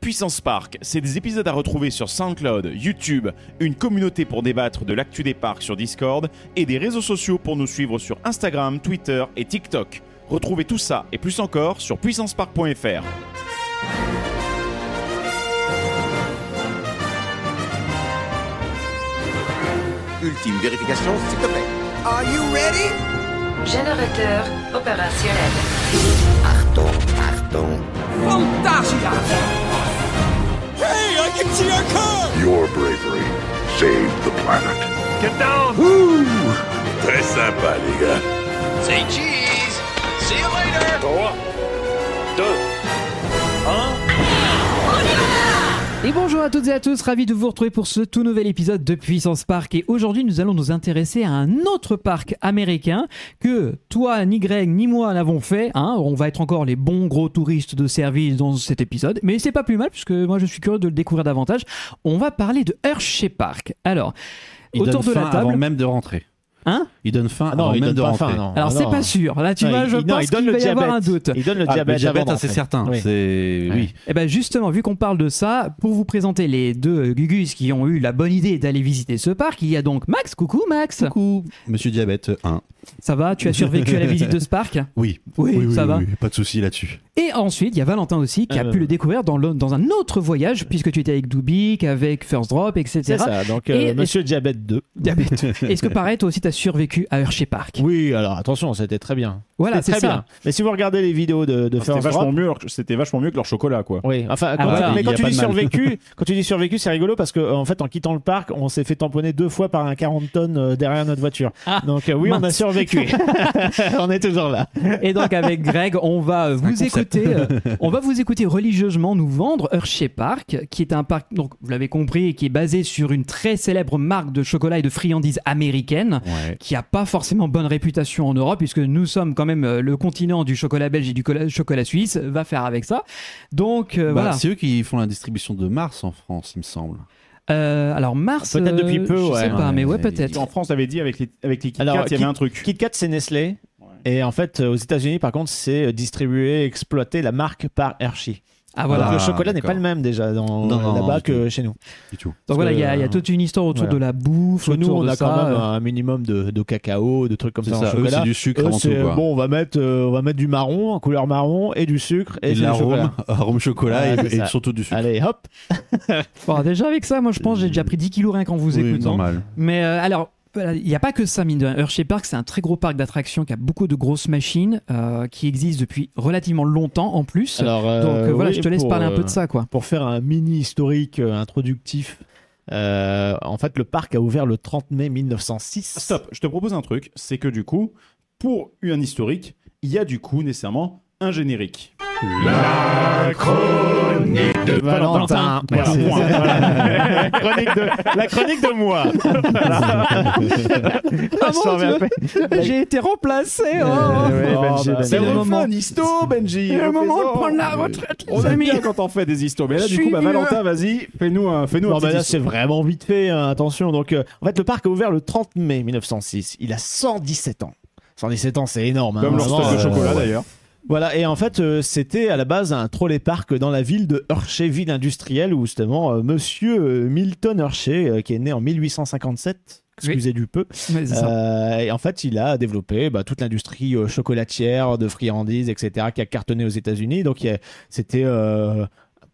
Puissance Park, c'est des épisodes à retrouver sur SoundCloud, YouTube, une communauté pour débattre de l'actu des parcs sur Discord et des réseaux sociaux pour nous suivre sur Instagram, Twitter et TikTok. Retrouvez tout ça et plus encore sur puissancepark.fr. Ultime vérification, s'il te plaît. Are you ready? Générateur opérationnel. Arton, Arton. Fantasia! Hey, I can see our car! Your bravery saved the planet. Ouh Très sympa, les gars. Say cheese! See you later! Et bonjour à toutes et à tous, ravi de vous retrouver pour ce tout nouvel épisode de Puissance Park. Et aujourd'hui, nous allons nous intéresser à un autre parc américain que toi, ni Greg, ni moi n'avons fait. hein. on va être encore les bons gros touristes de service dans cet épisode, mais c'est pas plus mal puisque moi je suis curieux de le découvrir davantage. On va parler de Hershey Park. Alors, Il autour donne de la faim table, avant même de rentrer. hein Il donne faim avant même de rentrer. Alors c'est pas sûr. Là, tu Non, vois, il- je il- non, pense il donne qu'il va le y avoir un diabète. doute. Il donne le Ah, diabète. le diabète, ça, avant c'est d'entrer. certain. Oui. C'est oui. Eh ben justement, vu qu'on parle de ça, pour vous présenter les deux Gugus qui ont eu la bonne idée d'aller visiter ce parc, il y a donc Max. Coucou Max. Coucou, Monsieur Diabète 1. Ça va Tu as survécu à la visite de ce parc Oui. Oui, ça va. Pas de souci là-dessus. Et ensuite, il y a Valentin aussi qui a Euh. pu le découvrir dans, le- dans un autre voyage, puisque tu étais avec Dubik, avec First Drop, C'est etc. ça, donc euh, Et- Monsieur Diabète 2. Diabète. Est-ce que pareil, toi aussi, tu as survécu à Hershey Park Oui, alors attention, c'était très bien. Voilà, C'était c'est très ça. bien. Mais si vous regardez les vidéos de, Ah, de C'était First vachement, Drop- mieux, c'était vachement mieux que leur chocolat, quoi. Oui, enfin, quand- Ah, voilà, mais il y quand a tu, pas dis de mal. survécu, quand tu dis survécu, c'est rigolo parce que euh, en fait, en quittant le parc, on s'est fait tamponner deux fois par un 40 tonnes euh, derrière notre voiture. Ah, Donc euh, oui, on a mince. survécu. on est toujours là. Et donc avec Greg, on va vous écouter, euh, on va vous écouter religieusement nous vendre Hershey Park, qui est un parc, donc vous l'avez compris, qui est basé sur une très célèbre marque de chocolat et de friandises américaine, Ouais. qui a pas forcément bonne réputation en Europe, puisque nous sommes quand même euh, le continent du chocolat belge et du cola- chocolat suisse. Va faire avec ça. Donc euh, Bah, voilà. C'est eux qui font la distribution de Mars en France, il me semble. Euh, alors Mars, Peut-être depuis peu, je sais ouais. pas, mais ouais Ouais, peut-être. En France, avait dit avec les, avec les Kit Alors, Kat, il y Kit- avait un truc. KitKat, c'est Nestlé. Et en fait, euh, aux États-Unis, par contre, c'est euh, distribué, exploité la marque par Hershey. Ah Donc, voilà. le Ah, chocolat n'est d'accord. pas le même déjà dans- Non, non, là-bas non, que chez nous. Du tout. Donc voilà, il y, a- que- il y a toute une histoire autour Voilà. de la bouffe, Parce que nous, autour on de a ça, quand même euh, un minimum de, de cacao, de trucs comme C'est ça, en ça. Eux, chocolat. c'est du sucre Eux, avant tout. c'est, Quoi. bon, on va mettre, euh, on va mettre du marron, en couleur marron, et du sucre, et, et de c'est du l'arôme, chocolat. arôme chocolat Ouais, et- c'est et, ça. surtout du sucre. Allez, hop. Bon, déjà avec ça, moi je pense que j'ai déjà pris 10 kilos rien qu'en vous Oui, écoutant. normal. Mais euh, alors, voilà, il n'y a pas que ça, mine de rien. Hershey Park, c'est un très gros parc d'attractions qui a beaucoup de grosses machines euh, qui existent depuis relativement longtemps en plus. Alors, euh, Donc euh, voilà, oui, je te laisse pour, parler un peu euh, de ça, quoi. Pour faire un mini historique euh, introductif, euh, en fait, le parc a ouvert le 30 mai 1906. Stop, je te propose un truc, c'est que du coup, pour un historique, il y a du coup nécessairement un générique. de Voilà, Valentin. Merci. point. La chronique de- la chronique de moi. Ah Je t'en mon rappelle. Dieu, j'ai été remplacé. oh. ouais, Oh, Eh, Benji, bah, Benji. c'est Il le a moment moment. d'histo, Benji. C'est le moment de fais-en. prendre la retraite, les On aime amis. bien quand on fait des histos. Mais là, Je du coup, suis bah, hein. vieux. Valentin, vas-y, fais-nous un, fais Non, un mais petit là, histo. c'est vraiment vite fait, hein, attention. Donc, euh, en fait, le parc a ouvert le 30 mai 1906. Il a 117 ans. 117 ans, c'est énorme. hein. Comme leur Vraiment, stock de euh, chocolat, d'ailleurs. Voilà, et en fait, euh, c'était à la base un trolley park dans la ville de Hershey, ville industrielle, où justement, euh, monsieur euh, Milton Hershey, euh, qui est né en 1857, excusez du peu, Mais c'est ça. euh, et en fait, il a développé bah, toute l'industrie euh, chocolatière, de friandises, etc., qui a cartonné aux États-Unis. Donc, il y a- c'était euh,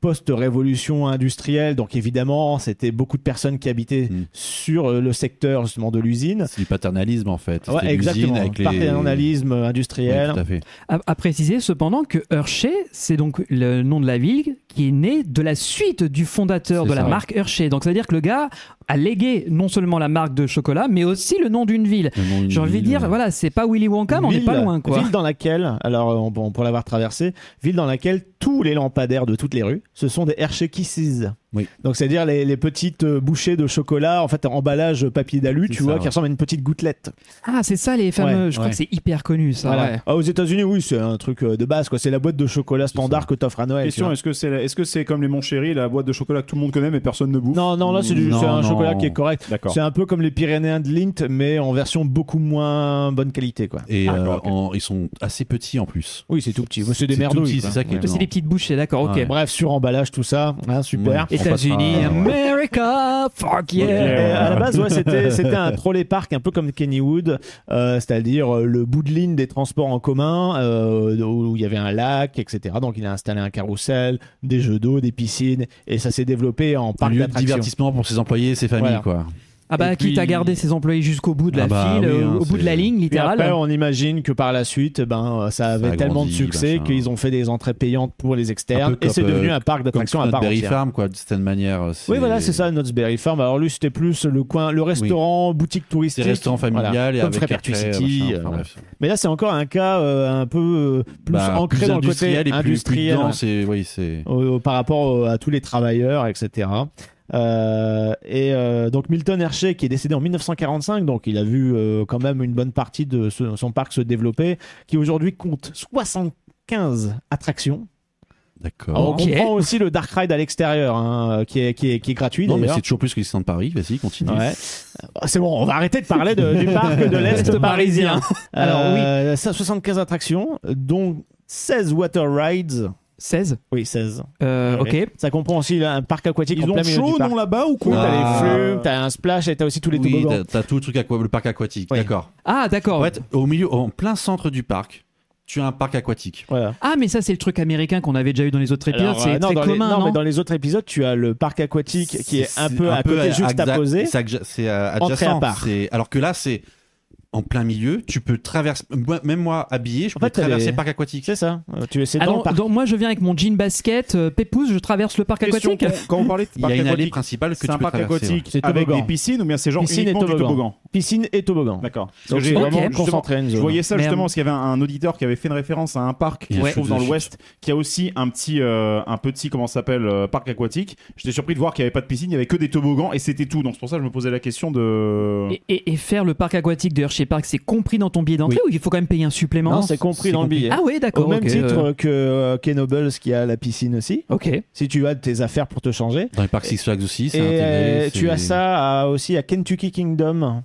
post-révolution industrielle. Donc, évidemment, c'était beaucoup de personnes qui habitaient Mm. sur euh, le secteur justement de l'usine. C'est du paternalisme en fait. Ouais, C'est l'usine exactement. Avec les... Paternalisme Ouais, industriel. tout à fait. À, à préciser cependant que Hershey, c'est donc le nom de la ville qui est né de la suite du fondateur C'est de la ça. marque Hershey. Donc ça veut dire que le gars a légué non seulement la marque de chocolat, mais aussi le nom d'une ville. Le nom d'une J'ai envie de ville, dire, ouais. voilà, c'est pas Willy Wonka, mais on n'est Ville- pas loin, quoi. Ville dans laquelle, alors euh, on, on pourrait l'avoir traversée, ville dans laquelle tous les lampadaires de toutes les rues, ce sont des Hershey Kisses. Oui. Donc c'est-à-dire les, les petites euh, bouchées de chocolat en fait en emballage papier d'alu, C'est tu ça, vois, qui ouais. ressemble à une petite gouttelette. Ah, c'est ça les fameux. Ouais, je crois ouais. que c'est hyper connu ça. Voilà. ouais. Ah, aux États-Unis, oui, c'est un truc euh, de base quoi. C'est la boîte de chocolat standard que t'offres à Noël. tu Question vois. est-ce que c'est est-ce que c'est comme les Mon Chéri, la boîte de chocolat que tout le monde connaît mais personne ne bouffe Non, non, là c'est du- Non, c'est un non. chocolat qui est correct. D'accord. C'est un peu comme les Pyrénéens de Lindt, mais en version beaucoup moins bonne qualité quoi. Et euh, d'accord, ok. en- ils sont assez petits en plus. Oui, c'est tout petit. C'est des tout merdouilles. petit, quoi. C'est ça qui est C'est des petites bouchées, d'accord, ok. Ouais. Bref, sur emballage tout ça, hein, super. Ouais. États-Unis, hein. On passera- America, fuck yeah. Et Euh, à la base, ouais, c'était c'était un trolley park un peu comme Kennywood, euh, c'est-à-dire euh, le bout de ligne des transports en commun euh, où il y avait un lac, etc. Donc il a installé un carrousel, des jeux d'eau, des piscines, et ça s'est développé en un parc lieu de d'attractions. divertissement pour ses employés et ses familles Voilà. quoi. Ah bah Et puis- quitte à garder ses employés jusqu'au bout de la Ah bah file, oui, euh, hein, au bout de c'est- la ligne Puis littérale. après, hein. on imagine que par la suite, ben, euh, ça avait a tellement grandi, de succès machin. qu'ils ont fait des entrées payantes pour les Un externes peu et c'est comme, devenu euh, un parc Comme d'attractions à part Berry entière. Farm quoi, d'une certaine manière. euh, Oui, voilà, c'est ça, Knott's Farm. Alors lui, c'était plus le coin, le restaurant, boutique C'est touristique. restaurant familial Voilà, et comme avec Frépertuis après, City, machin, euh, enfin, bref. Mais là, c'est encore un cas euh, un peu euh, plus Bah, ancré plus dans le côté industriel et plus- plus industriel dense et- oui, c'est euh, par rapport euh, à tous les travailleurs, etc. Euh, et euh, donc Milton Hershey qui est décédé en 1945, donc il a vu euh, quand même une bonne partie de ce- son parc se développer, qui aujourd'hui compte 75 attractions. d'accord. Alors, Ok. On comprend aussi le Dark Ride à l'extérieur, hein, euh, qui, est, qui, est, qui est gratuit. Non, mais d'ailleurs. c'est toujours plus que l'Islande de Paris. Vas-y, continue. Ouais. Ah, C'est bon, on va arrêter de parler de- du parc de l'Est L'Est parisien. parisien. Euh, Alors Alors, oui. oui, 75 attractions, dont 16 water rides. 16 Oui, 16. Euh, Ouais. Ok. Ça comprend aussi là, un parc aquatique en Ils plein ont milieu du chaud parc. non là-bas ou Oui, quoi t'as Ah. les flumes, t'as un splash et t'as aussi tous les Oui, toboggans. t'as- t'as tout le truc aqua, le parc aquatique. Oui. D'accord. Ah d'accord. En fait, au milieu, en plein centre du parc, tu as un parc aquatique. Voilà. Ah mais ça c'est le truc américain qu'on avait déjà eu dans les autres épisodes, Alors, euh, c'est non, très dans les- commun, non, non mais dans les autres épisodes, tu as le parc aquatique qui est un C'est peu à côté exact- juxtaposé. C'est adja- c'est, euh, Entrée à adjacent. part. C'est- Alors que là, c'est en plein milieu. Tu peux traverser. moi- Même moi, habillé, je En peux fait, t'as traverser les- le parc aquatique. C'est ça. Euh, Tu essaies Ah, dans non, le parc. donc, moi je viens avec mon jean basket, euh, pépouze, je traverse le parc Question, aquatique. quand- Quand on parlait de Il y parc a une allée aquatique, principale que c'est tu un peux parc traverser. aquatique ouais. C'est avec toboggan. des piscines ou bien c'est genre Piscine et uniquement du toboggan. toboggan Piscine et toboggan. D'accord. Parce Donc que j'ai j'ai vraiment vraiment- justement, concentré à une Je zone. voyais ça Merde. justement parce qu'il y avait un, un auditeur qui avait fait une référence à un parc qui Ouais. se trouve Chute dans de l'Ouest, qui a aussi un petit, euh, un petit comment ça s'appelle, euh, parc aquatique. J'étais surpris de voir qu'il n'y avait pas de piscine, il n'y avait que des toboggans et c'était tout. Donc c'est pour ça que je me posais la question de. Et, et- et faire le parc aquatique de Hershey Park, c'est compris dans ton billet d'entrée ou il faut quand même payer un supplément Non, c'est compris c'est dans le compris. billet. Ah oui, Au d'accord. même ok, titre euh, que euh, Kenobles qui a la piscine aussi. Ok. Si tu as tes affaires pour te changer. Dans les parcs Six Flags aussi, c'est Et euh, intégré. tu c'est- as ça à- aussi à Kentucky Kingdom,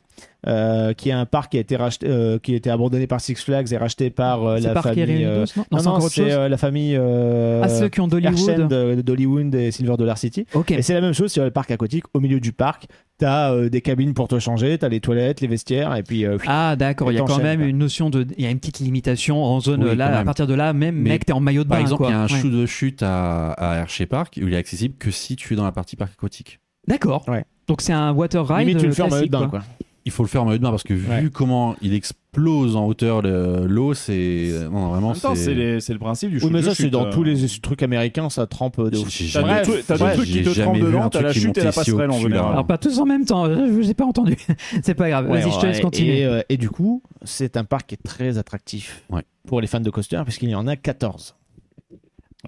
euh, qui est un parc qui a été racheté, euh, qui a été abandonné par Six Flags et racheté par euh, c'est la par Kerry famille. euh, Reynolds, non, non, c'est non, encore autre c'est chose. euh, la famille euh, ah, ceux qui ont Hershend d'Hollywood. de- d'Hollywood et Silver Dollar City. Ok. Et c'est la même chose sur le parc aquatique. Au milieu du parc, t'as euh, des cabines pour te changer, t'as les toilettes, les vestiaires, et puis euh, Ah d'accord, Et il y a quand t'enchaînes, même quoi. une notion de, il y a une petite limitation en zone Oui, euh, quand là, à même. partir de là, même Mais mec t'es en maillot de bain. Par exemple, quoi. il y a un Ouais. chou de chute à, à Hershey Park où il est accessible que si tu es dans la partie parc aquatique. D'accord. Ouais. Donc c'est un water ride. euh, limite tu le fais en maillot classique, de bain, quoi. quoi. Il faut le faire en maillot de bain parce que vu Ouais. comment il explose en hauteur le- l'eau, c'est. Non, non, en vraiment, même temps, c'est c'est. les- c'est le principe du Oui, shoot mais de ça c'est chute, dans euh. tous les trucs américains, ça trempe de ouf. J'ai T'as jamais- des trucs- t'as des j'ai- trucs qui te j'ai trempent jamais vu dedans, t'as un truc la qui chute et la montait si haut passerelle, en que celui-là. général. Alors pas tous en même temps. euh, Je sais pas entendu. c'est pas grave. Vas-y, Ouais, je te ouais, laisse continuer. Et, euh, et du coup, c'est un parc qui est très attractif Ouais. pour les fans de coaster, puisqu'il y en a 14.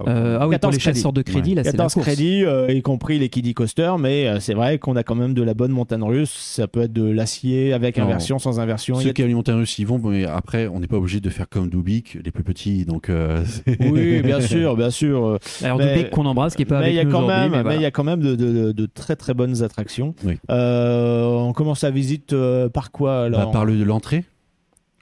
Euh, ah oui, pour 14 les chasseurs de crédit, là, c'est la 14 course. crédits, euh, y compris les kiddie coaster, mais euh, c'est vrai qu'on a quand même de la bonne montagne russe. Ça peut être de l'acier avec Non. inversion, sans inversion. Il y Ceux a- qui aiment les montagnes russes, ils vont, mais après, on n'est pas obligé de faire comme Dubik, les plus petits. Donc, euh, c'est- Oui, bien sûr, bien sûr. euh, Alors, Mais- Dubé qu'on embrasse, qui est pas mais avec il y a nous quand aujourd'hui, même, mais mais voilà. il y a quand même de, de- de- de très très bonnes attractions. Oui. Euh, on commence la visite euh, par quoi alors Bah, par le- l'entrée,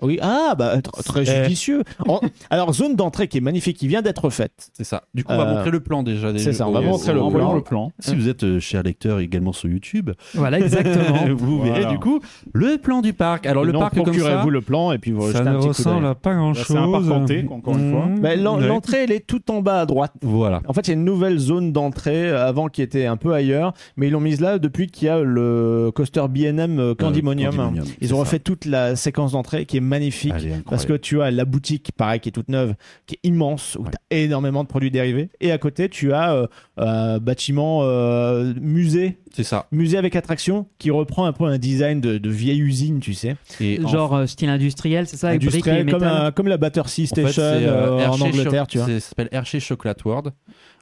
Oui, ah bah tr- très Euh. judicieux. En- Alors zone d'entrée qui est magnifique, qui vient d'être faite. c'est ça. Du coup, on va Euh, montrer le plan déjà. c'est Ah, ça, on va au- montrer le au- plan. euh, le bah, plan. Si vous êtes euh, cher lecteur également sur YouTube, bah, Voilà, exactement. vous Voilà. verrez du coup le plan du parc. Alors, Oh, le Non, parc, comme ça, procurez-vous le plan et puis vous jetez un petit coup d'œil. pas grand Là, Bah, c'est un parc hanté, encore une fois. Bah, l'en- Ouais. L'entrée, elle est tout en bas à droite. Voilà. En fait, il y a une nouvelle zone d'entrée euh, avant qui était un peu ailleurs, mais ils l'ont mise là depuis qu'il y a le coaster B&M euh, Candymonium. Candymonium, Ils c'est ont ça. refait toute la séquence d'entrée qui est magnifique. Elle est incroyable. Parce que tu as la boutique, pareil, qui est toute neuve, qui est immense, où Ouais. tu as énormément de produits dérivés. Et à côté, tu as euh, euh, bâtiment euh, musée, C'est ça. musée avec attraction, qui reprend un peu un design de, de vieille usine, tu sais. Et en- Genre euh, style industriel, c'est ça avec briques et Industriel, comme, métal. un- comme la Battersea en fait, Station c'est, euh, euh, en Hershey Angleterre, Choc- tu vois. c'est- Ça s'appelle Hershey Chocolate World.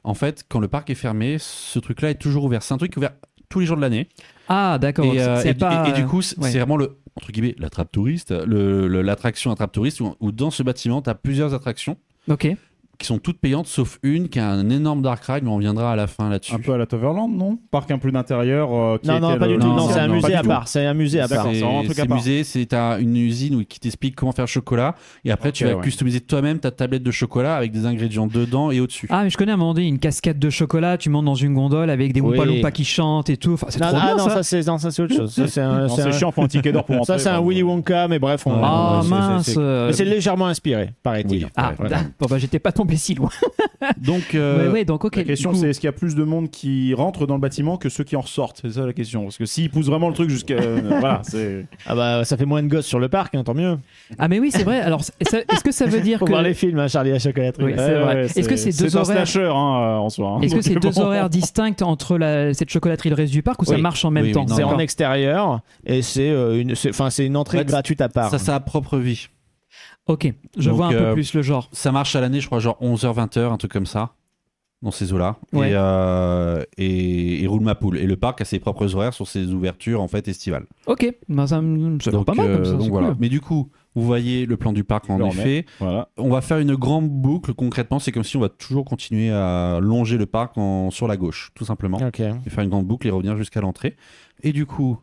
En fait, quand le parc est fermé, ce truc-là est toujours ouvert. C'est un truc ouvert tous les jours de l'année. Ah, d'accord. et, euh, c'est et- pas. et- et du coup, c'est ouais. c'est vraiment le entre guillemets l'attrape touriste, le- le- l'attraction attrape touriste où, où dans ce bâtiment, tu as plusieurs attractions Ok. qui sont toutes payantes sauf une qui a un énorme dark ride, mais on viendra à la fin là-dessus. Un peu à la Toverland, non Parc un peu d'intérieur. euh, qui Non, était non, pas le- du tout. non, Non, c'est un non, musée pas à du part. C'est un musée à C'est part. Ah, c'est vraiment un truc à c'est part. musée, c'est un- une usine où, qui t'explique comment faire le chocolat et après tu Ok, vas ouais. customiser toi-même ta tablette de chocolat avec des ingrédients dedans et au-dessus. Ah, mais je connais à un moment donné une cascade de chocolat, tu montes dans une gondole avec des Oui. Oompa Loompa qui chantent et tout. Enfin, c'est Non, trop ah, bien non, ça. ça, c'est non, ça, c'est autre chose. Ça, c'est un- Non, c'est un- C'est chiant, faut un ticket d'or pour Ça, entrer. c'est un pardon. Willy Wonka, mais bref, on. Ah, on- c'est- mince, c'est- c'est- euh, Mais c'est légèrement inspiré, paraît-il. Oui. Ah, Ouais, voilà. d'accord. bon, bah j'étais pas tombé si loin. Donc, euh, ouais, ouais, donc ok. La question, du coup- c'est est-ce qu'il y a plus de monde qui rentre dans le bâtiment que ceux qui en ressortent C'est ça la question. Parce que s'ils poussent vraiment le truc jusqu'à. euh, voilà, c'est. Ah bah, ça fait moins de gosses sur le parc, hein, tant mieux. Ah, mais oui, c'est vrai. Alors, c'est- ça- est-ce que ça veut dire Faut que. voir les films, hein, Charlie à la chocolaterie. Oui, c'est Ouais, vrai. ouais, Est-ce que c'est deux C'est un horaires slasher hein, euh, en soi. hein. Est-ce que Donc, c'est deux bon. horaires distincts entre la- cette chocolaterie et le reste du parc ou ça Oui. marche en même Oui, temps oui, non, C'est D'accord. en extérieur et c'est euh, une, c'est- enfin c'est une entrée Ouais, gratuite à part. ça, ça a propre vie. Ok, je Donc, vois un peu euh, plus le genre. Ça marche à l'année, je crois, genre 11h, 20h, un truc comme ça, dans ces eaux-là. Ouais. Et, euh, et, et roule ma poule. Et le parc a ses propres horaires sur ses ouvertures en fait estivales. Ok, bah, ça me ça a l'air pas mal comme euh, ça. donc c'est voilà. cool. Mais du coup, vous voyez le plan du parc en Le remet. effet. Voilà. On va faire une grande boucle concrètement. C'est comme si on va toujours continuer à longer le parc en- sur la gauche, tout simplement. Ok. Et faire une grande boucle et revenir jusqu'à l'entrée. Et du coup,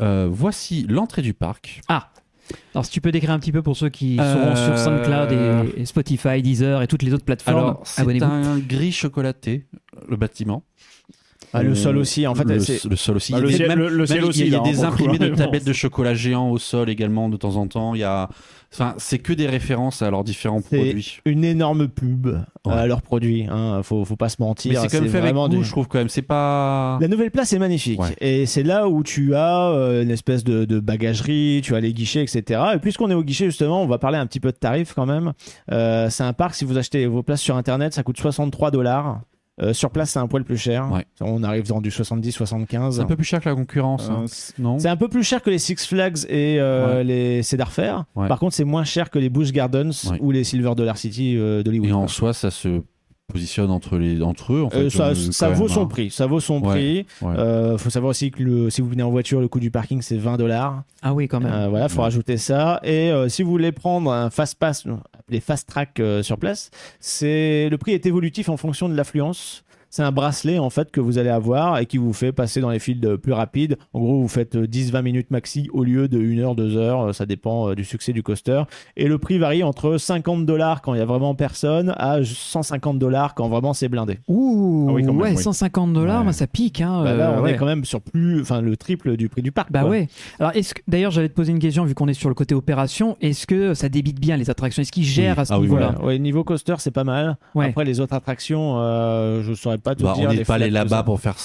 euh, voici l'entrée du parc. Alors, si tu peux décrire un petit peu pour ceux qui Euh, seront sur SoundCloud et, et Spotify, Deezer et toutes les autres plateformes, Alors, c'est abonnez-vous. un gris chocolaté, le bâtiment. Ah, le On- sol aussi, en fait, le, c'est- le sol aussi. Bah, Il y a le des- ciel- même- le- le ciel même, aussi, Il y a, là, des hein, pour le imprimés coup, de vraiment. tablettes de chocolat géant au sol également de temps en temps. Il y a, enfin, c'est que des références à leurs différents C'est- produits. Une énorme pub euh, Ouais. à leurs produits. Hein. Faut, faut pas se mentir. Mais c'est quand même fait avec vraiment goût, du- je trouve quand même. C'est pas. La nouvelle place est magnifique Ouais. et c'est là où tu as euh, une espèce de, de bagagerie, tu as les guichets, etc. Et puisqu'on est au guichet justement, on va parler un petit peu de tarifs quand même. Euh, c'est un parc, si vous achetez vos places sur internet, ça coûte 63 dollars. Euh, sur place, c'est un poil plus cher. Ouais. On arrive dans du 70-75. C'est un peu plus cher que la concurrence, hein. Euh, c'est- non C'est un peu plus cher que les Six Flags et euh, les Cedar Fair. Ouais. Par contre, c'est moins cher que les Busch Gardens Ouais. ou les Silver Dollar City euh, d'Hollywood. Et en soi, ça se positionne entre, les, entre eux. En fait, Euh, ça euh, ça quand vaut même, son hein. prix. Ça vaut son Ouais. prix. Ouais. Euh, faut savoir aussi que le- si vous venez en voiture, le coût du parking c'est 20 dollars. Ah oui, quand même. Euh, voilà, faut Ouais. rajouter ça. Et euh, si vous voulez prendre un fast pass, non, les fast track euh, sur place, c'est le prix est évolutif en fonction de l'affluence. C'est un bracelet en fait que vous allez avoir et qui vous fait passer dans les files de plus rapides. En gros, vous faites euh, 10-20 minutes maxi au lieu de 1 heure, 2 heures. Euh, Ça dépend euh, du succès du coaster. Et le prix varie entre 50 dollars quand il y a vraiment personne à 150 dollars quand vraiment c'est blindé. Ouh, Ah oui, quand même, ouais, oui. 150 dollars, Ouais. moi, ça pique. Hein, Bah là, euh, on ouais. est quand même sur plus, enfin le triple du prix du parc. Bah quoi. ouais. Alors, est-ce que d'ailleurs, j'allais te poser une question vu qu'on est sur le côté opération. Est-ce que ça débite bien les attractions Est-ce qu'ils gèrent à ce Ah oui, niveau-là Voilà. Ouais, niveau coaster, c'est pas mal. Ouais. Après, les autres attractions, euh, je saurais pas tout Bah, dire. on les n'est pas allé flags, tout là-bas ça. pour faire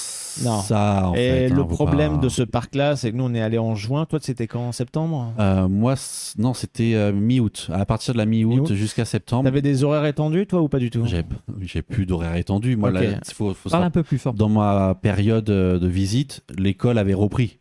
Non. ça. En Et fait, hein, le faut problème pas- de ce parc-là, c'est que nous, on est allé en juin. Toi, c'était quand En septembre Euh, moi, c- non, c'était euh, mi-août. À partir de la mi-août Mi-août. jusqu'à septembre, T'avais des horaires étendus, toi, ou pas du tout j'ai j'ai plus d'horaire étendu. Moi, Ok. là, faut, faut Parle savoir- un peu plus fort. dans ma période euh, de visite, l'école avait repris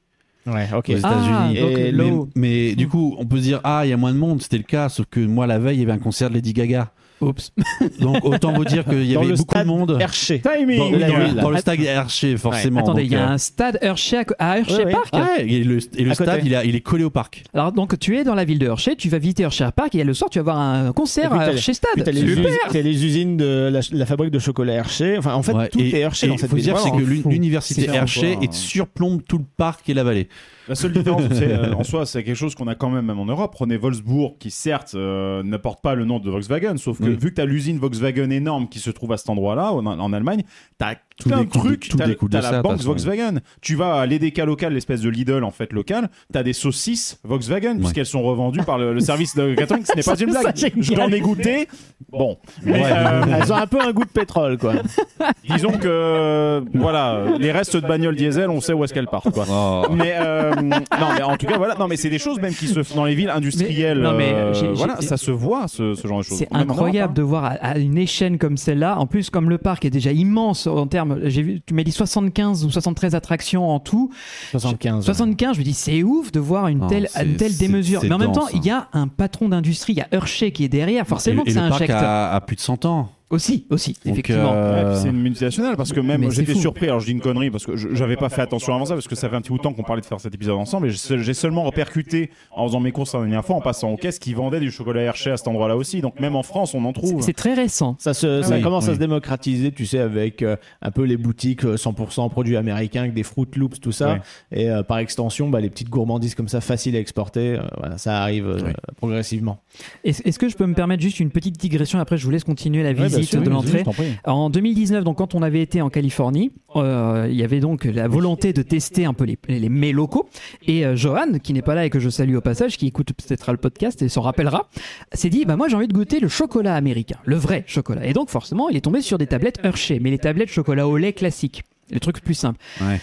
Ouais, ok. aux États-Unis. Ah, donc Et là mais, où- mais Hmm. du Mm. coup, on peut se dire ah, il y a moins de monde. C'était le cas, sauf que moi, la veille, il y avait un concert de Lady Gaga. Oups. Donc autant vous dire qu'il y Dans avait le beaucoup de stade monde. Ah, Hershey. Timing dans, de la dans le- ville. dans le stade Hershey, forcément. Attendez, Donc, il y a euh, un stade Hershey à, co- à Hershey Ah Ouais, ouais. Park Ouais, et le, et le À côté. stade, il, a- il est collé au parc. Alors, donc, tu es dans la ville de Hershey, tu vas visiter Hershey Park et le soir, tu vas voir un Et concert puis, à t'as- Hershey Puis Stade. t'as les, Super. usines- t'as les usines de la, la fabrique de chocolat Hershey. Enfin, en fait, Ouais, tout et- est Hershey et dans cette faut ville. dire, c'est Vraiment. que l'uni- fou. l'université C'est fort, Hershey quoi. est surplombe tout le parc et la vallée. La seule différence, c'est, euh, en soi, c'est quelque chose qu'on a quand même, même en Europe. Prenez Wolfsburg, qui certes euh, ne porte pas le nom de Volkswagen, sauf que Oui. vu que tu as l'usine Volkswagen énorme qui se trouve à cet endroit-là, en, en Allemagne, tu as plein de découle de- trucs. tout T'as découle de t'as ça, la de toute banque façon. Volkswagen. Tu vas à l'EDK local, l'espèce de Lidl en fait local. T'as des saucisses Volkswagen puisqu'elles sont revendues par le, le service de catering. Ce n'est pas une Ça, blague. c'est Je génial. t'en ai goûté. Bon, mais Ouais. euh, Elles ont un peu un goût de pétrole, quoi. disons que euh, voilà, les restes de bagnole diesel, on sait où est-ce qu'elles partent. Quoi. Oh. Mais euh, non, mais en tout cas voilà. Non, mais c'est des choses même qui se font dans les villes industrielles. non, mais, euh, j'ai- j'ai- voilà, ça se voit ce, ce genre de choses. C'est On en a marre, incroyable hein. de voir à, à une échelle comme celle-là. En plus, comme le parc est déjà immense en termes, j'ai vu, tu m'as dit 75 ou 73 attractions en tout. 75. 75, je me dis c'est ouf de voir une Non, telle, c'est- une telle c'est- démesure. c'est Mais en même temps, dense, hein. il y a un patron d'industrie, il y a Hershey qui est derrière. Forcément et, que et ça le parc injecte. a, a plus de 100 ans. Aussi, aussi, Donc, effectivement. euh, Ouais, puis c'est une multinationale parce que même Mais c'est j'étais fou. surpris. Alors je dis une connerie parce que je- j'avais pas fait attention avant ça parce que ça fait un petit bout de temps qu'on parlait de faire cet épisode ensemble. Et je- j'ai seulement repercuté en faisant mes courses la dernière fois en passant aux caisses qui vendaient du chocolat Hershey à cet endroit-là aussi. Donc même en France, on en C'est- trouve. C'est très récent. Ça, se- ça oui, commence à oui. se démocratiser, tu sais, avec euh, un peu les boutiques euh, 100% produits américains, avec des Fruit Loops, tout ça. Oui. Et euh, par extension, bah, les petites gourmandises comme ça, faciles à exporter, euh, voilà, ça arrive euh, Oui. progressivement. Est-ce est-ce que je peux me permettre juste une petite digression Après, je vous laisse continuer la Ouais, bah, visite c'est- de oui, l'entrée. je t'en prie. En 2019, donc quand on avait été en Californie, euh, il y avait donc la volonté de tester un peu les, les mets locaux. Et euh, Johan, qui n'est pas là et que je salue au passage, qui écoute peut-être le podcast et s'en rappellera, s'est dit bah moi j'ai envie de goûter le chocolat américain, le vrai chocolat. Et donc forcément, il est tombé sur des tablettes Hershey, mais les tablettes chocolat au lait classiques, le truc plus simple. Ouais.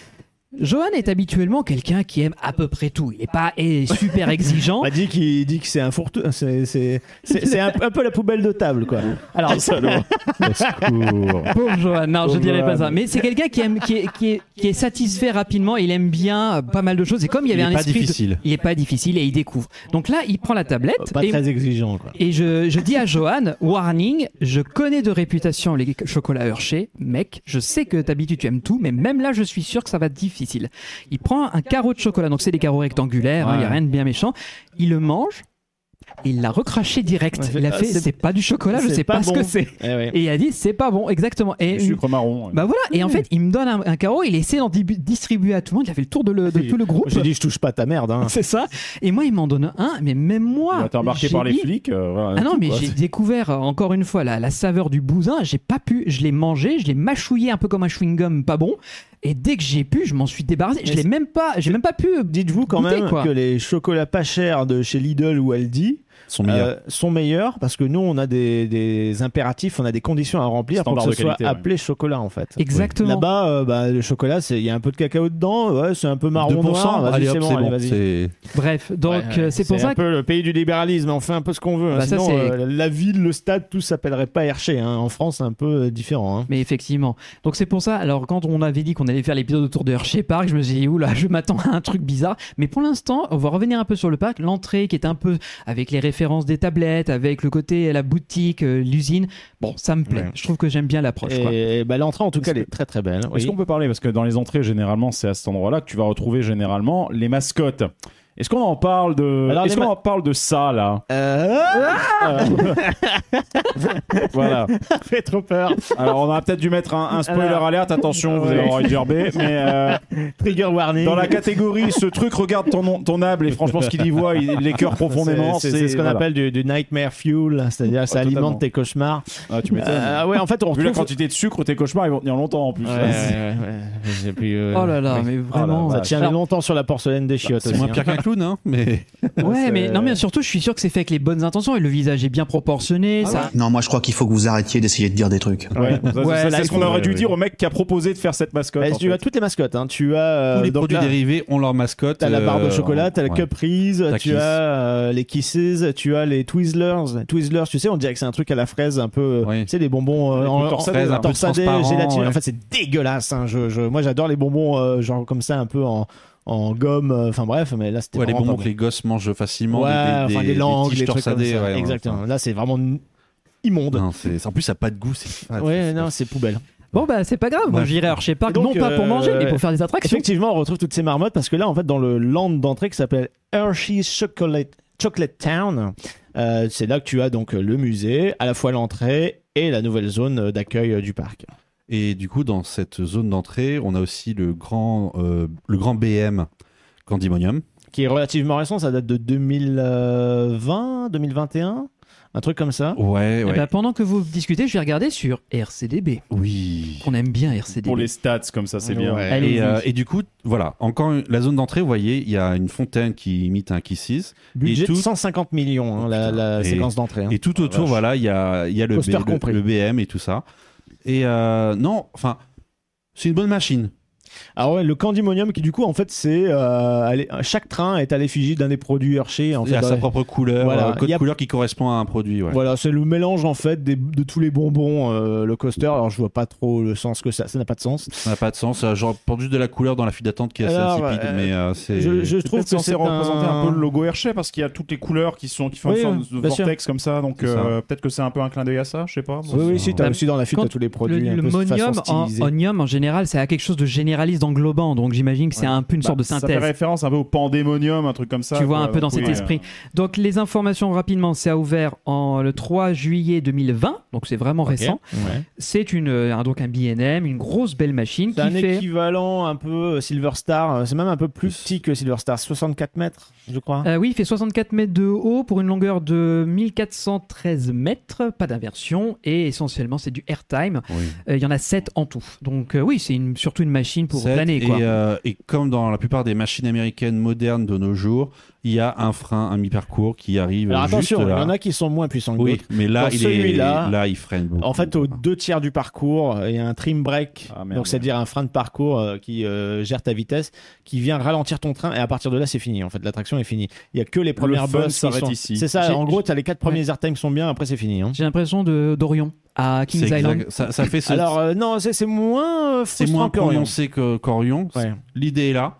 Johan est habituellement quelqu'un qui aime à peu près tout. Il est pas est super exigeant. On m'a dit qu'il dit que c'est un fourre c'est c'est- c'est- c'est un, un peu la poubelle de table, quoi. Alors, Pauvre Johan, non, je dirais pas ça. Mais c'est quelqu'un qui aime, qui est, qui est- qui est satisfait rapidement. Il aime bien euh, pas mal de choses. Et comme il y avait Il est un pas esprit, de- difficile. il est pas difficile et il découvre. Donc là, il prend la tablette Pas et, très exigeant, quoi. et je, je dis à Johan, warning, je connais de réputation les chocolats Hershey, mec. Je sais que d'habitude tu aimes tout, mais même là, je suis sûr que ça va être difficile. Il prend un carreau de chocolat, donc c'est des carreaux rectangulaires. hein, Il y a rien de bien méchant. Il le mange. et Il l'a recraché direct. Ouais, il a ah, fait, c'est- c'est pas du chocolat, je c'est sais pas, pas ce que bon. c'est. Eh ouais. Et il a dit, c'est pas bon, exactement. Et Du une- sucre marron. ouais. bah voilà, et en fait, il me donne un, un carreau, il essaie d'en di- distribuer à tout le monde, il a fait le tour de, le- de tout le groupe. J'ai dit, je touche pas ta merde, hein. C'est ça. Et moi, il m'en donne un, mais même Il moi. a été embarqué j'ai par les dit- flics. euh, voilà, Ah non, mais quoi. j'ai découvert euh, encore une fois la, la saveur du bousin. J'ai pas pu, je l'ai mangé, je l'ai mâchouillé un peu comme un chewing-gum, pas bon. Et dès que j'ai pu, je m'en suis débarrassé. Je Mais l'ai même pas, j'ai même pas pu. euh, Dites-vous quand goûter, même quoi. que les chocolats pas chers de chez Lidl ou Aldi Son meilleur. euh, sont meilleurs parce que nous, on a des, des impératifs, on a des conditions à remplir Standard pour que de ce soit qualité, ouais. appelé chocolat, en fait. Exactement. Là-bas, euh, bah, le chocolat, c'est- il y a un peu de cacao dedans, ouais, c'est un peu 2%, marron noir. vas-y, allez hop, c'est bon, c'est allez, bon. vas-y. c'est- Bref, donc Ouais, euh, c'est pour un ça que. peu le pays du libéralisme, on fait un peu ce qu'on veut. hein. Bah, ça, Sinon, c'est- euh, la ville, le stade, tout s'appellerait pas Hershey. hein. En France, c'est un peu euh, différent. hein. Mais effectivement. Donc c'est pour ça, alors quand on avait dit qu'on allait faire l'épisode autour de Hershey Park, je me suis dit, oula, je m'attends à un truc bizarre. Mais pour l'instant, on va revenir un peu sur le parc. L'entrée qui est un peu avec les références des tablettes, avec le côté la boutique, euh, l'usine. Bon, ça me plaît. Ouais. Je trouve que j'aime bien l'approche. quoi. Et bah, l'entrée, en tout cas, elle est très très belle. Est-ce qu'on peut parler parce que dans les entrées généralement c'est à cet endroit-là que tu vas retrouver généralement les mascottes. Est-ce qu'on en parle de Alors, Est-ce les qu'on ma- en parle de ça là Euh, Voilà. fait trop peur. Alors on a peut-être dû mettre un, un spoiler Alors- alerte. Attention, vous allez Ouais. avoir une gerbe, mais euh, Trigger warning. Dans la catégorie, ce truc regarde ton, nom- ton âble et franchement, ce qu'il y voit, il les cœurs profondément. C'est- C'est c'est ce qu'on voilà. appelle du, du nightmare fuel, c'est-à-dire ça totalement. alimente tes cauchemars. Ah, tu m'étonnes. Euh, ouais, en fait, on Vu la retrouve- quantité de sucre, tes cauchemars, ils vont tenir longtemps en plus. Ouais, ouais, ouais, ouais. J'ai plus, euh, oh là là, oui. mais vraiment. Ça tient Alors, longtemps sur la porcelaine des chiottes C'est aussi, moins hein. pire qu'un clown, hein, mais ouais, c'est- mais non, mais surtout, je suis sûr que c'est fait avec les bonnes intentions et le visage est bien proportionné. Ah ça. Non, moi je crois qu'il faut que vous arrêtiez d'essayer de dire des trucs. Ouais, ça, c'est- Ouais, ça, là, c'est ce qu'on aurait dû ouais, dire au mec qui a proposé de faire cette mascotte. Bah, en euh, tu fait. as toutes les mascottes. hein. Tu as euh, tous les donc produits là, dérivés ont leur mascotte. T'as la barre de euh, chocolat, t'as la ouais. Caprice, T'as tu Kiss. as euh, les Kisses, tu as les Twizzlers. Twizzlers, tu sais, on dirait que c'est un truc à la fraise, un peu, euh, Oui. tu sais, les bonbons euh, en, en- torsadés, un peu torsadés, transparents, gélatine. ouais. En fait, c'est dégueulasse. hein. Je, je- moi, j'adore les bonbons euh, genre comme ça, un peu en, en gomme. euh, Enfin bref, mais là, c'était Ouais, les vraiment bonbons pas que bon. les gosses mangent facilement. Ouais, des, des, enfin, des- les des langues, tiges les trucs comme torsadées, ça. ouais, ouais, Exactement. enfin. Là, c'est vraiment immonde. Non, c'est- en plus, ça n'a pas de goût. c'est- ah, ouais, c'est- non, c'est poubelle. Bon, bah, c'est pas grave. Moi, Ouais. j'irai à Hershey Park, Et non donc, pas pour euh, manger, mais ouais. pour faire des attractions. Effectivement, on retrouve toutes ces marmottes parce que là, en fait, dans le land d'entrée qui s'appelle Hershey's Chocolate, Chocolate Town, euh, c'est là que tu as donc le musée, à la fois l'entrée et la nouvelle zone d'accueil euh, du parc. Et du coup, dans cette zone d'entrée, on a aussi le grand, euh, le grand BM Candymonium. Qui est relativement récent, ça date de 2020, 2021 un truc comme ça. Ouais, Eh ouais. ben, pendant que vous discutez, je vais regarder sur RCDB. Oui. Qu'on aime bien RCDB. Pour les stats, comme ça, c'est bien. Ouais. Allez-y. Et, euh, et du coup, voilà, encore une- la zone d'entrée, vous voyez, il y a une fontaine qui imite un kisses. Budget et tout, 150 millions, hein, la, la Et- séquence d'entrée. hein. et tout autour, voilà, il y a, il y a le, B- Poster le- compris. le BM et tout ça. Et euh, non, enfin, c'est une bonne machine. Ah ouais, le Candymonium qui du coup en fait c'est euh, allez, chaque train est à l'effigie d'un des produits Hershey en Il y fait. a dans sa les- propre couleur, Voilà. euh, code Il y a- couleur qui correspond à un produit. ouais. Voilà, c'est le mélange en fait des- de tous les bonbons euh, le coaster. Alors je vois pas trop le sens que ça, ça n'a pas de sens. Ça n'a pas de sens. euh, Genre, pour juste de la couleur dans la file d'attente qui est assez Alors, insipide, euh, mais euh, c'est. Je, je Je trouve que c'est censé représenter un... un peu le logo Hershey parce qu'il y a toutes les couleurs qui sont qui font Oui, une oui, sorte de bien sûr. vortex comme ça. Donc C'est ça. euh, peut-être que c'est un peu un clin d'œil à ça, je sais pas. moi. Oui, oui, si, t'as Bah, aussi dans la file quand t'as tous les Le, produits. un le peu de façon monium, en, stylisée. onium, en général, ça a quelque chose de généraliste, d'englobant, donc j'imagine que c'est un peu une Bah, sorte de Ça fait synthèse. référence un peu au Pandémonium, un truc comme ça. Tu vois quoi. un peu dans Donc, cet oui, esprit. euh, Donc les informations rapidement, ça a ouvert en, le 3 juillet 2020, donc c'est vraiment récent. Ouais. C'est une euh, un- donc un B&M, une grosse belle machine C'est un qui fait équivalent un peu euh, Silver Star. euh, C'est même un peu plus petit que Silver Star, 64 mètres, je crois. Euh, oui, il fait 64 mètres de haut pour une longueur de 1413 mètres, pas d'inversion, et essentiellement c'est du airtime. Oui. Euh, Il y en a 7 en tout. Donc euh, oui, c'est une- surtout une machine pour Sept, planer. et, Quoi. euh, et comme dans la plupart des machines américaines modernes de nos jours, il y a un frein, un mi-parcours qui arrive Alors Euh, juste attention, il y là. en a qui sont moins puissants que Oui, d'autres. mais là, Dans il est celui-là, là, il freine. beaucoup. En fait, aux deux tiers du parcours, euh, il y a un trim break, Ah, merde, donc c'est-à-dire un frein de parcours euh, qui euh, gère ta vitesse, qui vient ralentir ton train, et à partir de là, c'est fini. En fait, l'attraction est finie. Il y a que les premières fun bosses qui s'arrête sont. ici. C'est ça. J'ai- En gros, t'as les quatre premiers airtime qui sont bien, après c'est fini. hein. J'ai l'impression de d'Orion à C'est Kings Island. exact- ça, ça fait ce- Alors euh, non, c'est c'est moins euh, c'est moins frustrant qu'Orion. prononcé que qu'Orion. Ouais. L'idée est là,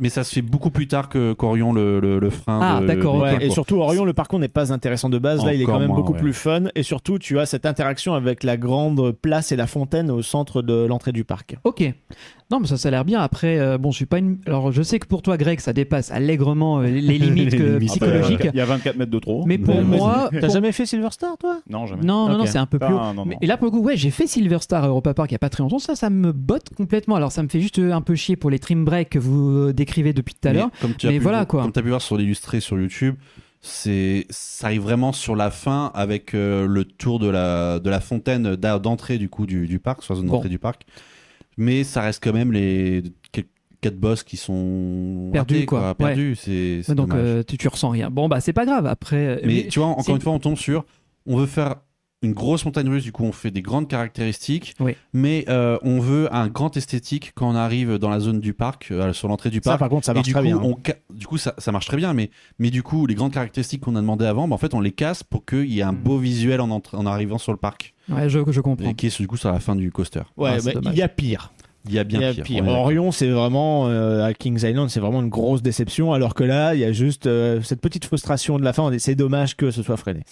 mais ça se fait beaucoup plus tard que qu'Orion le, le, le frein. Ah, de- d'accord, du ouais, parcours. Et surtout, Orion, le parcours n'est pas intéressant de base. Là, il est Encore quand même moins, beaucoup ouais. plus fun. Et surtout, tu as cette interaction avec la grande place et la fontaine au centre de l'entrée du parc. Ok. Non, mais ça, ça a l'air bien. Après, euh, bon, je suis pas une. Alors, je sais que pour toi, Greg, ça dépasse allègrement euh, les limites, Les que- limites. ah, bah, psychologiques. Il y a 24 mètres de trop. mais pour Ouais, moi, T'as pour- jamais fait Silver Star, toi Non, jamais. non, non, non, Ok. c'est un peu plus. haut. Ah, non, non. Mais- et là, pour le coup, ouais, j'ai fait Silver Star à Europa Park il n'y a pas très longtemps. Ça, ça me botte complètement. Alors, ça me fait juste euh, un peu chier pour les trim breaks que vous euh, décrivez depuis tout à l'heure. Mais comme tu as mais pu voilà, voir- quoi. Comme tu as pu voir sur l'illustré sur YouTube, c'est ça arrive vraiment sur la fin avec euh, le tour de la de la fontaine d'a- d'entrée du coup du, du parc, sur la zone Bon. d'entrée du parc. Mais ça reste quand même les quel- quatre boss qui sont Perdus, ratés, quoi. Perdus, c'est c'est Donc, dommage. euh, tu, tu ressens rien. Bon, bah, c'est pas grave. Après, euh, Mais tu vois, c'est- encore une fois, on tombe sur. On veut faire une grosse montagne russe, du coup, on fait des grandes caractéristiques. Oui. Mais euh, on veut un grand esthétique quand on arrive dans la zone du parc, euh, sur l'entrée du Ça, parc. par contre, ça et marche du très coup, bien. on ca- du coup ça, ça marche très bien, mais, mais du coup, les grandes caractéristiques qu'on a demandées avant, bah, en fait, on les casse pour qu'il y ait un Mm. beau visuel en, entra- en arrivant sur le parc, ouais, je, je comprends. et qui est du coup sur la fin du coaster. Ouais, Ah, c'est bah, dommage. il y a pire. Il y a bien Il y a pire. pire. on est d'accord. Orion, c'est vraiment euh, à Kings Island, c'est vraiment une grosse déception. Alors que là, il y a juste euh, cette petite frustration de la fin. on dit, C'est dommage que ce soit freiné.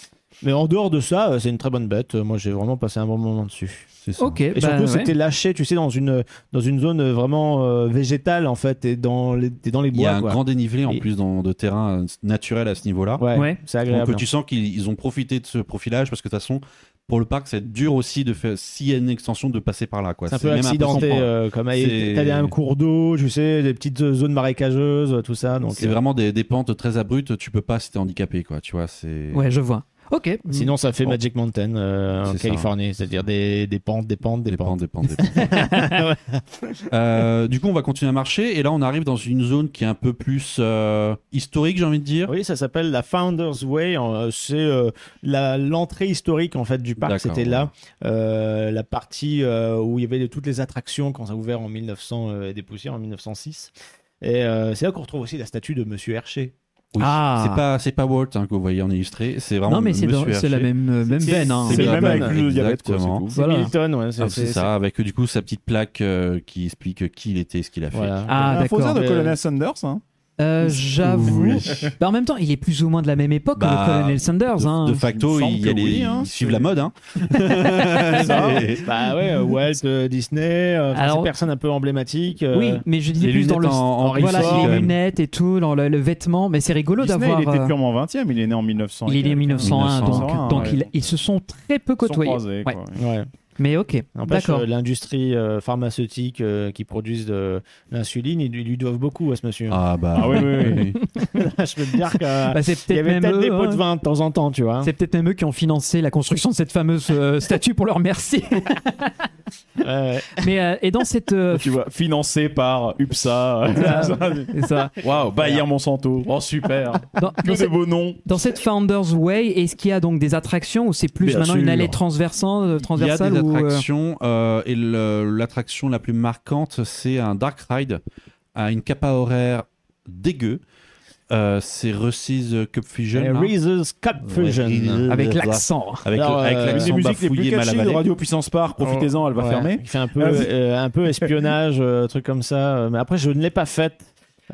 Mais en dehors de ça, euh, c'est une très bonne bête. Euh, Moi, j'ai vraiment passé un bon moment dessus. C'est ça. Ok. Et bah, surtout, ouais. c'était lâché, tu sais, dans une dans une zone euh, vraiment euh, végétale en fait, et dans les t'es dans les Il y bois. a un quoi. grand dénivelé en Et- plus dans, de terrain euh, naturel à ce niveau-là. Ouais, Ouais. c'est Donc agréable. euh, tu sens qu'ils ils ont profité de ce profilage parce que de toute façon, pour le parc, c'est dur aussi de faire, s'il y a une extension, de passer par là. quoi. C'est un peu même accidenté compliqué. euh, comme C'est- t'as un cours d'eau, tu sais, des petites euh, zones marécageuses, euh, tout ça. Donc C'est euh, vraiment des, des pentes très abruptes, tu peux pas si t'es handicapé, quoi. Tu vois, c'est. Ouais, je vois. Ok. Sinon, ça fait Bon. Magic Mountain euh, en C'est ça. Californie, c'est-à-dire des, des pentes, des pentes, des, Des pentes. pentes, des pentes, des pentes. Euh, du coup, on va continuer à marcher et là, on arrive dans une zone qui est un peu plus euh, historique, j'ai envie de dire. Oui, ça s'appelle la Founders Way. en- euh, C'est euh, la- l'entrée historique en fait du parc. D'accord, C'était là euh, la partie euh, où il y avait de- toutes les attractions quand ça a ouvert en 1900 euh, et des poussières en 1906. Et euh, c'est là qu'on retrouve aussi la statue de Monsieur Hershey. Oui. Ah. C'est pas, c'est pas Walt hein, que vous voyez en illustré, c'est vraiment. Non, mais c'est dans- Monsieur c'est la Hershey. même euh, même C'est- veine. hein. c'est C'est la le même bonne. avec le diabète, quoi, c'est Exactement. tout. C'est Voilà. Milton, ouais, c'est- Ah, c'est- C'est ça, avec du coup sa petite plaque euh, qui explique qui il était, ce qu'il a c'est- fait. voilà. Ah, Un faux d'accord. air de Mais- Colonel Sanders. hein. Euh, J'avoue. Bah, en même temps, il est plus ou moins de la même époque Bah, que le Colonel Sanders. hein. De, de Il facto, me semble il y a que les- oui, hein, ils c'est- suivent la mode. Hein. Et- Bah ouais, euh, Walt, euh, Disney, euh, enfin, Alors- ces personnes un peu emblématiques. euh, Oui, mais je disais les plus dans le lunettes en- en voilà, réforme, quand les même. lunettes et tout, dans le, le vêtement. Mais c'est rigolo Disney, d'avoir. il était euh, purement 20 e il est né en 1900. il est né en 1901, donc, 1901, donc ouais. ils, ils se sont très Ils peu sont côtoyés. croisés, Ouais. quoi. ouais. Mais ok, N'empêche, d'accord. euh, l'industrie euh, pharmaceutique euh, qui produisent de l'insuline, ils, lui- lui doivent beaucoup à ce monsieur. Ah bah. Ah oui, oui, oui. Je peux te dire qu'il Bah, c'est y peut-être avait même peut-être eux, des pots hein. de vin de temps en temps, tu vois. C'est peut-être même eux qui ont financé la construction de cette fameuse euh, statue pour leur merci. Ouais, ouais. Mais euh, et dans cette euh, Tu vois, financé par UPSA. c'est ça. Waouh, Bayer Monsanto. Oh, super. Dans- Que dans de cette- beaux noms. Dans cette Founders Way, est-ce qu'il y a donc des attractions ou c'est plus Bien maintenant une sûr. allée transversale, euh, Il y a transversale des ou, euh, attractions euh, et le- l'attraction la plus marquante, c'est un dark ride à une capa horaire dégueu. Euh, c'est Reese's Cup Fusion. Eh Et là. Reese's Cup Fusion. Reese's- avec l'accent hein. hein. Avec, Alors, avec euh, Une des musiques l'accent les plus bafouillé mal catchy de avalé. Radio Puissance Par. Profitez-en, elle va Ouais. fermer. Il fait un peu, Vas-y. euh, un peu espionnage, euh, truc comme ça. Euh, Mais après, je ne l'ai pas faite.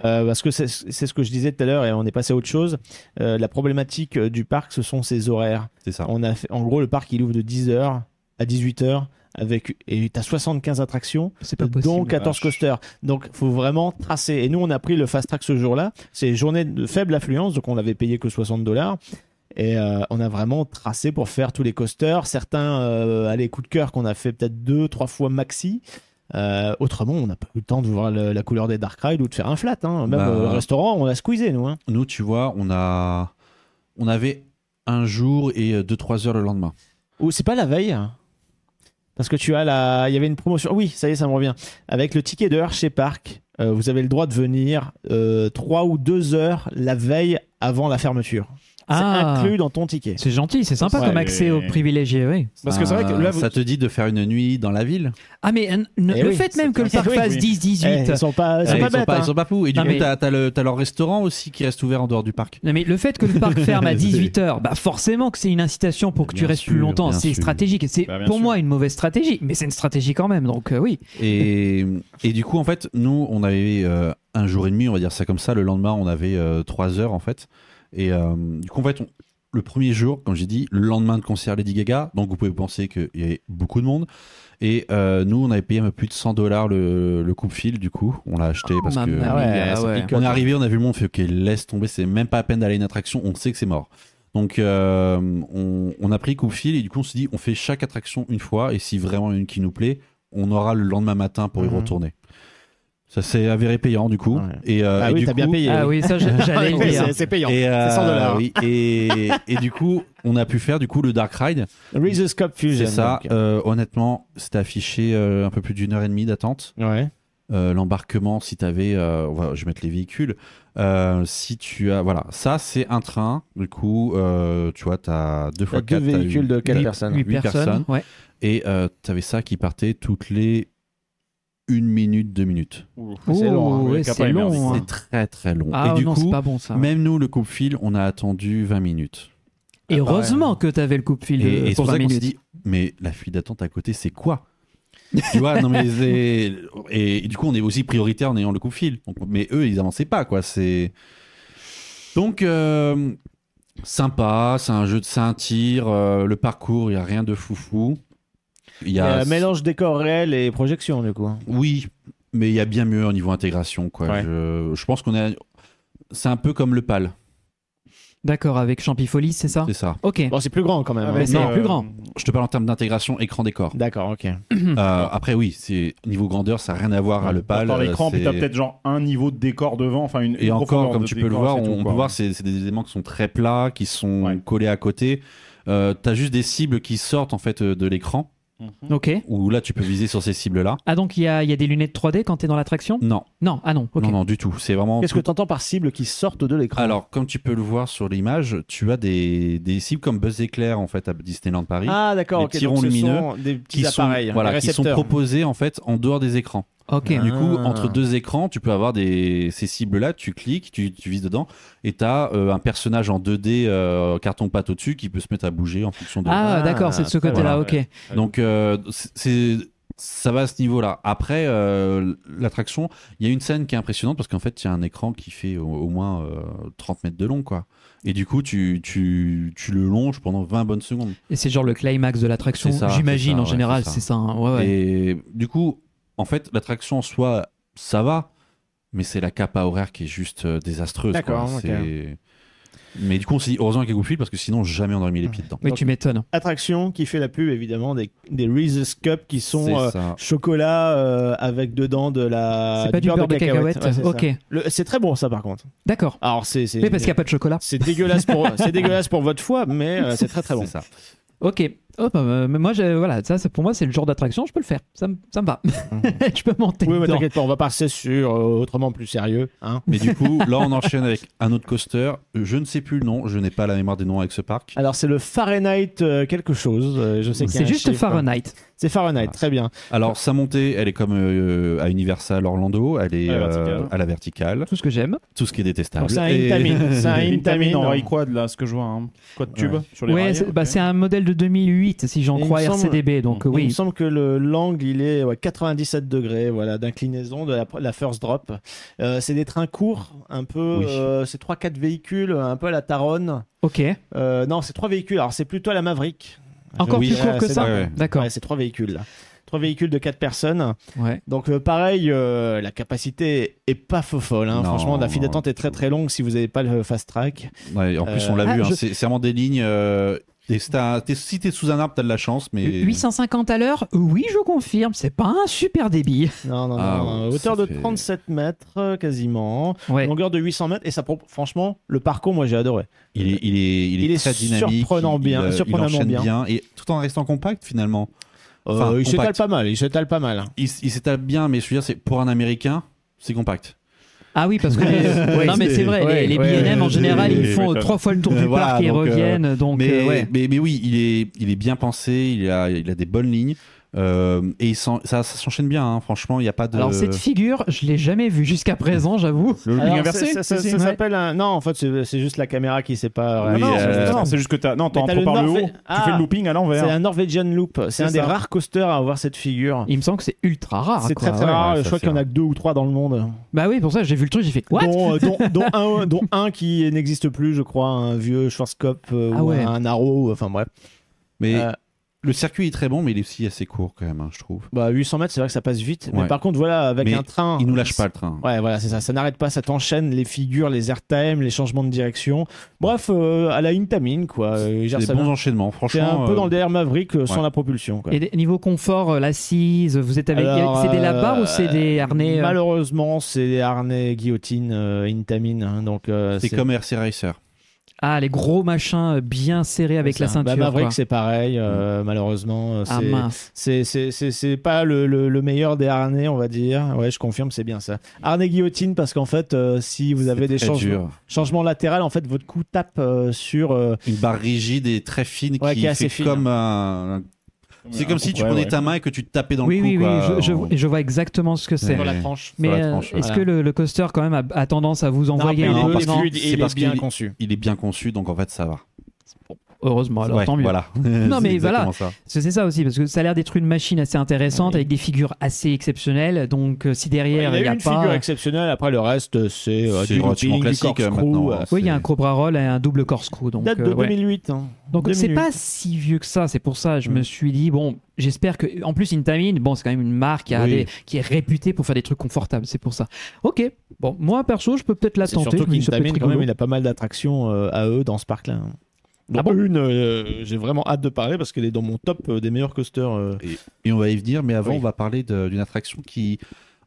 euh, parce que c'est c'est ce que je disais tout à l'heure et on est passé à autre chose. Euh, la problématique euh, du parc, ce sont ses horaires. C'est ça. On a fait- en gros, le parc, il ouvre de 10h à 18h avec, et tu as 75 attractions. C'est pas possible. dont 14 coasters. Donc, faut vraiment tracer. Et nous, on a pris le fast track ce jour-là. C'est journée de faible affluence, donc on l'avait payé que 60 dollars. Et euh, on a vraiment tracé pour faire tous les coasters. Certains, euh, allez, coup de cœur qu'on a fait peut-être deux, trois fois maxi. Euh, autrement, on n'a pas eu le temps de voir le- la couleur des Dark Ride ou de faire un flat. hein. Même Bah, euh, au restaurant, on a squeezé, nous. hein. Nous, tu vois, on a, on avait un jour et euh, deux trois heures le lendemain. Ou c'est pas la veille hein. Parce que tu as la. Il y avait une promotion. Oui, ça y est, ça me revient. Avec le ticket de heure chez Parc, euh, vous avez le droit de venir 3 ou 2 heures la veille avant la fermeture. Ah. C'est inclus dans ton ticket. C'est gentil, c'est sympa Ouais, comme mais- accès aux privilégiés, oui. Parce que c'est vrai que Euh, là, vous- ça te dit de faire une nuit dans la ville. Ah mais euh, ne- Eh le oui, fait même c'est que le bien. parc Oui, fasse oui. 10-18, Eh, ils sont pas, ils sont Ouais, bah, pas ils, sont bêtes, pas, hein. ils sont pas fous. Et du Non, coup, mais- t'as t'as le- t'as leur restaurant aussi qui reste ouvert en dehors du parc. Non mais le fait que le parc ferme à 18h, bah forcément que c'est une incitation pour que tu Bien restes sûr, plus longtemps, bien c'est sûr. stratégique, c'est Bah, bien pour sûr. moi une mauvaise stratégie, mais c'est une stratégie quand même, donc euh, oui. Et, et du coup, en fait, nous, on avait euh, un jour et demi, on va dire ça comme ça. Le lendemain, on avait euh, trois heures, en fait. Et euh, du coup, en fait, on- le premier jour, comme j'ai dit, le lendemain de concert Lady Gaga. Donc, vous pouvez penser qu'il y avait beaucoup de monde. Et euh, nous, on avait payé un peu plus de 100 dollars le, le coupe-fil, du coup. On l'a acheté parce Mamma que. mia, Ah ouais, ah ça ouais. pique. On est arrivé, on a vu le monde, on fait ok, laisse tomber, c'est même pas à peine d'aller à une attraction, on sait que c'est mort. Donc euh, on, on a pris coup de fil et du coup on s'est dit on fait chaque attraction une fois et si vraiment il y en a une qui nous plaît, on aura le lendemain matin pour Mhm. y retourner. Ça s'est avéré payant du coup. Ouais. Et, euh, Ah et oui, du t'as bien coup- payé. Ah oui, ça j'a- j'allais le Ouais, dire. c'est- c'est payant. Et, euh, c'est 100 dollars. oui, et, et du coup, on a pu faire du coup le Dark Ride. Reese's Cup Fusion. C'est ça. donc. euh, honnêtement, c'était affiché euh, un peu plus d'une heure et demie d'attente. Ouais. Euh, l'embarquement, si tu avais, je vais mettre les véhicules, Euh, si tu as, voilà, ça c'est un train, du coup, euh, tu vois, tu as deux T'as fois deux quatre, t'as véhicules huit. de 4 huit- personnes. huit Huit personnes. ouais. et tu avais ça qui partait toutes les une minute, deux minutes. Oh, C'est long, hein, Ouh, ouais, le c'est Kappa est long. merdique. hein. C'est très très long. Ah et du non, c'est coup, pas bon ça. même nous, le coupe-fil, on a attendu 20 minutes. Et heureusement que t'avais le coupe-fil de- Et, et c'est pour 20 pour ça qu'on minutes. s'est dit, mais la file d'attente à côté, c'est quoi tu vois, non mais c'est- et, et du coup on est aussi prioritaire en ayant le coup de fil. Donc, mais eux ils avançaient pas quoi. C'est donc euh, sympa, c'est un jeu de c'est un tir, euh, le parcours il y a rien de foufou. Il y Il y a a un Euh, mélange décor réel et projection, du coup. oui, mais il y a bien mieux au niveau intégration quoi. Ouais. Je, je pense qu'on est c'est un peu comme le pal, D'accord, avec Champifolie, c'est ça c'est ça. Ok. Bon, c'est plus grand quand même. hein. mais c'est euh, plus grand. Je te parle en termes d'intégration écran décor. D'accord, ok. Euh, après oui, c'est niveau grandeur ça n'a rien à voir à le pal. Par l'écran, c'est- puis t'as peut-être genre un niveau de décor devant, enfin une. Et une encore, profondeur comme de tu peux le décor, voir, c'est on, tout, on peut quoi. voir, c'est c'est des éléments qui sont très plats, qui sont Ouais. collés à côté. Euh, T'as juste des cibles qui sortent en fait euh, de l'écran, Ok. où là tu peux viser sur ces cibles-là. Ah donc il y a, il y a des lunettes 3D quand t'es dans l'attraction Non, Non, ah non, ok. non, non, du tout. C'est vraiment. Qu'est-ce que tout- tu entends par cible qui sortent de l'écran Alors, comme tu peux le voir sur l'image, tu as des, des cibles comme Buzz Éclair en fait à Disneyland Paris, Ah d'accord, Les ok. petits donc ronds ce lumineux sont des petits qui sont hein, appareils, hein, voilà, des qui sont récepteurs. proposées en fait en dehors des écrans. Ok. Du coup, Ah. entre deux écrans, tu peux avoir des, ces cibles-là, tu cliques, tu, tu vises dedans, et tu as un personnage en 2D euh, carton pâte au-dessus qui peut se mettre à bouger en fonction de. Ah, Ah, d'accord, c'est de ce très côté-là, bien. ok. Donc, euh, c'est- c'est. Ça va à ce niveau-là. Après, euh, l'attraction, il y a une scène qui est impressionnante parce qu'en fait, il y a un écran qui fait au, au moins euh, 30 mètres de long, quoi. Et du coup, tu, tu, tu le longes pendant 20 bonnes secondes. Et c'est genre le climax de l'attraction, C'est ça, j'imagine, c'est ça, en ouais, général, c'est ça. c'est ça. hein, ouais, ouais. Et du coup, en fait, l'attraction en soi, ça va, mais c'est la capa horaire qui est juste euh, désastreuse. D'accord, quoi. ok. C'est- Mais du coup, on s'est dit, heureusement qu'il y a Goofy parce que sinon, jamais on aurait mis les pieds dedans. Mais tu m'étonnes. Attraction qui fait la pub évidemment des, des Reese's Cup qui C'est sont euh, ça. chocolat euh, avec dedans de la. C'est pas du beurre de cacahuète. Ouais, c'est ça. ok, Le- c'est très bon ça par contre. d'accord. Alors c'est. c'est- Mais parce qu'il n'y a pas de chocolat. C'est dégueulasse pour c'est dégueulasse pour votre foie, mais euh, c'est très très bon. C'est ça. Ok. Oh, bah, euh, mais moi, j'ai- voilà, ça, c'est- pour moi, c'est le genre d'attraction, je peux le faire. Ça, me- ça me va. je peux monter. Oui, mais dedans. t'inquiète pas, on va passer sur euh, autrement plus sérieux. Hein. Mais du coup, là, on enchaîne avec un autre coaster. Je ne sais plus le nom. Je n'ai pas la mémoire des noms avec ce parc. Alors c'est le Fahrenheit euh, quelque chose. euh, je sais qu'il y a c'est un juste chiffre. Fahrenheit. C'est Fahrenheit, très bien. Alors, sa montée, elle est comme euh, à Universal Orlando. Elle est À la euh, verticale. à la verticale. Tout ce que j'aime. Tout ce qui est détestable. Donc c'est un Et- Intamin. C'est un Intamin. en rail quad là, ce que je vois, hein. quad tube Ouais. sur les Ouais, rails. c'est bah, c'est un modèle de 2008, si j'en Il me crois semble- RCDB. Donc, euh, Il me oui. semble que le- l'angle il est ouais, 97 degrés voilà d'inclinaison de la, la first drop. Euh, c'est des trains courts, un peu, Oui. euh, c'est trois quatre véhicules, un peu à la Taronne. Ok. Euh, non, c'est trois véhicules. Alors c'est plutôt à la Maverick. Encore Oui, plus court euh, que c'est ça. vrai, ouais. D'accord. Ouais, c'est trois véhicules là. Trois véhicules de quatre personnes. Ouais. Donc euh, pareil, euh, la capacité est pas faux folle. hein. Non, Franchement, la file non. d'attente est très très longue si vous n'avez pas le fast track. Ouais, en plus, Euh, on l'a ah, vu. hein, je- C'est c'est vraiment des lignes. euh, et c'est un- t'es- si t'es sous un arbre, t'as de la chance. Mais 850 à l'heure, oui, je confirme, c'est pas un super débit. Non, non, Ah, non. ouais, ça Hauteur de fait- 37 mètres euh, quasiment. Ouais. Longueur de 800 mètres. Et ça, pro- franchement, le parcours, moi j'ai adoré. il est, il est, il est Il est très dynamique. surprenant il- bien, il, euh, il surprenamment enchaîne bien. Et tout en restant compact, finalement. Euh, Enfin, il s'étale compact. pas mal, il s'étale pas mal. hein. Ah, Il, s- il s'étale bien, mais je veux dire, c'est pour un Américain, c'est compact. Ah oui, parce que les- Ouais, non mais c'est- c'est vrai, ouais, les, les ouais, B&M en ouais, général ouais, ils ouais, font ouais, trois fois le tour Euh, du voilà, parc et ils donc, euh, reviennent, donc mais, euh, ouais. mais, mais oui, il est, il est bien pensé, il a, il a des bonnes lignes. euh, et il s'en- ça, ça s'enchaîne bien, hein, franchement, il n'y a pas de. Alors cette figure, je l'ai jamais vue jusqu'à présent, j'avoue. Le looping Alors, inversé ça- ça- si, ça- si. ça s'appelle un. Non, en fait, c'est c'est juste la caméra qui sait pas. Non, Oui, réaliser. non, euh, non, c'est juste que t'as. Non, t'en Mais prends t'as le par le Norvég- haut, tu Ah. fais le looping à C'est un l'envers. Norwegian Loop. C'est C'est un des ça. rares coasters à avoir cette figure. Il me semble que c'est ultra rare. C'est quoi, très très ouais. rare. Ah, ouais, je ça, crois c'est qu'il y en a rare. que deux ou trois dans le monde. Bah oui, pour ça j'ai vu le truc, j'ai fait what dont, euh, dont- dont un, dont un qui n'existe plus, je crois, un vieux Schwarzkopf euh, Ah ou ouais. un Arrow. Enfin bref. Mais Euh, le circuit est très bon, mais il est aussi assez court quand même, hein, je trouve. bah, 800 mètres, c'est vrai que ça passe vite. Mais Ouais. par contre, voilà, avec Mais un train. Il nous lâche pas le train. Ouais, voilà, Ah, c'est ça. Ça n'arrête pas, ça t'enchaîne les figures, les airtime, les changements de direction. Bref, euh, à la Intamin, quoi. Euh, il gère C'est des ça bons bien. enchaînements, C'est franchement. un peu euh, dans le DR Maverick euh, sans ouais. la propulsion, quoi. Et des- niveau confort, euh, l'assise, vous êtes avec. Alors, c'est des labards euh, ou c'est des harnais euh, Malheureusement, c'est des harnais guillotine euh, Intamin. hein, donc, euh, C'est comme RC Racer. Ah, les gros machins euh, bien serrés avec la ça. Bah, ceinture. Maverick, quoi. c'est pareil, euh, Mm. malheureusement. euh, Ah c'est- mince. c'est- c'est- c'est c'est pas le, le- le meilleur des harnais, on va dire. Ouais, je confirme, c'est bien ça. Harnais guillotine, parce qu'en fait, euh, si vous avez des Très changements, dur. changements latéraux, en fait, votre coup tape euh, sur. euh, Une barre rigide et très fine Ouais, qui, qui fait est assez fine. comme un. un- C'est comme si tu Ouais, prenais ouais. ta main et que tu te tapais dans hein. Oui, le cou. oui, oui, quoi, je, je- en- et je vois exactement ce que c'est. Sur la tranche. Mais Sur la euh, tranche, ouais. est-ce Voilà. que le, le coaster quand même a, a tendance à vous envoyer après, un il peu est- devant parce qu'il- c'est parce qu'il- conçu. Il est bien conçu, donc en fait, ça va. Heureusement, alors Ouais, tant mieux. Voilà. Non, mais voilà. Parce que c'est ça aussi, parce que ça a l'air d'être une machine assez intéressante avec des figures assez exceptionnelles. Donc euh, si derrière il n'y a, une pas. figure exceptionnelle, après le reste, c'est euh, C'est du relativement looping, du classique euh, corkscrew, maintenant. euh, hein, Oui, il y a c'est- un Cobra Roll et un double corkscrew. Donc, Date de euh, ouais. 2008. hein. Donc c'est 2008. pas si vieux que ça, c'est pour ça je Mm. me suis dit bon, j'espère que en plus Intamin, bon, c'est quand même une marque qui, a Oui. des- qui est réputée pour faire des trucs confortables, c'est pour ça. OK. Bon, moi perso, je peux peut-être la C'est tenter, surtout je me dis, ça peut qu'Intamin, être quand même, rigolo. il a pas mal d'attractions euh, à eux dans ce parc-là. hein. Dont Ah bon une, euh, j'ai vraiment hâte de parler parce qu'elle est dans mon top euh, des meilleurs coasters. euh. Et on va y venir, mais avant, Oui. on va parler de- d'une attraction qui,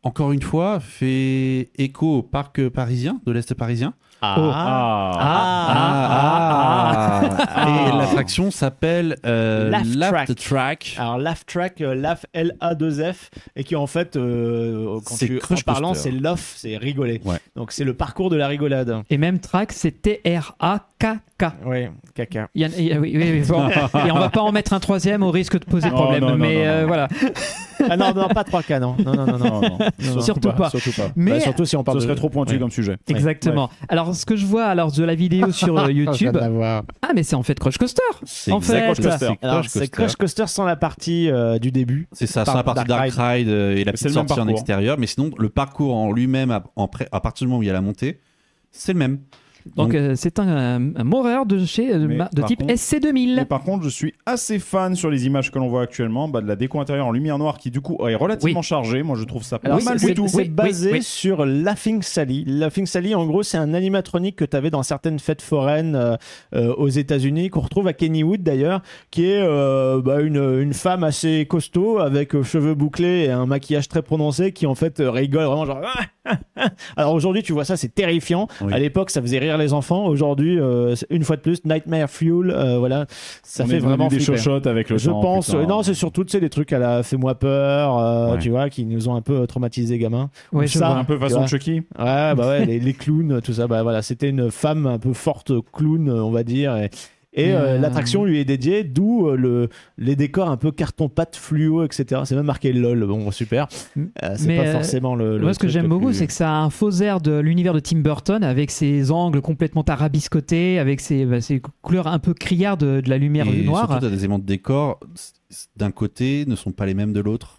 encore une fois, fait écho au parc euh, parisien, de l'Est parisien. Oh. Ah. Ah, ah, ah, Et l'attraction s'appelle euh, Laugh Laugh Track. the Ah. Track. Alors, Laugh Track, euh, Laugh L-A-2-F, et qui en fait, euh, quand C'est tu, en crush parlant, coaster. c'est Laugh, c'est rigoler. Ouais. Donc, c'est le parcours de la rigolade. Et même track, c'est T R A K K. Oui, caca. Il y en- il y a- oui, oui, oui, bon. et on va pas en mettre un troisième au risque de poser Non, problème, non, non, mais non, euh, non. voilà. Ah non, non, pas 3K, non. Non, non, non, Non, non. non, non. Surtout pas. Surtout pas. Mais Bah, surtout si on parle Ce de... serait trop pointu Ouais. comme sujet. exactement. Alors ce que je vois alors de la vidéo sur euh, Ah, je viens YouTube, de la voir. ah mais c'est en fait Crush Coaster. C'est En fait, exactement- Crush Coaster. c'est Alors, Crush c'est Coaster. Crash Coaster sans la partie euh, du début. C'est ça, Par- sans la partie Dark Dark Ride euh, et la Mais c'est petite le même hein. sortie en parcours. extérieur. Mais sinon, le parcours en lui-même, à, en pré- à partir du moment où il y a la montée, c'est Mm. le même. Donc, euh, c'est un, un moteur de, chez, euh, Mais ma- de par type contre- Mais SC2000. par contre, je suis assez fan sur les images que l'on voit actuellement bah, de la déco intérieure en lumière noire qui, du coup, est relativement Oui. chargée. Moi, je trouve ça pas Alors, mal c'est- du tout. C'est Oui, basé oui, oui. sur Laughing Sally. Laughing Sally, en gros, c'est un animatronique que tu avais dans certaines fêtes foraines euh, euh, aux États-Unis, qu'on retrouve à Kennywood d'ailleurs, qui est euh, bah, une, une femme assez costaud avec euh, cheveux bouclés et un maquillage très prononcé qui en fait euh, rigole vraiment genre. Alors aujourd'hui, tu vois ça, c'est terrifiant. Oui. À l'époque, ça faisait rire les enfants. Aujourd'hui, euh, une fois de plus, Nightmare Fuel, euh, voilà, ça On est fait devenu vraiment des flipper. chochottes avec le Je temps, pense. hein. putain. euh, non, c'est surtout, tu sais, des trucs à la fais-moi peur, euh, Ouais. tu vois, qui nous ont un peu euh, traumatisés gamins. Ouais, Ou je ça, vois. un peu tu vois. façon Chucky. Ouais, bah ouais, les, les clowns, tout ça. Bah voilà, c'était une femme un peu forte clown, euh, on va dire. Et, et, euh, Euh. l'attraction lui est dédiée, d'où euh, le, les décors un peu carton-pâte fluo, etc. C'est même marqué LOL. Bon, super. Euh, c'est Mais, pas euh, forcément le. le Moi, ce que truc j'aime le beaucoup, plus- c'est que ça a un faux air de l'univers de Tim Burton avec ses angles complètement tarabiscotés, avec ses, bah, ses cou- couleurs un peu criardes de, de la lumière Et surtout, noire. t'as des éléments de décor s- s- d'un côté ne sont pas les mêmes de l'autre.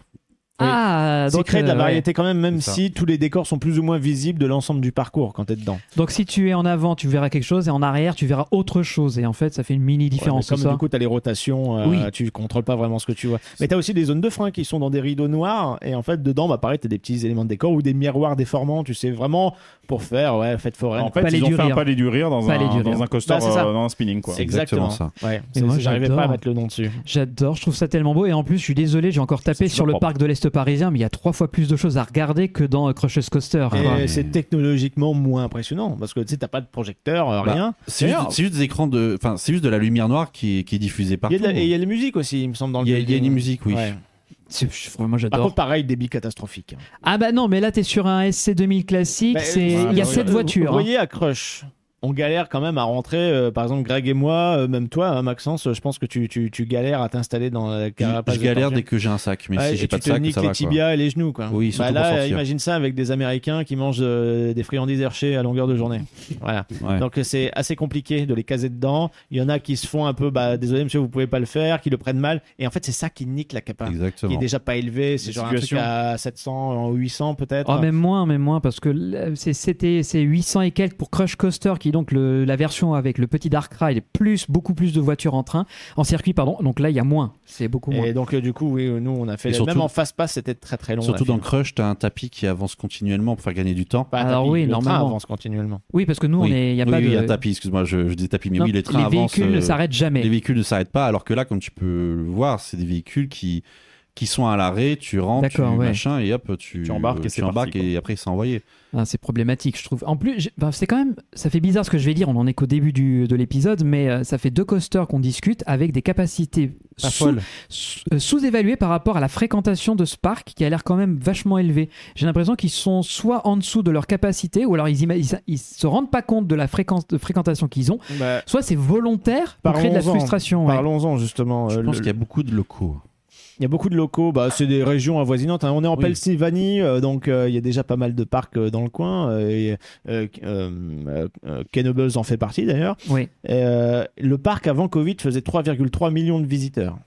Ah, C'est donc, créer de la euh, ouais. variété quand même, même C'est ça. si tous les décors sont plus ou moins visibles de l'ensemble du parcours quand t'es dedans. Donc, si tu es en avant, tu verras quelque chose, et en arrière, tu verras autre chose. Et en fait, ça fait une mini différence. Ouais, mais c'est comme ça. du coup, tu as les rotations, euh, Oui. tu contrôles pas vraiment ce que tu vois. Mais tu as aussi des zones de frein qui sont dans des rideaux noirs. Et en fait, dedans, bah, pareil, tu as des petits éléments de décor ou des miroirs déformants, tu sais, vraiment pour faire, ouais, fête foraine. En fait, Palais ils ont du fait un Rire. palais du rire dans Palais un, du dans Rire. un costard, Bah, c'est ça. euh, dans un spinning. Quoi. C'est exactement ça. Ouais, Et c'est- moi, j'arrivais j'adore. pas à mettre le nom dessus. J'adore, je trouve ça tellement beau. Et en plus, je suis désolé, j'ai encore tapé C'est sur le propre. parc de l'Est parisien, mais il y a trois fois plus de choses à regarder que dans euh, Crushes Coaster. Et quoi. c'est technologiquement moins impressionnant parce que tu sais, t'as pas de projecteur, euh, Bah, rien. C'est juste, D'ailleurs, c'est juste des écrans de, enfin, c'est juste de la lumière noire qui est, qui est diffusée Il y partout. a de la- et il y a de la musique aussi, il me semble, dans le Il y a- il y a building. une musique, oui. Ouais. C'est- je- Vraiment, Par j'adore. contre, pareil, débit catastrophique. Ah bah non, mais là, t'es sur un SC2000 classique, Bah, c'est- euh, il y a vous- sept vous- voitures. Vous hein. voyez, à Crush, on galère quand même à rentrer. euh, par exemple, Greg et moi, euh, même toi, hein, Maxence, euh, je pense que tu, tu, tu galères à t'installer dans la Je, carapace. je de galère tortue. dès que j'ai un sac, mais Ouais, si et j'ai pas tu de te sac, niques ça va. les quoi. tibias et les genoux, quoi. Oui, surtout Bah pour là, sortir. imagine ça avec des Américains qui mangent euh, des friandises herchées à longueur de journée. Voilà. Ouais. Donc euh, c'est assez compliqué de les caser dedans. Il y en a qui se font un peu, bah désolé monsieur, vous pouvez pas le faire, qui le prennent mal. Et en fait, c'est ça qui nique la capa, hein, qui est Exactement. déjà pas élevée. C'est genre un truc situations. à 700, euh, 800 peut-être. Ah, même moins, même moins, parce que là, c'est- c'était c'est 800 et quelques pour Crush Coaster, qui est donc le- la version avec le petit Dark Ride, plus beaucoup plus de voitures en train, en circuit, pardon. Donc là, il y a moins, c'est beaucoup moins. Et donc euh, du coup, oui, nous on a fait Et les- surtout- même en face pass, c'était très très long. Surtout la dans file. Crush, t'as un tapis qui avance continuellement pour faire gagner du temps. Pas un Alors tapis, Ah oui, le train normalement. avance continuellement. Oui, parce que nous, on est, il y a Oui, pas oui, de. il y a un tapis, excuse-moi, je, je dis tapis, mais Non, oui, les trains avancent. véhicules ne euh, s'arrêtent jamais. Les véhicules ne s'arrêtent pas, alors que là, comme tu peux le voir, c'est des véhicules qui, qui sont à l'arrêt, tu rentres, tu D'accord, ouais. machin, et hop, tu, Tu embarques et tu c'est parti, embarques quoi. et après, c'est envoyé. Ah, c'est problématique, je trouve. En plus, j'ai- ben, c'est quand même, ça fait bizarre ce que je vais dire. On en est qu'au début du, de l'épisode, mais euh, ça fait deux coasters qu'on discute avec des capacités Pas sous- folle. sous- euh, sous-évaluées par rapport à la fréquentation de ce parc qui a l'air quand même vachement élevée. J'ai l'impression qu'ils sont soit en dessous de leur capacité, ou alors ils, ima- ils, ils se rendent pas compte de la fréquence de fréquentation qu'ils ont. Soit c'est volontaire pour créer de la Parlons-en. frustration. ouais. Bah, Parlons-en justement. Je euh, pense le- qu'il y a beaucoup de locaux. Il y a beaucoup de locaux, bah, c'est des régions avoisinantes. hein. On est en Oui. Pennsylvanie, euh, donc euh, il y a déjà pas mal de parcs euh, dans le coin. euh, et, euh, euh, euh, euh, Kenobles en fait partie d'ailleurs. Oui. Et, euh, le parc avant Covid faisait 3,3 millions de visiteurs.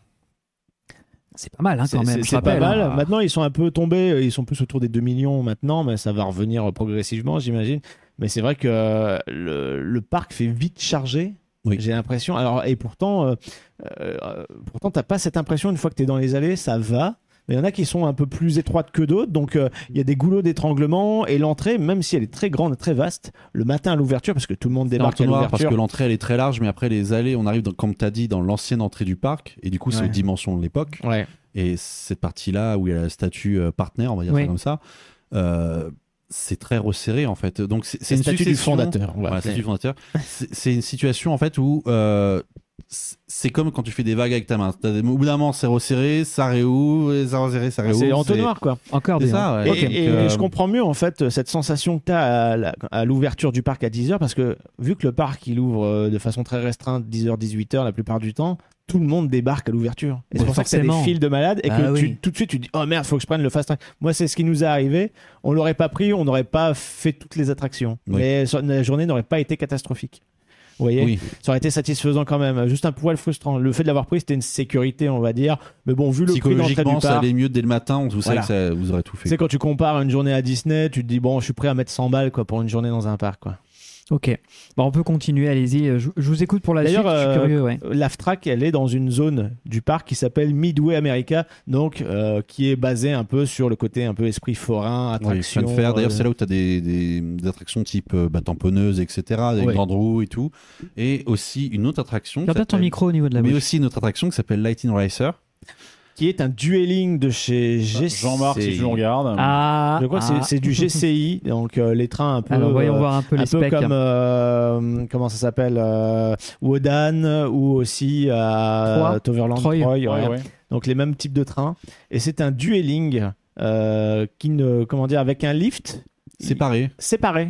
C'est pas mal hein, quand C'est- même. c'est- je C'est pas rappelle, mal. hein. Maintenant, ils sont un peu tombés. euh, Ils sont plus autour des 2 millions maintenant, mais ça va revenir euh, progressivement, j'imagine. Mais c'est vrai que euh, le, le parc fait vite charger. Oui. J'ai l'impression. Alors et pourtant, euh, euh, pourtant t'as pas cette impression une fois que t'es dans les allées, ça va. Mais il y en a qui sont un peu plus étroites que d'autres, donc euh, il y a des goulots d'étranglement et l'entrée, même si elle est très grande, très vaste, le matin à l'ouverture, parce que tout le monde débarque à L'entonnoir, parce que l'ouverture. l'entrée, elle est très large, mais après, les allées, on arrive, dans- comme tu as dit, dans l'ancienne entrée du parc, et du coup, c'est Ouais. aux dimensions de l'époque. Ouais. Et cette partie-là, où il y a la statue euh, partenaire, on va dire Oui. ça comme ça, euh, c'est très resserré, en fait. Donc, c'est C'est une statue du succession- fondateur. on va Voilà, appeler. c'est du fondateur. C'est c'est une situation en fait où euh, c- c'est comme quand tu fais des vagues avec ta main. T'as des- Au bout d'un moment, c'est resserré, ça réouvre, et ça resserré, ça réouvre. C'est entonnoir quoi. Encore C'est des. ça, ouais. Hein. Et, Ok. et- Donc, et euh, je comprends mieux en fait cette sensation que tu as à, la- à l'ouverture du parc à 10h parce que vu que le parc il ouvre euh, de façon très restreinte 10h 18h la plupart du temps, tout le monde débarque à l'ouverture. Et c'est Ouais, pour ça que c'est des forcément. files de malades Bah et que Ah tu- oui. tout de suite tu dis "Oh merde, faut que je prenne le fast track." Moi c'est ce qui nous est arrivé, on l'aurait pas pris, on n'aurait pas fait toutes les attractions. Oui. Mais so- la journée n'aurait pas été catastrophique. Vous voyez oui. ça aurait été satisfaisant quand même, juste un poil frustrant. Le fait de l'avoir pris, c'était une sécurité, on va dire. Mais bon, vu le prix d'entrée du Psychologiquement, ça parc, allait mieux dès le matin. On vous savez Voilà. que ça- vous aurez tout tu fait. sais, quand tu compares une journée à Disney, tu te dis, bon, je suis prêt à mettre 100 balles quoi, pour une journée dans un parc. Quoi. Ok. Bon, on peut continuer, allez-y. Je, je vous écoute pour la suite, D'ailleurs, je suis euh, curieux, ouais. l'Aftrac, elle est dans une zone du parc qui s'appelle Midway America, donc euh, qui est basée un peu sur le côté un peu esprit forain, Oui, attraction. fun fair. D'ailleurs, euh, c'est là où tu as des, des- des attractions type euh, bah, tamponneuse, etc., avec Ouais. grandes roues et tout. Et aussi une autre attraction. qui Garde bien ton s'appelle- micro au niveau de la Mais bouche. aussi une autre attraction qui s'appelle Lightning Racer. qui est un dueling de chez GCI. Jean-Marc, si tu nous regardes. Ah, hein. Je crois que ah. c'est- c'est du GCI, donc euh, les trains un peu. Alors, voyons euh, voir un peu les un peu specs. hein. comme euh, comment ça s'appelle euh, Wodan ou aussi à Troyes. Toverland Troyes. Troyes, ouais. Ouais, ouais. donc les mêmes types de trains et c'est un dueling euh, qui ne comment dire avec un lift Séparé. séparé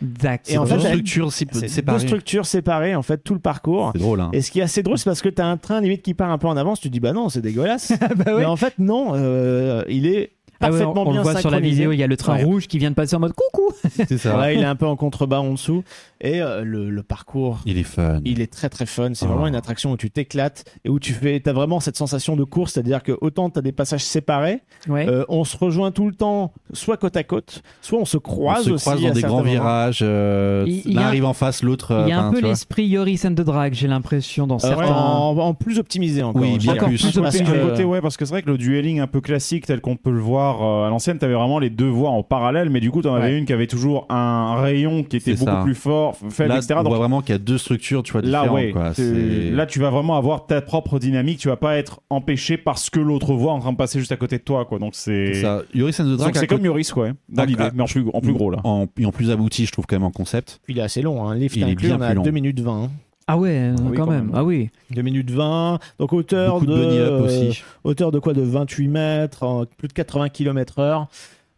D'accord. euh, Et en Deux fait, structures si- C'est deux séparées. structures séparées en fait tout le parcours C'est drôle, hein. et ce qui est assez drôle c'est parce que t'as un train limite qui part un peu en avance tu te dis bah non c'est dégueulasse Bah ouais. mais en fait non euh, il est Ah ouais, on- parfaitement on, bien le voit sur la synchronisé. vidéo, il y a le train Ouais. rouge qui vient de passer en mode coucou. C'est ça. Ouais, il est un peu en contrebas en dessous et euh, le- le parcours Il est fun. il est très très fun. Ah. C'est Oh. vraiment une attraction où tu t'éclates et où tu fais, t'as vraiment cette sensation de course, c'est-à-dire que autant t'as des passages séparés, Ouais. euh, on se rejoint tout le temps, soit côte à côte, soit on se On croise se aussi. croise à dans des certains grands moments. virages. euh, Il- il y a- L'un arrive en face, l'autre. il y a euh, un enfin, peu tu vois. l'esprit Yoris and the Drag, j'ai l'impression, dans Euh, ouais, certains. en, en plus optimisé encore. Oui, je bien dirais. Encore plus. plus Parce opé- que euh, d'un côté, ouais, parce que c'est vrai que le dueling un peu classique tel qu'on peut le voir euh, à l'ancienne, t'avais vraiment les deux voies en parallèle, mais du coup, t'en avais une qui avait toujours un rayon qui était C'est beaucoup ça. plus fort, faible, Là, etc. on Donc voit vraiment qu'il y a deux structures, tu vois, là, différentes. ouais, quoi. t'es- C'est- là, tu vas vraiment avoir ta propre dynamique, tu vas pas être empêché parce que l'autre voie est en train de passer juste à côté de toi, quoi. Donc c'est c'est. ça. Yoris and the Donc Drag, à c'est côté- comme Yoris, ouais, dans D'accord. l'idée, mais en plus, en plus gros là. En, et en plus abouti, je trouve quand même en concept. puis il est assez long, hein. lift Il est inclus, bien on a plus long. 2 minutes 20. hein. Ah ouais, euh, Ah oui, quand quand même. même. Ah oui. 2 minutes 20, donc hauteur Beaucoup de, bunny up euh, aussi. Hauteur de quoi De 28 mètres, en plus de 80 km/h.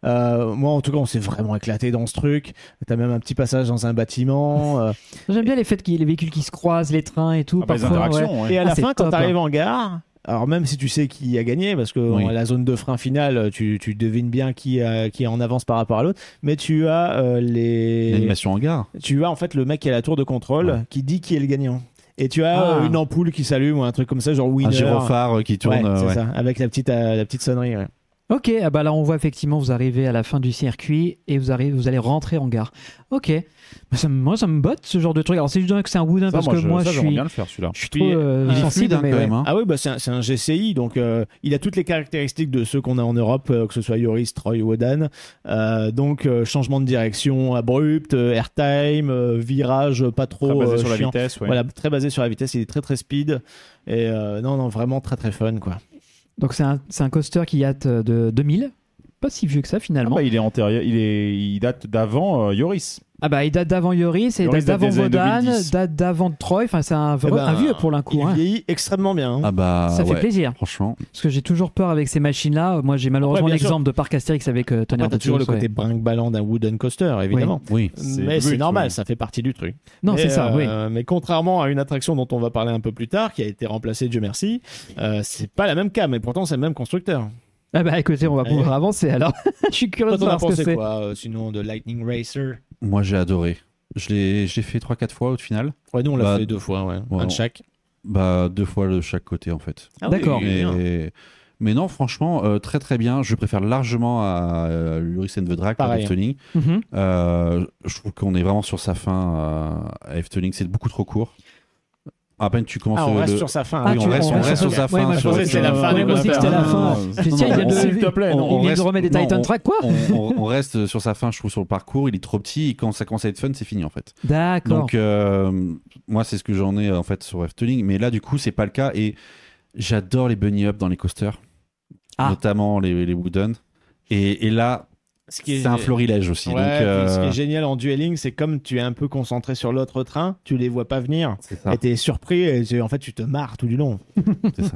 Euh, moi, en tout cas, on s'est vraiment éclaté dans ce truc. T'as même un petit passage dans un bâtiment. euh, J'aime bien les faits qu'il y ait les véhicules qui se croisent, les trains et tout. Ah, bah, les parfois, ouais. interactions, ouais. Et à Ah, la c'est fin, quand top, t'arrives en gare, hein. alors même si tu sais qui a gagné, parce que Oui. en- la zone de frein finale, tu, tu devines bien qui, a- qui est en avance par rapport à l'autre, mais tu as euh, les. L'animation en gare. Tu as en fait le mec qui a la tour de contrôle Ouais. qui dit qui est le gagnant. Et tu as Ah. euh, une ampoule qui s'allume ou un truc comme ça, genre winner. Un gyrophare euh, qui Ah, Ouais, tourne. euh, c'est ouais. ça, avec la petite, euh, la petite sonnerie. ouais. Ok, ah bah là on voit effectivement vous arrivez à la fin du circuit et vous arrivez, vous allez rentrer en gare. Ok, Bah, ça me- moi ça me botte ce genre de truc. Alors c'est juste que c'est un woodin Ça, parce que moi ça, je j'aimerais suis, bien le faire celui-là. je suis Puis, trop euh, il est sensible. Fluide, hein, mais quand ouais. même. hein. Ah oui, bah c'est un, c'est un GCI, donc euh, il a toutes les caractéristiques de ceux qu'on a en Europe, euh, que ce soit Yoris, Troy ou Odan. Euh, donc euh, changement de direction abrupt, euh, airtime, euh, virage euh, pas trop Très basé euh, sur la chiant. vitesse, ouais. Voilà, très basé sur la vitesse, il est très très speed. Et euh, non, non, vraiment très très fun quoi. Donc c'est un, c'est un coaster qui date euh, de 2000. Pas si vieux que ça Ah finalement. bah, il est antérieur, il est, il date d'avant euh, Yoris. Ah bah il date d'avant Yoris, et il Yoris date date d'avant des années Vodan, 2010. date d'avant Troy. Enfin c'est un, vrai- Eh ben, un vieux pour Il l'incoup. hein. vieillit extrêmement bien. hein. Ah bah. Ça ouais. fait plaisir. Franchement, Parce que j'ai toujours peur avec ces machines-là. Moi j'ai malheureusement bien l'exemple de Parc Astérix avec euh, Après, Tonnerre t'as de toujours le Zeus, ouais. côté brinque-ballant d'un wooden coaster, évidemment. oui. C'est Mais le c'est but, normal, oui. ça fait partie du truc. Non Mais, c'est ça, oui. euh, Mais contrairement à une attraction dont on va parler un peu plus tard, qui a été remplacée, Dieu merci, euh, c'est pas la même cam, mais pourtant c'est le même constructeur. Ah bah écoutez on va Ouais. pouvoir avancer alors. Je suis curieux Toi, de t'en as savoir ce que pensé c'est. quoi euh, Sinon, de Lightning Racer Moi, j'ai adoré. Je l'ai je l'ai fait 3-4 fois au final. Ouais, nous on l'a Bah, fait deux fois, ouais. ouais, un on- de chaque. Bah, deux fois de chaque côté en fait. Ah oui, D'accord. Mais, mais non, franchement, euh, très très bien. Je préfère largement à euh, Luris and the Drag à Pareil. hein. Efteling. Mhm. Euh, je trouve qu'on est vraiment sur sa fin euh, à Efteling. C'est beaucoup trop court. À peine tu commences Ah, on le- reste le- sur sa fin. Ah, Oui, hein. on tu- reste- on reste sur ok. sa fin. Ouais, moi, je sur- pensais que c'était la Euh, fin Ouais, du moi aussi, que c'était la coaster. fin. Ah, non, Je dis, tiens, il vient non, de, s'il te plaît, on- non, il on vient de reste- remettre des non, Titan on- 3, quoi on, on- on reste sur sa fin, je trouve, sur le parcours. Il est trop petit et quand ça commence à être fun, c'est fini en fait. D'accord. Donc, euh, moi, c'est ce que j'en ai en fait sur Efteling. Mais là, du coup, c'est pas le cas. Et j'adore les bunny up dans les coasters, Ah. notamment les, les wooden. Et, et là, Ce qui est- c'est un florilège aussi. Ouais, donc, puis Ce qui euh, est génial en dueling, c'est comme tu es un peu concentré sur l'autre train, tu les vois pas venir. c'est ça. Et t'es surpris, et tu- en fait, tu te marres tout du long. c'est ça.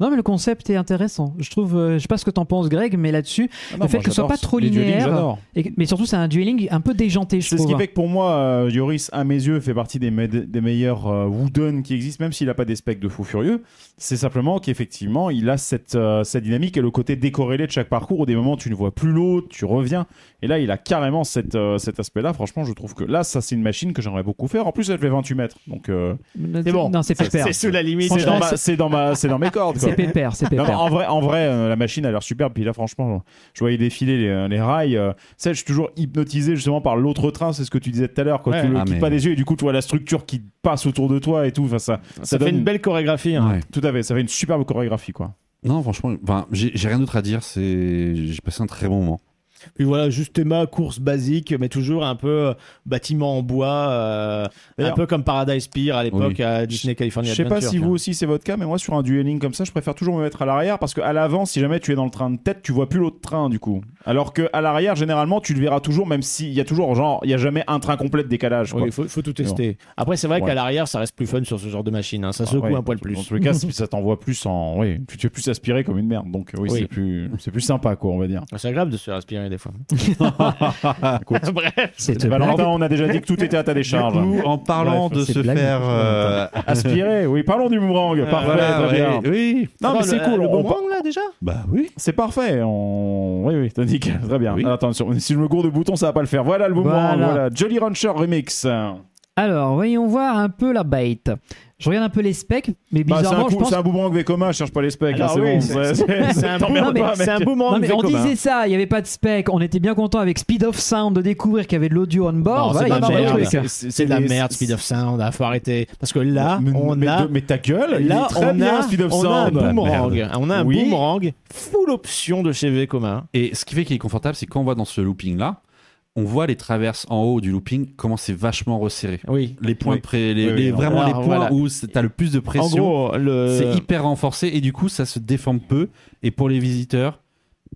Non, mais le concept est intéressant. Je trouve, euh, je sais pas ce que t'en penses, Greg, mais là-dessus, non, le fait moi, que ce soit j'adore pas ce- trop les duelings, linéaire, j'adore. et que- mais surtout c'est un dueling un peu déjanté, je C'est ce qui trouve. fait que pour moi, euh, Yoris, à mes yeux, fait partie des, me- des meilleurs euh, Wooden qui existent, même s'il n'a pas des specs de fou furieux. C'est simplement qu'effectivement, il a cette, euh, cette dynamique et le côté décorrélé de chaque parcours. Au des moments, tu ne vois plus l'autre, tu reviens. Et là, il a carrément cette, euh, cet aspect-là. Franchement, je trouve que là, ça, c'est une machine que j'aimerais beaucoup faire. En plus, elle fait 28 mètres. Donc, euh, Non, C'est bon. Non, c'est pas C'est sous la limite. c'est Franchement, dans, ma- c'est- c'est dans ma- c'est dans mes cordes. quoi. c'est pépère, c'est Non, pépère. mais en vrai, en vrai euh, la machine a l'air superbe. Puis là, franchement, je voyais défiler les, euh, les rails. euh, tu sais, je suis toujours hypnotisé justement par l'autre train. C'est ce que tu disais tout à l'heure. Quand Ouais. tu le Ah, quittes mais- pas des yeux, et du coup, tu vois la structure qui passe autour de toi et tout. Enfin, ça, ça, Ça, fait donne- une belle chorégraphie. hein. Ouais. Tout à fait, ça fait une superbe chorégraphie, quoi. Non, franchement, enfin, j'ai j'ai rien d'autre à dire. C'est, j'ai passé un très bon moment. Puis voilà, juste Emma, course basique, mais toujours un peu euh, bâtiment en bois, euh, un D'ailleurs- peu comme Paradise Pier à l'époque Oui. à Disney California Je sais pas Adventure, si tiens. vous aussi c'est votre cas, mais moi sur un dueling comme ça, je préfère toujours me mettre à l'arrière parce qu'à l'avant, si jamais tu es dans le train de tête, tu vois plus l'autre train du coup. Alors que à l'arrière, généralement, tu le verras toujours, même s'il y a toujours genre, il y a jamais un train complet de décalage. Oui, quoi. il faut, faut tout tester. Après, c'est vrai Ouais. qu'à l'arrière, ça reste plus fun sur ce genre de machine. hein. Ça Ah, secoue ouais, un poil dans- plus. Dans tous les cas, ça t'envoie plus en. Oui, tu tu es plus aspiré comme une merde. Donc euh, oui, Oui. c'est plus, c'est plus sympa, quoi, on va dire. Ah, C'est agréable de se faire aspirer des fois. S'il te plaît. Valentin, on a déjà dit que tout était à ta décharge. Nous, en parlant Bref, de c'est se blague. faire euh, Aspiré, oui, parlons du boomerang. Parfait, voilà, très bien. ouais, oui, Non, mais c'est cool. Ah, Le on- on- bon rang, là, déjà bah oui. C'est parfait. On... Oui, oui, t'as nickel. Très bien. Oui. Alors, attends, sur- si je me gourde de bouton, ça va pas le faire. Voilà le boomerang. Voilà. Voilà. Jolly Rancher Remix. Bah, Alors, voyons voir un peu la bête. Je regarde un peu les specs, mais Bah, c'est un, bizarrement, coup- je pense. c'est un boomerang Vekoma, je cherche pas les specs. Alors hein, oui, bon, c'est- ouais, C'est un, t'emmerdes Non, mais pas, c'est un mec. boomerang. Non mais on Vekoma. disait ça, il n'y avait pas de spec, on était bien content avec Speed of Sound de découvrir qu'il y avait de l'audio on board. Non, Voilà, il c'est y a pas plein de merde. trucs. C'est de la des- merde, Speed of Sound. ah, Faut arrêter. Parce que là, Mais- on mais a. de- mais ta gueule, il est Là, très on bien, a, Speed of on a un Sound. boomerang. On a un Oui. boomerang full option de chez Vekoma. Et ce qui fait qu'il est confortable, c'est quand on voit dans ce looping là, on voit les traverses en haut du looping comment c'est vachement resserré. Oui. Les points de pré- les, Oui, oui, les- non. vraiment les Alors, points voilà. où c'est- t'as le plus de En pression. gros, euh, le. C'est hyper renforcé et du coup ça se déforme peu. Et pour les visiteurs,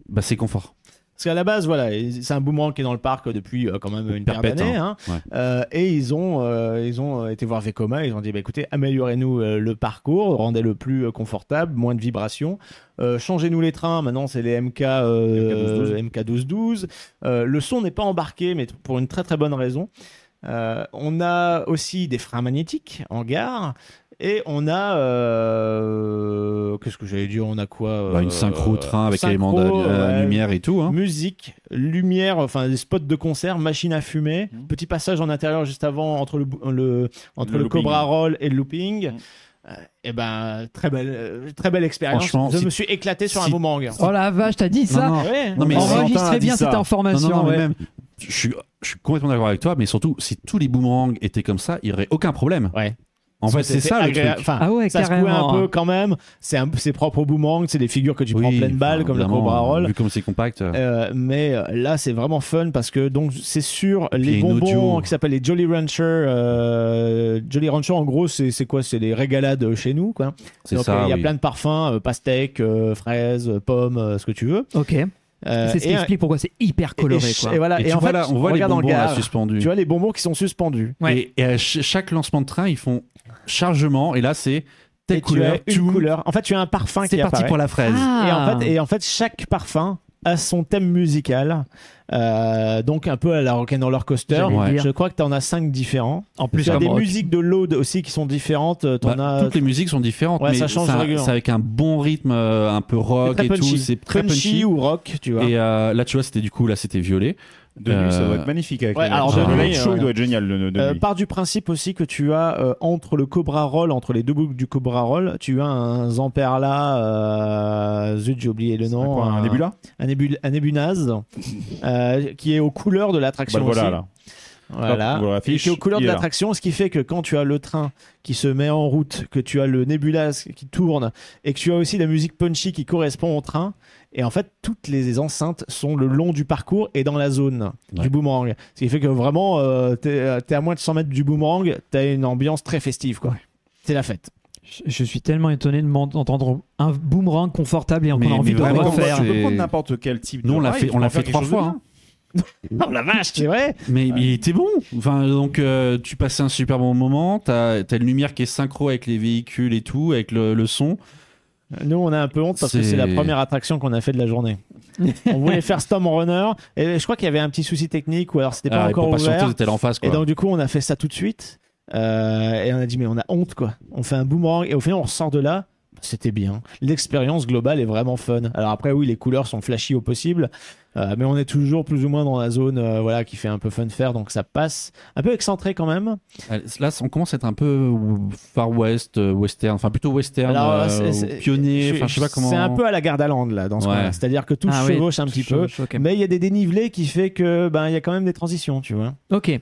bah, c'est confort. Parce qu'à la base, voilà, et c'est un boomerang qui est dans le parc depuis euh, quand même une paire Perpète, d'années. hein. hein. Ouais. Euh, et ils ont, euh, ils ont euh, été voir Vekoma, ils ont dit bah, écoutez, améliorez-nous euh, le parcours, rendez-le plus euh, confortable, moins de vibrations, euh, changez-nous les trains. Maintenant, c'est les MK, euh, MK1212. Euh, le son n'est pas embarqué, mais t- pour une très très bonne raison. Euh, on a aussi des freins magnétiques en gare. Et on a. euh, Qu'est-ce que j'allais dire On a quoi euh, Bah, une synchro train avec synchro, éléments de euh, ouais, lumière et tout. hein. musique, lumière, enfin des spots de concert, machine à fumer, Mmh. petit passage en intérieur juste avant entre le, bou- le- entre Le le, looping. Cobra Roll et le looping. Mmh. et ben très belle euh, très belle expérience. Franchement, Je si- me suis éclaté sur si- un moment. gars. Oh la vache, t'as dit ça Non, non. Ouais. Non, mais Valentin a Enregistrez dit bien ça. cette Non, non, information. non, mais ouais. même, je suis, je suis complètement d'accord avec toi, mais surtout, si tous les boomerangs étaient comme ça, il n'y aurait aucun problème. Ouais. En fait, c'est C'était ça le agréable. truc. Enfin, Ah ouais, ça se carrément. un peu quand même. C'est un- c'est propre au boomerang, c'est des figures que tu prends Oui, pleine balle enfin, comme le évidemment, Cobra Roll. Vu comme c'est compact. euh, Euh, mais euh, là, c'est vraiment fun parce que donc c'est sur il y a les une bonbons hein, audio. qui s'appellent les Jolly Rancher. euh, Jolly Rancher, en gros, c'est c'est quoi C'est les régalades euh, chez nous, quoi. c'est Donc, ça. euh, Il y a oui. plein de parfums, euh, pastèques, euh, fraises, euh, pommes, euh, ce que tu veux. Ok, Euh, c'est ce qui et- explique pourquoi c'est hyper et- coloré. et- quoi. Et voilà. Et, Et, tu en vois fait, là, on voit les regarde dans bonbons le là, gare, suspendus. tu vois les bonbons qui sont suspendus. Ouais. Et, et à ch- chaque lancement de train, ils font chargement. Et là, c'est telle Et tu couleur, as une tchoum, couleur. En fait, tu as un parfum qui C'est parti apparaît. pour la fraise. Et en, Ah. fait, et en fait, chaque parfum a son thème musical. Euh, donc un peu à la Rock'n'Roller Coaster. J'allais Ouais. dire. Je crois que tu en as cinq différents. En plus, Tu as comme des rock. musiques de l'Aude aussi qui sont différentes. euh, T'en Bah, as Toutes les musiques sont différentes, Ouais, mais ça change c'est un- régulièrement. c'est avec un bon rythme, euh, un peu rock très et punchy. tout. C'est très punchy. ou rock, tu vois. Et euh, là, tu vois, c'était du coup, là, c'était violet. De nuit, ça Euh, doit être magnifique. Avec ouais, les- alors, de le nuit, light show, euh, il doit être génial. De, de Euh, nuit. part du principe aussi que tu as euh, entre le Cobra Roll, entre les deux boucles du Cobra Roll, tu as un Zamperla, euh, zut j'ai oublié le nom, euh, Quoi, un début là un, Nebul- un Nebunaz, euh, qui est aux couleurs de Bah, l'attraction voilà, aussi. là. Voilà. Hop, voilà, et l'affiche, qui est aux couleurs il de est là. l'attraction, ce qui fait que quand tu as le train qui se met en route, que tu as le nébulas qui tourne, et que tu as aussi la musique punchy qui correspond au train, et en fait, toutes les enceintes sont le long du parcours et dans la zone Ouais. du boomerang. Ce qui fait que vraiment, euh, t'es euh, t'es à moins de 100 mètres du boomerang, t'as une ambiance très festive, quoi. C'est la fête. Je, je suis tellement étonné de m'entendre un boomerang confortable et qu'on Mais- a envie mais de vraiment, refaire. c'est- Tu peux prendre n'importe quel type Nous, de on l'a ride, fait, tu peux on l'a en fait faire trois quelque chose fois. de hein. Oh la vache, c'est vrai Mais mais il était bon. Enfin, donc, euh, tu passais un super bon moment. T'as as une lumière qui est synchro avec les véhicules et tout, avec le, le son. Nous, on a un peu honte parce que C'est- c'est la première attraction qu'on a fait de la journée. on voulait faire Storm Runner, et je crois qu'il y avait un petit souci technique, ou alors c'était pas Ah, et encore pour patienter, ouvert. t'étais là en face. Quoi. Et donc du coup, on a fait ça tout de suite. Euh, et on a dit mais on a honte quoi. On fait un boomerang et au final on ressort de là. C'était bien. L'expérience globale est vraiment fun. Alors après, oui, les couleurs sont flashy au possible, euh, mais on est toujours plus ou moins dans la zone euh, voilà, qui fait un peu fun faire, donc ça passe. Un peu excentré quand même. Là, on commence à être un peu euh, Far West, euh, western, enfin plutôt western, Alors, euh, c'est- c'est- ou pionnier, enfin je sais pas comment. C'est un peu à la Gardaland là, dans ce Ouais. coin-là. C'est-à-dire que tout Ah se oui, chevauche un tout petit se peu, chevauche, ok. mais il y a des dénivelés qui fait que ben il y a quand même des transitions, tu vois. Ok.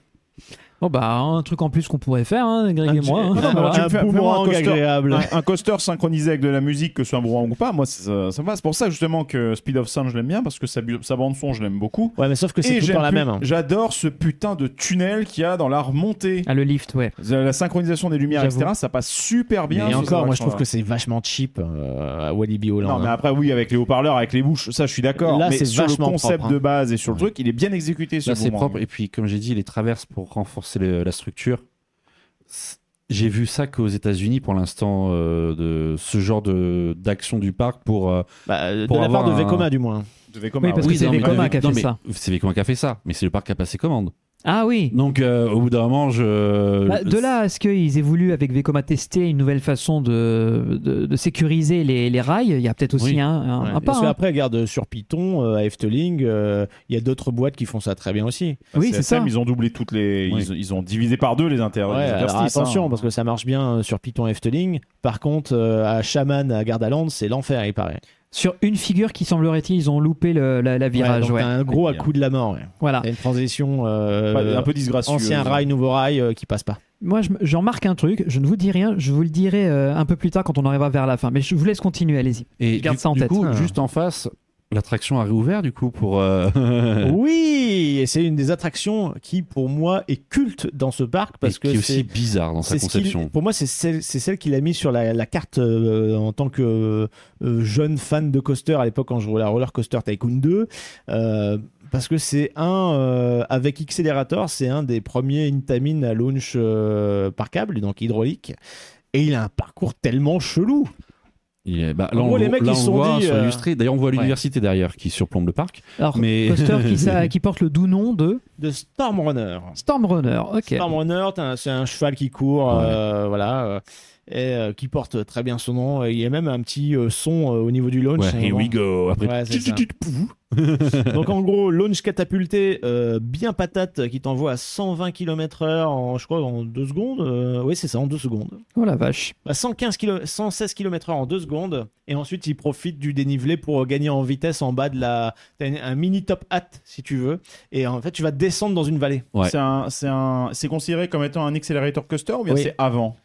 Bon bah un truc en plus qu'on pourrait faire, hein, Greg Un et petit- moi. hein. Non, non, Voilà. mais tu- un boomerang agréable. hein. Un, un coaster synchronisé avec de la musique, que ce soit un boomerang ou pas, moi ça, ça me va. C'est pour ça justement que Speed of Sound je l'aime bien parce que sa, bu- sa bande son je l'aime beaucoup. Ouais, mais sauf que c'est Et tout le temps j'aime la plus- même. hein. J'adore ce putain de tunnel qu'il y a dans la remontée. Ah le lift, ouais. La synchronisation des lumières, J'avoue. etc. Ça passe super bien. Mais sur encore, ce moi je trouve machin-là. que c'est vachement cheap euh, à Walibi Non, Holland. mais hein. après, oui, avec les haut-parleurs, avec les bouches, ça je suis d'accord. Là, Mais c'est sur le vachement concept propre, hein. de base et sur le truc, il est bien exécuté ce Là, c'est boomerang. propre. Et puis, comme j'ai dit, les traverses pour renforcer le- la structure. C'est- J'ai vu ça qu'aux États-Unis pour l'instant, euh, de ce genre de d'action du parc pour. euh, Bah, euh, de Pour la part de avoir un- Vekoma du moins. De Vekoma, Oui, parce ouais. que c'est Ah non, mais- Vekoma qui a non, fait mais ça. C'est Vekoma qui a fait ça, mais c'est le parc qui a passé commande. Ah oui. Donc, euh, au bout d'un moment, je. Bah, de là à ce qu'ils aient voulu avec Vekoma tester une nouvelle façon de, de, de sécuriser les, les rails, il y a peut-être aussi Oui. un, Ah, un- un Ouais. pas. Parce hein. qu'après, regarde, sur Python, euh, à Efteling, euh, il y a d'autres boîtes qui font ça très bien aussi. Oui, c'est CSM, ça. Ils ont doublé toutes les. Oui. Ils, ils ont divisé par deux les intérêts. Ouais, les alors interstices, hein. attention, parce que ça marche bien euh, sur Python et Efteling. Par contre, euh, à Shaman, à Gardaland, c'est l'enfer, il paraît. Sur une figure qui semblerait-il, ils ont loupé le- la, la Ouais, virage. donc ouais. t'as un gros à coup de la mort. ouais. Voilà. T'as une transition euh, Pas- un peu disgracieux. ancien rail, nouveau rail euh, qui passe pas. Moi, je- j'en marque un truc. Je ne vous dis rien. Je vous le dirai euh, un peu plus tard quand on arrivera vers la fin. Mais je vous laisse continuer. Allez-y. Et Je garde du, ça en du tête. coup, hein. Ah. juste en face, l'attraction a réouvert du coup pour. euh, Oh, Oui, et c'est une des attractions qui, pour moi, est culte dans ce parc parce et que qui est c'est- aussi bizarre dans sa c'est ce qu'il- conception. pour moi, c'est celle, c'est celle qu'il a mis sur la, la carte euh, en tant que euh, jeune fan de coaster à l'époque quand je roulais à Roller Coaster Tycoon 2. euh, parce que c'est un, euh, avec Accelerator, c'est un des premiers Intamin à launch euh, par câble, donc hydraulique. Et il a un parcours tellement chelou. Il est- bah, En là, on gros, le- les mecs, là, ils on se sont voit dit, sur euh, l'illustré. D'ailleurs, on voit l'université derrière qui surplombe le parc. Alors, Mais- poster qui, sa- qui porte le doux nom de De Stormrunner. Stormrunner. Ok. Stormrunner, t'as un- c'est un cheval qui court, Ouais. euh, voilà, euh, et euh, qui porte très bien son nom. Et Il y a même un petit euh, son euh, au niveau du launch. Ouais, à un here moment. we go. Après, Ouais, c'est ça. tut, tut, pouf. Donc en gros, launch catapulté, euh, bien patate, qui t'envoie à 120 km/h en, je crois, en 2 secondes. euh, oui, c'est ça, en 2 secondes. Oh la vache. À 115 kilo- 116 km/h en 2 secondes. Et ensuite, il profite du dénivelé pour gagner en vitesse en bas de la. T'as une- un mini top hat, si tu veux. Et en fait, tu vas descendre dans une vallée. Ouais. C'est un- c'est un- c'est considéré comme étant un accélérateur coaster ou bien Oui. c'est avant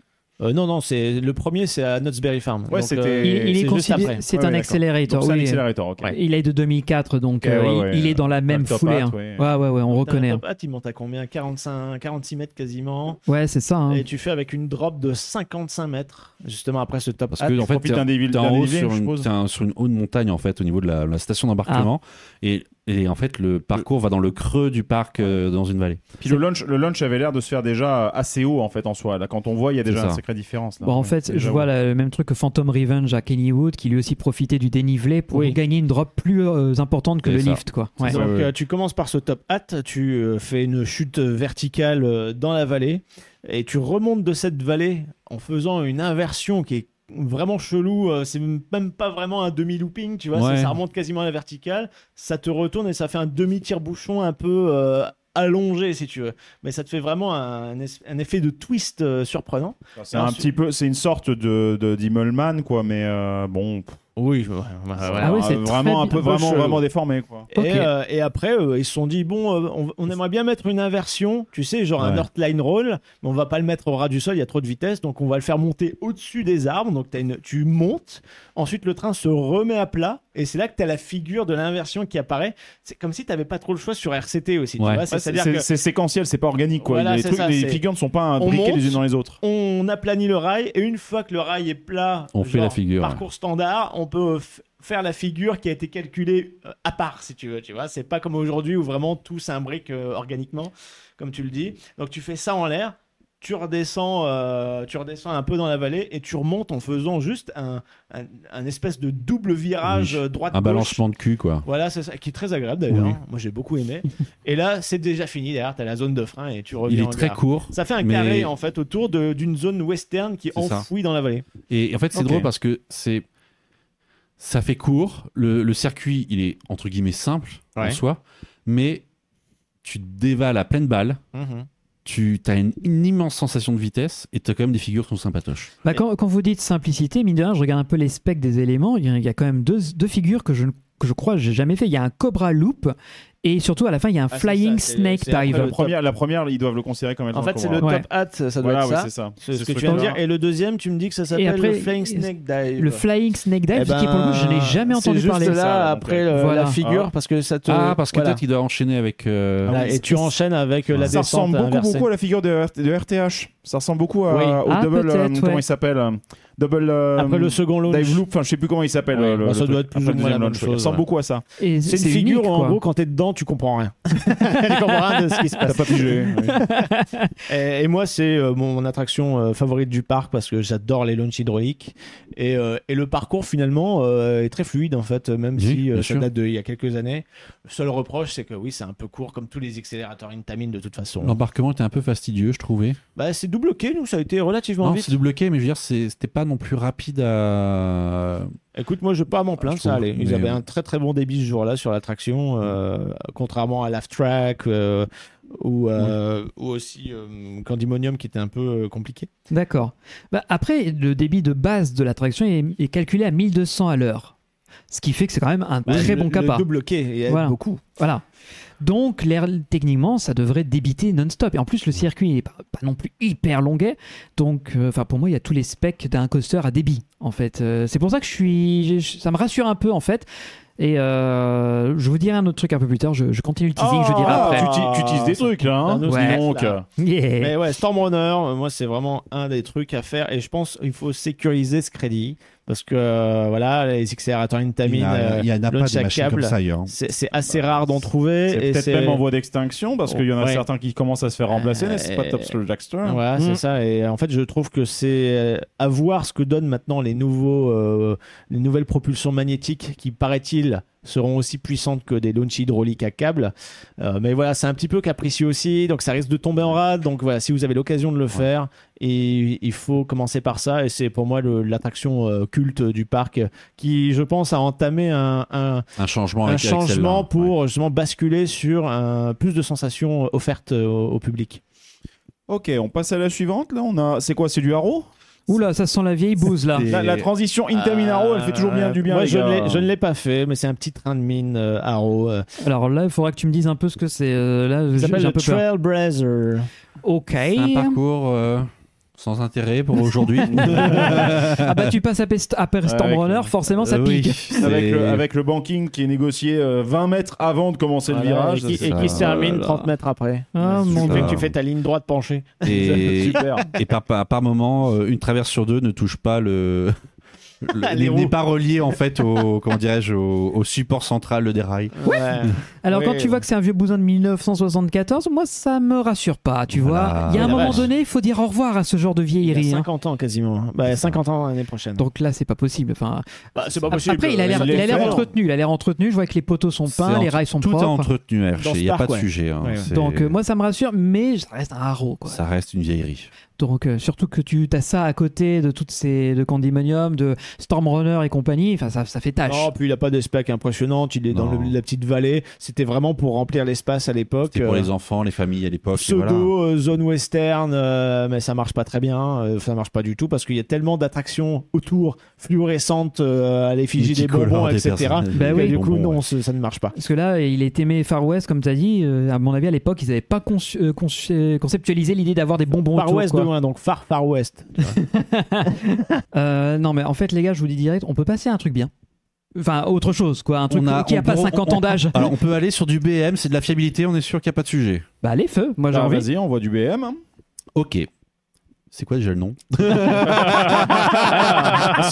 Euh, non, non, c'est le premier, c'est à Knott's Farm. Ouais, Donc, c'était- euh, Il, il c'est est juste considéré. après. C'est Ouais, un ouais, accélérateur. Donc c'est un oui. euh, accélérateur, ok. Il est de 2004, donc Ok, euh, ouais, il, ouais. il est dans la même top foulée. hat, hein. ouais. Ouais, ouais, ouais, on T'as un reconnaît. hein. top hat, il monte à combien 45, 46 mètres quasiment. Ouais, c'est ça. hein. Et tu fais avec une drop de 55 mètres, justement après ce top Parce hat. que en fait, profites t'es- d'un dévil- t'es en d'un haut dénivelé, sur je une, suppose. t'es un- sur une haute montagne en fait, au niveau de la, la station d'embarquement, Ah. et, et en fait, le parcours va dans le creux du parc euh, dans une vallée. Puis le launch, le launch avait l'air de se faire déjà assez haut en fait en soi. Là, quand on voit, il y a déjà C'est une ça. sacrée différence. là. Bon, Bah, en Ouais, fait, déjà, je vois ouais. la- le même truc que Phantom Revenge à Kennywood, qui lui aussi profitait du dénivelé pour Oui. gagner une drop plus euh, importante que C'est le ça. lift, quoi. Ouais. Donc Ouais, ouais. euh, tu commences par ce top hat, tu euh, fais une chute verticale euh, dans la vallée et tu remontes de cette vallée en faisant une inversion qui est vraiment chelou, euh, c'est même pas vraiment un demi looping, tu vois, Ouais. c'est- ça remonte quasiment à la verticale, ça te retourne et ça fait un demi tire bouchon un peu euh, allongé si tu veux, mais ça te fait vraiment un, es- un effet de twist euh, surprenant. C'est un petit peu, c'est une sorte de, de d'Immelman quoi, mais euh, bon, pff, Oui, Ah oui, c'est vraiment un très peu, bien. vraiment, chelou. vraiment déformé quoi. Et, Ok. euh, et après, euh, ils se sont dit bon, euh, on, on aimerait bien mettre une inversion, tu sais, genre un Ouais. Earthline roll, mais on va pas le mettre au ras du sol, il y a trop de vitesse, donc on va le faire monter au-dessus des arbres. Donc t'as une, tu montes, ensuite le train se remet à plat, et c'est là que tu as la figure de l'inversion qui apparaît. C'est comme si t'avais pas trop le choix sur RCT aussi. tu Ouais. vois, Ouais, C'est-à-dire C'est que c'est séquentiel, c'est pas organique quoi. Voilà, les c'est trucs, ça, les c'est- figures ne sont pas On imbriquées monte. les unes dans les autres. on aplanit le rail, et une fois que le rail est plat, On fait la figure, Parcours standard, on peut euh, f- faire la figure qui a été calculée euh, à part, si tu veux. Tu vois, c'est pas comme aujourd'hui où vraiment tout s'imbrique euh, organiquement, comme tu le dis. Donc tu fais ça en l'air. tu- tu redescends, euh, tu redescends un peu dans la vallée et tu remontes en faisant juste un, un, un espèce de double virage Oui. euh, droite Un gauche. balancement de cul, quoi. Voilà, c'est ça, qui est très agréable d'ailleurs. hein. Oui. Moi, j'ai beaucoup aimé. et là, c'est déjà fini. Derrière, t'as la zone de frein et tu reviens. Il en est très gare. court. Ça fait un mais- carré en fait autour de- d'une zone western qui est C'est ça. enfouie dans la vallée. Et en fait, c'est Ok. drôle parce que c'est. Ça fait court. Le, le circuit, il est entre guillemets simple en Ouais. soi, mais tu te dévales à pleine balle. Mhm. Tu as une, une immense sensation de vitesse et tu as quand même des figures qui sont sympatoches. Bah, quand, quand vous dites simplicité, mine de rien, je regarde un peu les specs des éléments. Il y a, il y a quand même deux, deux figures que je, ne- que je crois que j'ai jamais fait. Il y a un Cobra Loop et surtout à la fin, il y a un Ah, c'est Flying ça, c'est- Snake c'est après Dive. le La première, la première, ils doivent le considérer comme étant En fait, c'est Cobra. le Ouais. top hat, ça doit Voilà, être ouais, ça. c'est ça. C'est ce que ce tu viens de truc-là. dire. Et le deuxième, tu me dis que ça s'appelle après, le Flying il- Snake Dive. Le Flying Snake Dive, Eh qui pour le coup, je ben, n'ai jamais entendu c'est juste parler. là Ça, donc, après le- voilà. la figure Ah. parce que ça te ah, parce que voilà. Ah peut-être il doit enchaîner avec. euh, Voilà, et Ah, tu enchaînes avec euh, la Ça descente ressemble beaucoup, inversée. beaucoup à la figure de, R- de RTH. Ça ressemble beaucoup à, Oui. au Ah, double. euh, peut-être, comment ouais. il s'appelle euh, Double. euh, Après le second launch. Dive Loop. Enfin, je sais plus comment il s'appelle. Ouais, euh, le- bah, ça le doit truc. être plus Après ou le moins la deuxième même launch, ouais, chose, Ça ressemble ouais. beaucoup à ça. Et C'est une figure unique, où, en quoi. gros quand t'es dedans, tu comprends rien. tu comprends rien de ce qui se passe. T'as pas pigé. oui. Et, et moi, c'est euh, mon, mon attraction euh, favorite du parc parce que j'adore les launches hydrauliques. Et, euh, et le parcours, finalement, euh, est très fluide, en fait, même Oui, si euh, bien ça sûr. date d'il y a quelques années. Le seul reproche, c'est que oui, c'est un peu court, comme tous les accélérateurs Intamin, de toute façon. L'embarquement était un peu fastidieux, je trouvais. Bah, c'est double quai, nous, ça a été relativement Non, vite. c'est double quai, mais je veux dire, c'est- c'était pas non plus rapide à. Écoute, moi, je vais pas m'en plaindre, je ça trouve, allait. Ils mais, avaient euh, un très très bon débit ce jour-là sur l'attraction, euh, contrairement à l'Aftrack euh, ou, euh, ou aussi euh, Candymonium qui était un peu euh, compliqué. D'accord. Bah, après, le débit de base de l'attraction est, est calculé à 1200 à l'heure. Ce qui fait que c'est quand même un Bah, très le- bon capa. Le double quai, il y a Voilà. beaucoup. Voilà. Donc, l'air, techniquement, ça devrait débiter non-stop. Et en plus, le circuit n'est pas, pas non plus hyper longuet. Donc, euh, enfin, pour moi, il y a tous les specs d'un coaster à débit, en fait. Euh, c'est pour ça que je suis. je- ça me rassure un peu, en fait. Et euh, je vous dirai un autre truc un peu plus tard. Je, je continue le teasing, je Oh, dirai Ah, après. tu ti- Tu utilises des trucs là. hein, Un autre dis Ouais. donc. là. Yeah. Mais ouais, Stormrunner, euh, moi c'est vraiment un des trucs à faire et je pense qu'il faut sécuriser ce crédit parce que euh, voilà, les accélérateurs Il n'y Intamin, euh, en a pas launch à des machines câble, comme ça ailleurs. hein. c'est c'est assez rare d'en trouver. C'est et peut-être c'est- même en voie d'extinction parce qu'il y en a Ouais. certains qui commencent à se faire remplacer, Euh, n'est-ce pas Top Slow Ah. Jackster Voilà, Mmh. c'est Mm. ça. Et euh, en fait, je trouve que c'est euh, à voir ce que donnent maintenant les nouveaux, euh, les nouvelles propulsions magnétiques qui, paraît-il, seront aussi puissantes que des launches hydrauliques à câble. Euh, mais voilà, c'est un petit peu capricieux aussi, donc ça risque de tomber en rade. Donc voilà, si vous avez l'occasion de le faire, et il faut commencer par ça. Et c'est pour moi le- l'attraction euh, culte du parc euh, qui, je pense, a entamé un- un, Un changement un avec- hein. avec celle-là, changement ouais. pour justement basculer sur un, plus de sensations offertes euh, au, au public. Ok, on passe à la suivante. Là, on a. C'est quoi C'est du haro Oula, ça sent la vieille bouse là. la, la transition Intaminaro, elle fait toujours bien du bien. Ah. Euh, Moi, les je ne gars. l'ai- je ne l'ai pas fait, mais c'est un petit train de mine euh, Arrow. euh, Alors là, il faudra que tu me dises un peu ce que c'est. euh, là, qui j'ai s'appelle j'ai un le peu peur. Trailblazer. Ok. C'est un parcours euh, sans intérêt pour aujourd'hui. Ah bah tu passes à Pest- à Paris Stormrunner, forcément ça Euh, oui, pique. c'est- Avec le, avec le banking qui est négocié euh, 20 mètres avant de commencer Voilà, le virage. et qui, c'est et ça. qui se termine Voilà. 30 mètres après. Ah, Ce qui mon fait Dieu. que tu fais ta ligne droite penchée. Et, Super. et par, par, par moment, euh, une traverse sur deux ne touche pas le. le- Les n'est- roues. n'est pas relié en fait au comment dirais-je au, au support central le dérail. Ouais. Alors Oui, quand tu oui. vois que c'est un vieux bousin de 1974, moi ça me rassure pas, tu Voilà. vois. Il y a un La moment vache. donné, il faut dire au revoir à ce genre de Il vieillerie. a hein. 50 ans quasiment. Bah, 50 ans l'année prochaine. Donc là, c'est pas possible. Enfin, Bah, c'est pas après, il a l'air, Il il a est l'air fait, hein. entretenu. Il a l'air entretenu. Je vois que les poteaux sont C'est peints, les entre- rails sont Tout est propres. entretenu, à RG, ce il n'y a pas parc, de ouais. sujet. hein, Ouais, ouais. c'est- Donc euh, moi, ça me rassure, mais ça reste un haro. Quoi. ça reste une vieillerie. Donc euh, surtout que tu as ça à côté de toutes ces de Candymonium, de Stormrunner et compagnie. Enfin, ça, ça fait tâche. Non, puis il a pas de spec impressionnante. Il est dans Non. le- la petite vallée. C'était vraiment pour remplir l'espace à l'époque. C'était pour Euh, les enfants, les familles à l'époque. et voilà. pseudo euh, zone western euh, mais ça marche pas très bien euh, ça marche pas du tout parce qu'il y a tellement d'attractions autour fluorescentes euh, à l'effigie des Multicolores bonbons des etc personnages. Et Bah oui. Des du coup bonbons, non ouais. ce- ça ne marche pas Parce que là, il est aimé Far West, comme tu as dit. Euh, à mon avis, à l'époque, ils n'avaient pas conçu- euh, conçu- euh, conceptualisé l'idée d'avoir des bonbons Far autour. West quoi. de loin donc Far Far West Euh, non, mais en fait, les gars, je vous dis direct, on peut passer à un truc bien. Enfin, autre chose, quoi. Un truc On a- qui a on pas peut- 50 on- ans d'âge. Alors on peut aller sur du BM, c'est de la fiabilité, on est sûr qu'il n'y a pas de sujet. Bah, les feux, moi j'ai Alors, envie. Vas-y, on voit du BM. hein. Ok. C'est quoi déjà le nom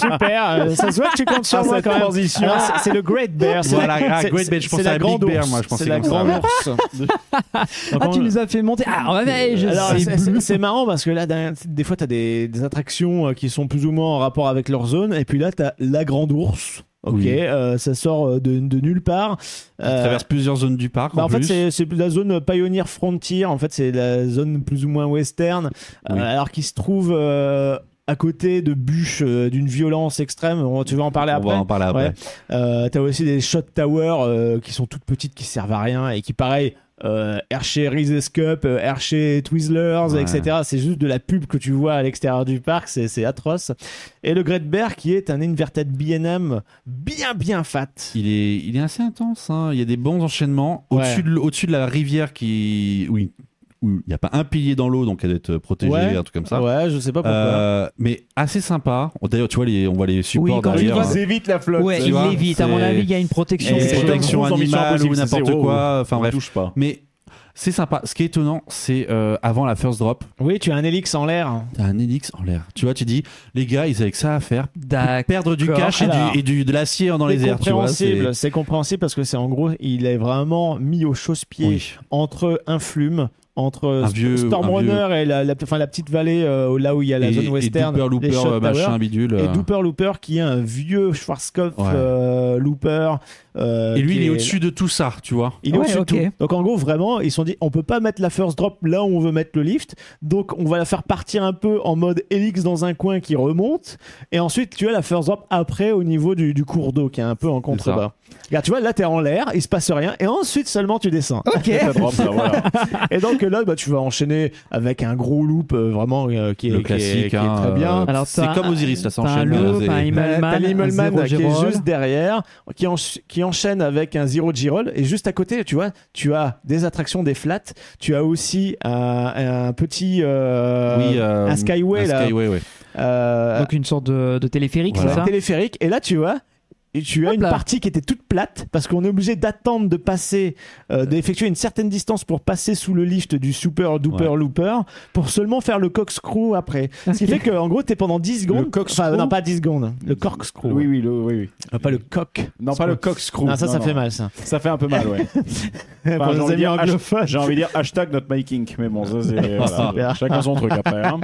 Super, euh, ça se voit que tu comptes sur Ah, moi cette quand même. transition. Ah, c'est- C'est le Great Bear. c'est Voilà, ah, c'est- Great Bear, je c'est- pensais c'est à la Big grande Bear, ours, moi, je pensais C'est la comme ça. grande ours. Ah, tu nous as fait monter. Ah ouais, je Alors, sais c'est- c'est- plus. c'est marrant parce que là, d'un- des fois, t'as des, des attractions euh, qui sont plus ou moins en rapport avec leur zone, et puis là, t'as la grande ours. Ok, Oui. euh, ça sort euh, de, de nulle part. Il Euh, traverse plusieurs zones du parc. bah, en en fait, plus. c'est- c'est la zone Pioneer Frontier. En fait, c'est la zone plus ou moins western, Oui. euh, alors qui se trouve euh, à côté de bûches euh, d'une violence extrême. On- Tu veux en parler on après va en parler après. Ouais. Euh, T'as aussi des shot towers euh, qui sont toutes petites, qui servent à rien et qui, pareil, euh, Hershey Reese's Cup, euh, Hershey Twizzlers, Ouais. etc. C'est juste de la pub que tu vois à l'extérieur du parc, c'est c'est atroce. Et le Great Bear qui est un inverted B&M bien bien fat. Il est, il est assez intense. hein. Il y a des bons enchaînements Ouais. au-dessus de, l'eau- au-dessus de la rivière qui, oui, où il n'y a pas un pilier dans l'eau, donc elle doit être protégée, Ouais. un truc comme ça. Ouais, je sais pas pourquoi. Euh, mais assez sympa. Oh, D'ailleurs, tu vois, les, on voit les supports Oui, Bah, quand derrière. euh, tu vois- Ils évitent la flotte. Ouais, tu il vois, évite. À c'est- mon avis, il y a une protection. Une Et- protection Tom Cruise en Mission animale ou Impossible, c'est n'importe zéro. quoi. Enfin On bref. touche pas. Mais c'est sympa. Ce qui est étonnant, c'est euh, avant la first drop, Oui, tu as un hélix en l'air. t'as un hélix en l'air. Tu vois, tu dis, les gars, ils avaient que ça à faire. D'accord. Perdre du cash et, Alors, du, et du- de l'acier dans les C'est airs, tu vois. compréhensible, c'est- C'est compréhensible parce que c'est en gros, il est vraiment mis au chausse-pied Oui. entre un flume, entre Un Sp- vieux- Stormrunner et la, la- enfin, la petite vallée euh, là où il y a la et, zone et western. Dooper, les shot Looper, machin, towers. bidule. Et euh. Dooper Looper qui est un vieux Schwarzkopf Ouais. euh, Looper. euh, Et lui, qui il est au-dessus de tout ça, tu vois. Il est Ah Ouais, au-dessus de ok. tout. Donc en gros, vraiment, ils se sont dit, on peut pas mettre la first drop là où on veut mettre le lift. Donc on va la faire partir un peu en mode hélix dans un coin qui remonte. Et ensuite, tu as la first drop après au niveau du, du cours d'eau qui est un peu en contrebas. Regarde, tu vois, là, t'es en l'air, il se passe rien. Et ensuite seulement, tu descends. Ok. Ça drop, là, voilà. et donc là, bah, tu vas enchaîner avec un gros loop euh, vraiment euh, qui est, Le qui est- classique, qui est hein, très bien. euh, Alors, c'est t'as comme Osiris, là, ça t'as un enchaîne. loop, là, un c'est- Immelman, T'as un l'Immelman zéro qui est Gérol. juste derrière, qui, en- qui enchaîne avec un Zero G-Roll. Et juste à côté, tu vois, tu as des attractions, des flats. Tu as aussi un, un petit. euh, Oui, euh, un Skyway, un là. Skyway, ouais. euh, Donc une sorte de, de téléphérique, Voilà. c'est un ça téléphérique. Et là, tu vois. Et tu as Hop une là. partie qui était toute plate parce qu'on est obligé d'attendre de passer, euh, d'effectuer une certaine distance pour passer sous le lift du super duper Ouais. looper pour seulement faire le corkscrew après. Ce qui fait qu'en gros, t'es pendant 10 secondes. corkscrew enfin, non, pas 10 secondes. Le corkscrew. Oui, oui, le- oui, oui. Ah, pas le coq. Non, pas le corkscrew. Non, ça, ça Non, fait non. mal, ça. Ça fait un peu mal, ouais. Enfin, Pour j'ai envie nos de amis dire, anglophones. J'ai envie de dire hashtag not my kink, mais bon, ça c'est. voilà. Chacun son truc après. hein.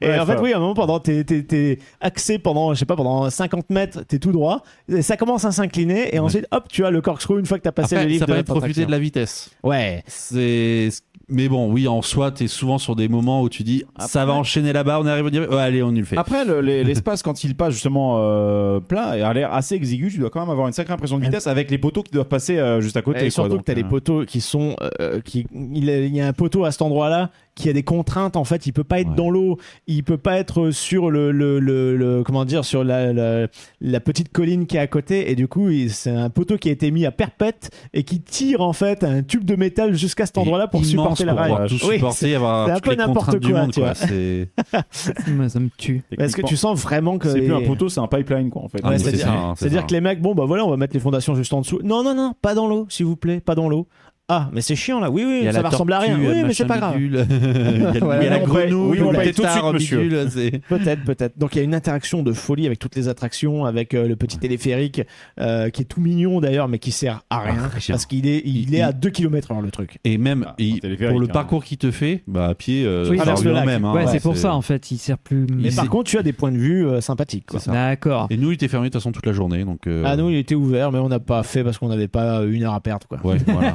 Et en Bref, fait, euh, oui, à un moment, pendant, t'es, t'es, t'es axé pendant, je sais pas, pendant 50 mètres, t'es tout droit. Et ça commence à s'incliner. Et ensuite, hop, tu as le corkscrew une fois que t'as passé le Après, livre ça de permet de notre profiter de attraction. la vitesse. Ouais. C'est. Mais bon, oui, en soi, t'es souvent sur des moments où tu dis, ça va enchaîner là-bas, on arrive, on dirait, ouais, allez, on y le fait. Après, le- les- l'espace, quand il passe justement euh, plein et a l'air assez exigu, tu dois quand même avoir une sacrée impression de vitesse avec les poteaux qui doivent passer euh, juste à côté. Et Eh, quoi, surtout donc, que t'as les euh, poteaux qui sont, euh, qui, il y a- il y a un poteau à cet endroit-là qui a des contraintes en fait. Il peut pas être Ouais. dans l'eau, il peut pas être sur le, le, le, le- comment dire, sur la, la, la petite colline qui est à côté. Et du coup, il- c'est un poteau qui a été mis à perpète et qui tire en fait un tube de métal jusqu'à cet endroit-là pour Immense supporter la pour rail. pouvoir tout Oui, supporter, avoir c'est un toutes peu les n'importe contraintes du quoi, monde, tu quoi. vois. C'est Ouais, Ça me tue. c'est- Est-ce que tu sens vraiment que C'est plus un les- poteau, c'est un pipeline, quoi, en fait. Ah, Ouais, mais c'est-à-dire- ça, hein, c'est C'est-à-dire ça. que les mecs, bon bah voilà, on va mettre les fondations juste en dessous. Non, non, non, pas dans l'eau, s'il vous plaît, pas dans l'eau. Ah, mais c'est chiant là, oui, Il y oui, a ça la va ressembler à rien. tortue, Oui, le mais c'est machin pas grave. bidule. il y a, le- il y a la on paye- grenouille, oui, on le paye tout de tétard, suite, monsieur. bidule, c'est- Peut-être, peut-être. Donc il y a une interaction de folie avec toutes les attractions, avec euh, le petit téléphérique euh, qui est tout mignon d'ailleurs, mais qui sert à rien. rien. parce qu'il est, il, Ah, Il- est à il- 2 km heure le truc. Et même, Ah, il- un téléphérique, pour le hein. parcours qu'il te fait, bah, à pied, euh, Oui, ça traverse revient le au lac. même. hein, ouais, ouais, c'est pour ça en fait, il sert plus. Mais Il par s'est- contre, tu as des points de vue euh, sympathiques. quoi. C'est ça. D'accord. Et nous, il était fermé de toute façon toute la journée, donc. euh, Ah nous, il était ouvert, mais on n'a pas fait parce qu'on n'avait pas euh, une heure à perdre. Quoi. Ouais, voilà.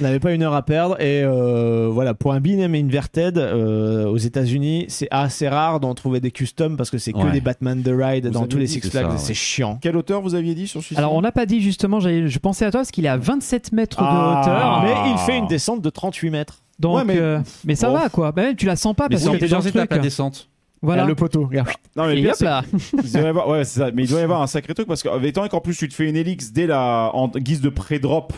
On n'avait pas une heure à perdre. Et euh, voilà, pour un binôme inverted, euh, aux États-Unis, c'est assez rare d'en trouver des customs parce que c'est que Ouais. des Batman The Ride Vous dans avez tous les dit, Six c'est Flags. ça, C'est ouais. chiant. Quelle hauteur vous aviez dit sur celui-ci Alors on n'a pas dit justement, j'allais- je pensais à toi parce qu'il est à 27 mètres Ah. de hauteur. Ah. Mais il fait une descente de 38 mètres. Donc, Ouais, mais- mais... mais ça Bon. va quoi. Bah, même, tu la sens pas Mais parce c'est que en t'es dans plusieurs le étapes truc. la descente. Voilà. Ah, le poteau, regarde. Non, mais le Et pire, hop c'est là. Il doit y avoir, ouais, c'est ça. euh, Mais il doit y avoir un sacré truc parce que, étant qu'en plus tu te fais une hélix dès la, en guise de pré-drop,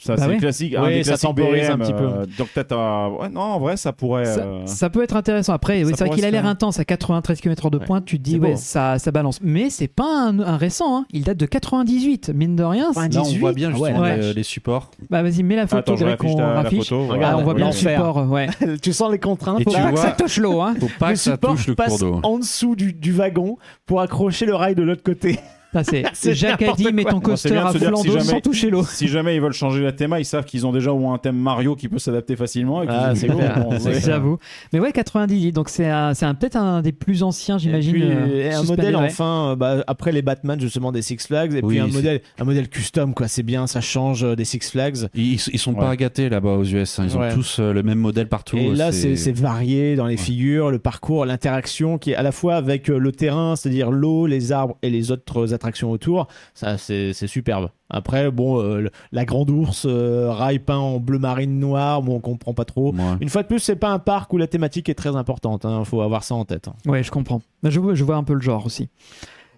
Ça, Bah c'est ouais. classique. Ouais, des ça classiques temporise un BM, petit peu. euh, donc, peut-être. un- ouais, non, en vrai, ça pourrait. Ça, euh, ça peut être intéressant. Après, oui, ça c'est vrai pourrait qu'il se a l'air faire. intense à 93 km/h de Ouais. pointe. Tu te dis, C'est beau, ouais, hein. ça, ça balance. Mais c'est pas un, un récent. hein. Il date de 98, mine de rien. c'est- Là, on voit bien Ah ouais, justement la les- vache. euh, les supports. Bah vas-y, mets la photo Attends, je Greg, réaffiche qu'on la, la raffiche. photo. voilà. Ah, on voit bien le l'enfer. support. Ouais. tu sens les contraintes Et pour tu pas Faut que que vois- ça touche l'eau. Hein. Faut pas le que ça support touche le passe cours d'eau. en dessous du, du wagon pour accrocher le rail de l'autre côté. Ah, c'est C'est Jacques a n'importe dit, quoi. mets ton Bon, c'est coaster bien de à se dire que flanc si d'eau jamais- sans toucher l'eau. Si jamais ils veulent changer la thème, ils savent qu'ils ont déjà ou un thème Mario qui peut s'adapter facilement. et qu'ils Ah, ont c'est dit, bon, clair. bon, C'est ouais. J'avoue. Mais ouais, 98. Donc c'est un- c'est un- peut-être un des plus anciens, j'imagine. Et puis, euh, et un suspendé, modèle ouais. enfin, euh, bah, après les Batman justement des Six Flags, et Oui, puis un c'est- modèle, un modèle custom quoi. C'est bien, ça change euh, des Six Flags. Ils, ils sont pas gâtés là-bas aux US. hein. Ils Ouais. ont tous euh, le même modèle partout. et euh, là, c'est c'est varié dans les Ouais. figures, le parcours, l'interaction qui est à la fois avec euh, le terrain, c'est-à-dire l'eau, les arbres et les autres attractions autour. Ça, c'est c'est superbe. Après, bon, euh, le- la grande ours, euh, rail peint en bleu marine noir, bon, on comprend pas trop. Ouais. Une fois de plus, c'est pas un parc où la thématique est très importante. Il faut avoir ça en tête. hein. Ouais, je comprends. Bah, Je, vois- je vois un peu le genre aussi.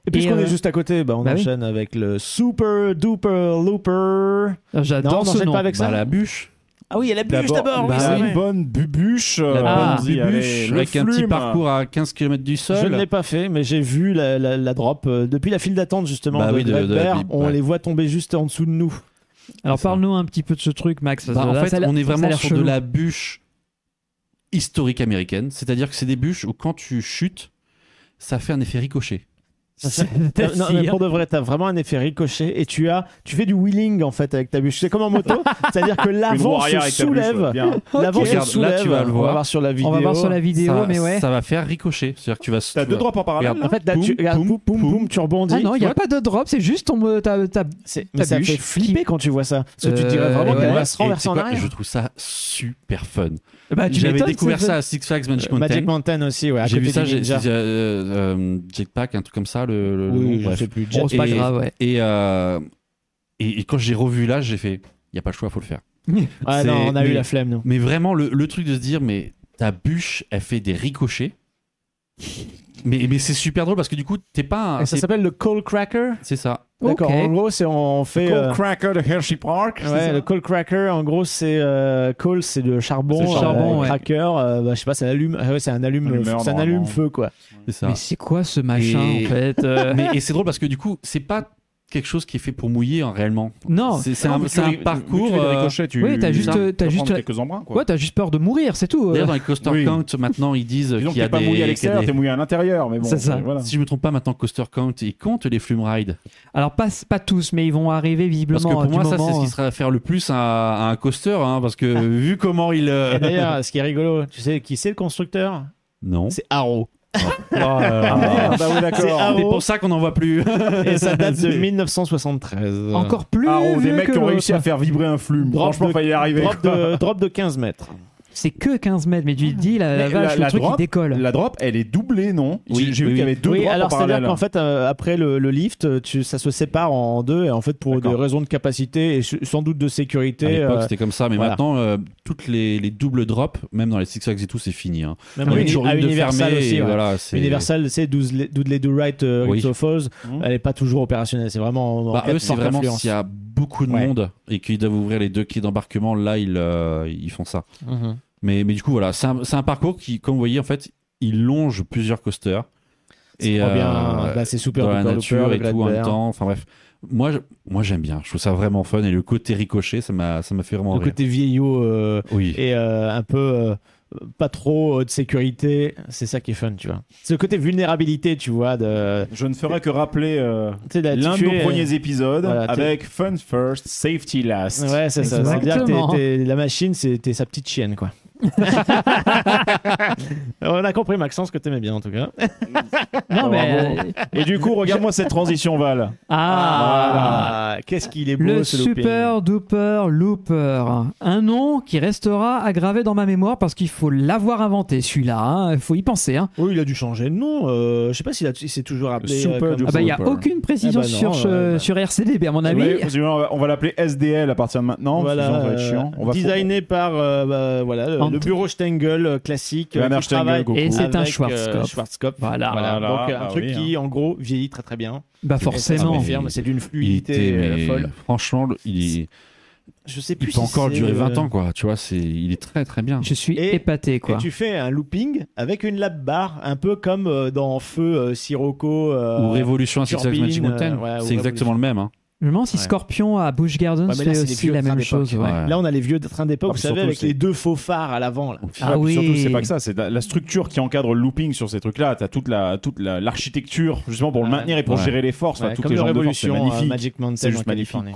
Et puisqu'on euh, est juste à côté, bah, on bah oui. enchaîne avec le Super Duper Looper. Non, Ah, J'adore on ce n'enchaîne nom. pas avec ça. Bah, la bûche. Ah oui, il y a la oui, c'est une vrai. bonne bubuche. euh, bonne allons-y, bûche allez, le avec un petit flume. parcours à 15 km du sol. Je ne l'ai pas fait, mais j'ai vu la, la- la drop euh, depuis la file d'attente justement Bah de oui, de- Greg de- Bear, de- On ouais. les voit tomber juste en dessous de nous. Alors C'est ça. parle-nous un petit peu de ce truc, Max. parce Bah, que en là, fait, ça a l'air- on est ça a vraiment l'air sur chelou. de la bûche historique américaine. C'est-à-dire que c'est des bûches où quand tu chutes, ça fait un effet ricochet. Euh, non, mais C'est-à-dire- pour de vrai, t'as vraiment un effet ricochet et tu as, tu fais du wheeling en fait avec ta bûche. C'est comme en moto, c'est-à-dire que Une roue l'avant se arrière avec ta bûche, ouais, soulève. bien. L'avant se Regarde, là, soulève. tu vas le On va voir. voir sur la vidéo. On va voir sur la vidéo, ça, mais ouais. ça va faire ricochet. C'est-à-dire que tu vas. T'as tu deux vas- droits par parallèle. Regarde. là En fait, là, tu, Poum, regarde, poum, poum, poum, poum. poum, tu rebondis. Ah non, il n'y a What pas de drop, c'est juste ton, euh, ta, ta- C'est- Ta mais ça bûche fait flipper qui- quand tu vois ça. Parce que tu Euh, dirais vraiment Ouais, qu'elle va et se tu sais renverser en quoi, arrière. Je trouve ça super fun. Bah, tu J'avais m'étonnes, découvert c'est- ça à Six Flags Magic Mountain. Euh, Magic Mountain aussi, ouais. à J'ai côté vu ça, du j'ai Ninja. j'ai, euh, euh, Jetpack, un truc comme ça. Le, le- le nom, Oui, je bref. sais plus. Bon, Jet- c'est pas Et- grave, ouais. Et, euh, et, et quand j'ai revu là, j'ai fait, il y a pas le choix, faut le faire. Ah c'est- non, on a eu mais- la flemme, nous. Mais vraiment, le, le truc de se dire, mais ta bûche, elle fait des ricochets. Mais, mais c'est super drôle parce que du coup, t'es pas. un- Et ça t'es- s'appelle le Cold Cracker. C'est ça. D'accord. Ok. En gros, c'est on fait. Cold euh, Cracker de Hershey Park. c'est Ouais, ça le coal cracker, en gros, c'est euh, coal, c'est de charbon, C'est le charbon, ouais. cracker, euh, bah, je sais pas, c'est un allume, ah ouais, c'est un allume, Allumeur, c'est un normalement. allume feu quoi. C'est ça. Mais c'est quoi ce machin Et- en fait euh, Mais- et c'est drôle parce que du coup, c'est pas quelque chose qui est fait pour mouiller hein, réellement. Non, C'est c'est Non, un, mais tu c'est un fais- vu que parcours. tu fais des euh, ricochets, tu- oui, t'as juste, tu t'as vas juste, prendre quelques embruns, quoi. ouais, t'as juste peur de mourir, c'est tout. euh. D'ailleurs, dans les coaster Oui. count, maintenant, ils disent Disons qu'il que y a t'es pas des. mouillé à qu'il y a l'extérieur, des- t'es mouillé à l'intérieur, mais bon. C'est ça. voilà. Si je me trompe pas, maintenant, coaster count, ils comptent les flume rides. Alors pas, pas tous, mais ils vont arriver visiblement. Parce que euh, pour du moi, ça, c'est moment, ce qui sera à faire le plus à, à un coaster, hein, parce que vu comment il. euh, Et D'ailleurs, euh, ce qui est rigolo, tu sais qui c'est le constructeur Non. C'est Arrow. Ah, bah oui, C'est d'accord. C'est Arrow pour ça qu'on n'en voit plus. et ça date de 1973. euh, Encore plus Ah, oh, des vieux mecs que qui ont l'autre. réussi à faire vibrer un flume. Drop Franchement, de- fallait y arriver. Drop de, drop de 15 mètres. C'est que 15 mètres, mais tu te dis, la, la Mais vache, la- la le truc drop, il décolle. La drop, elle est doublée, non Oui, J'ai- J'ai vu qu'il oui, y oui. avait deux oui, drops en alors c'est-à-dire parallèle. qu'en fait, euh, après le, le lift, tu, ça se sépare en deux, et en fait, pour des D'accord. raisons de capacité et su- sans doute de sécurité. À l'époque, euh, c'était comme ça, mais voilà. maintenant, euh, toutes les, les doubles drops, même dans les Six Flags et tout, c'est fini. Hein. même Il y a à une journée à de Universal fermée, aussi. et ouais. voilà, c'est- Universal, c'est Doodley Doodley Do Right, euh, Oui. Rites of Oz, Mhm. elle n'est pas toujours opérationnelle. C'est vraiment en Bah, cas de eux, c'est forte vraiment influence. s'il y a beaucoup de Ouais. monde et qu'ils doivent ouvrir les deux quais d'embarquement, là, ils, euh, ils font ça. Mhm. Mais, mais du coup, voilà, c'est un, c'est un parcours qui, comme vous voyez, en fait, il longe plusieurs coasters. C'est trop bien. Bah, c'est super euh, dans la Duper nature Looper, et le Great tout en même Bear. temps. Enfin bref, moi, je- moi j'aime bien. Je trouve ça vraiment fun et le côté ricochet, ça m'a, ça m'a fait vraiment hein. Le rire. côté vieillot euh, Oui. et euh, un peu euh, pas trop euh, de sécurité, c'est ça qui est fun, tu vois. C'est le côté vulnérabilité, tu vois. De, Je ne ferai que rappeler euh, tu sais, la- l'un de tu nos es- premiers épisodes Voilà, t'es- avec Fun First, Safety Last. Ouais, c'est ça. C'est-à-dire que Exactement. t'es- t'es- la machine, c'est t'es sa petite chienne, quoi. On a compris, Maxence, que t'aimais bien en tout cas. Non, mais. euh, Et du coup, regarde-moi cette transition, Val. Ah Ah, Qu'est-ce qu'il est beau Le ce looping. Super Duper Looper. Un nom qui restera aggravé dans ma mémoire parce qu'il faut l'avoir inventé celui-là. hein. Il faut y penser. hein. Oui, il a dû changer de nom. euh, je sais pas s'il a- il s'est toujours appelé. euh, Super comme Duper. Ah bah, il n'y a Looper. aucune précision Eh ben non, sur, euh, euh, sur RCDB, à mon avis. Ouais, on va- euh, on va l'appeler SDL à partir de maintenant. Voilà, sinon ça va être euh, chiant. On va designé par euh, bah, voilà, le, Ant- le bureau Stengel euh, classique. euh, Werner qui travaille Stengel, Goku. Et c'est un avec, Schwarzkopf. euh, Schwarzkopf. Voilà. Voilà. Donc euh, bah un truc oui, qui, en gros, vieillit très très bien. Bah Et ça se forcément. confirme, c'est d'une Il fluidité était, mais, euh, folle. Franchement, le- il est- je sais Il plus peut si encore c'est, durer 20 euh, ans, quoi. Tu vois, c'est, il est très très bien. Je suis Et- épaté, quoi. Et tu fais un looping avec une lap bar, un peu comme euh, dans Feu, euh, Sirocco. euh, Ou Révolution à Six Flags Turbine, Magic Mountain, euh, ouais, ou c'est exactement Révolution. le même. hein. Je me demande si Ouais. Scorpion à Bush Gardens Ouais, mais là, fait c'est les aussi vieux la trains même d'époque. chose. ouais. Ouais. Là, on a les vieux trains d'époque, Ah, vous puis savez, surtout, avec c'est- les deux faux phares à l'avant. là. Ah Ouais, puis oui. Surtout, c'est pas que ça, c'est la, la structure qui encadre le looping sur ces trucs-là. T'as toute la toute la- l'architecture justement pour le Ouais. maintenir et pour Ouais. gérer les forces. Ouais, Enfin, toutes comme les le jambes de force, Révolution, c'est euh, magnifique. Magic Mountain. c'est juste en magnifique, Californie.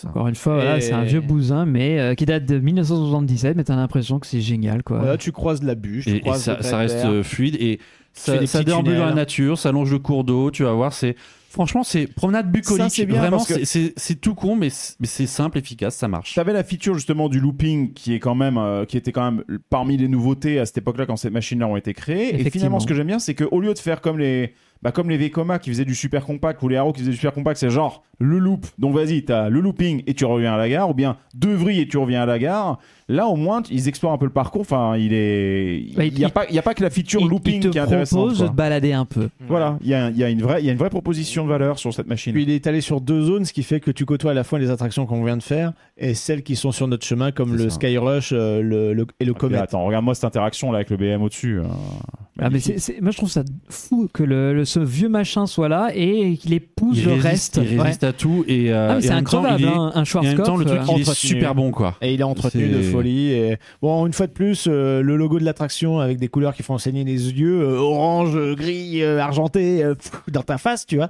quoi. Encore une fois, voilà, Et- c'est un vieux bousin, mais euh, qui date de 1977, mais t'as l'impression que c'est génial, quoi. Voilà, tu croises la bûche, tu Et, et croises ça, le ça reste cratère. euh, fluide et fais ça, des ça petits déambule dans la tunnels. nature, ça longe le cours d'eau. Tu vas voir, c'est franchement, c'est promenade bucolique. Ça, c'est bien, Vraiment, parce que- c'est- c'est c'est tout con, mais c'est mais c'est simple, efficace, ça marche. T'avais la feature justement du looping qui est quand même euh, qui était quand même parmi les nouveautés à cette époque-là quand ces machines-là ont été créées. Et Effectivement. finalement, ce que j'aime bien, c'est que au lieu de faire comme les bah, comme les Vekoma qui faisaient du super compact ou les Haro qui faisaient du super compact, c'est genre le loop. Donc vas-y, t'as le looping et tu reviens à la gare, ou bien deux vrilles et tu reviens à la gare. Là, au moins, t- ils explorent un peu le parcours. Enfin, il est il Ouais, y a il- pas il y a pas que la feature Il- looping il te qui est intéressante. propose de quoi. Mm. te balader un peu. Voilà, il y a, il y a une vraie il y a une vraie proposition de valeur sur cette machine. Puis il est allé sur deux zones, ce qui fait que tu côtoies à la fois les attractions qu'on vient de faire et celles qui sont sur notre chemin, comme C'est le ça. Skyrush euh, le, le- Ah, et le puis là, Comet. attends, regarde-moi cette interaction là avec le BM au-dessus. euh, Ah, mais magnifique. c'est, c'est- moi, je trouve ça fou que le, le- ce vieux machin soit là et qu'il épouse le résiste, reste. il résiste à tout et, euh, Ah, mais et c'est en même temps, il incroyable, est- hein, un et en même Schwarzkopf. temps, le truc, euh, il est entretenu. super bon, quoi. Et il est entretenu de C'est- folie. Et... Bon, une fois de plus, euh, le logo de l'attraction avec des couleurs qui font saigner les yeux, euh, orange, euh, gris, euh, argenté, euh, pff, dans ta face, tu vois.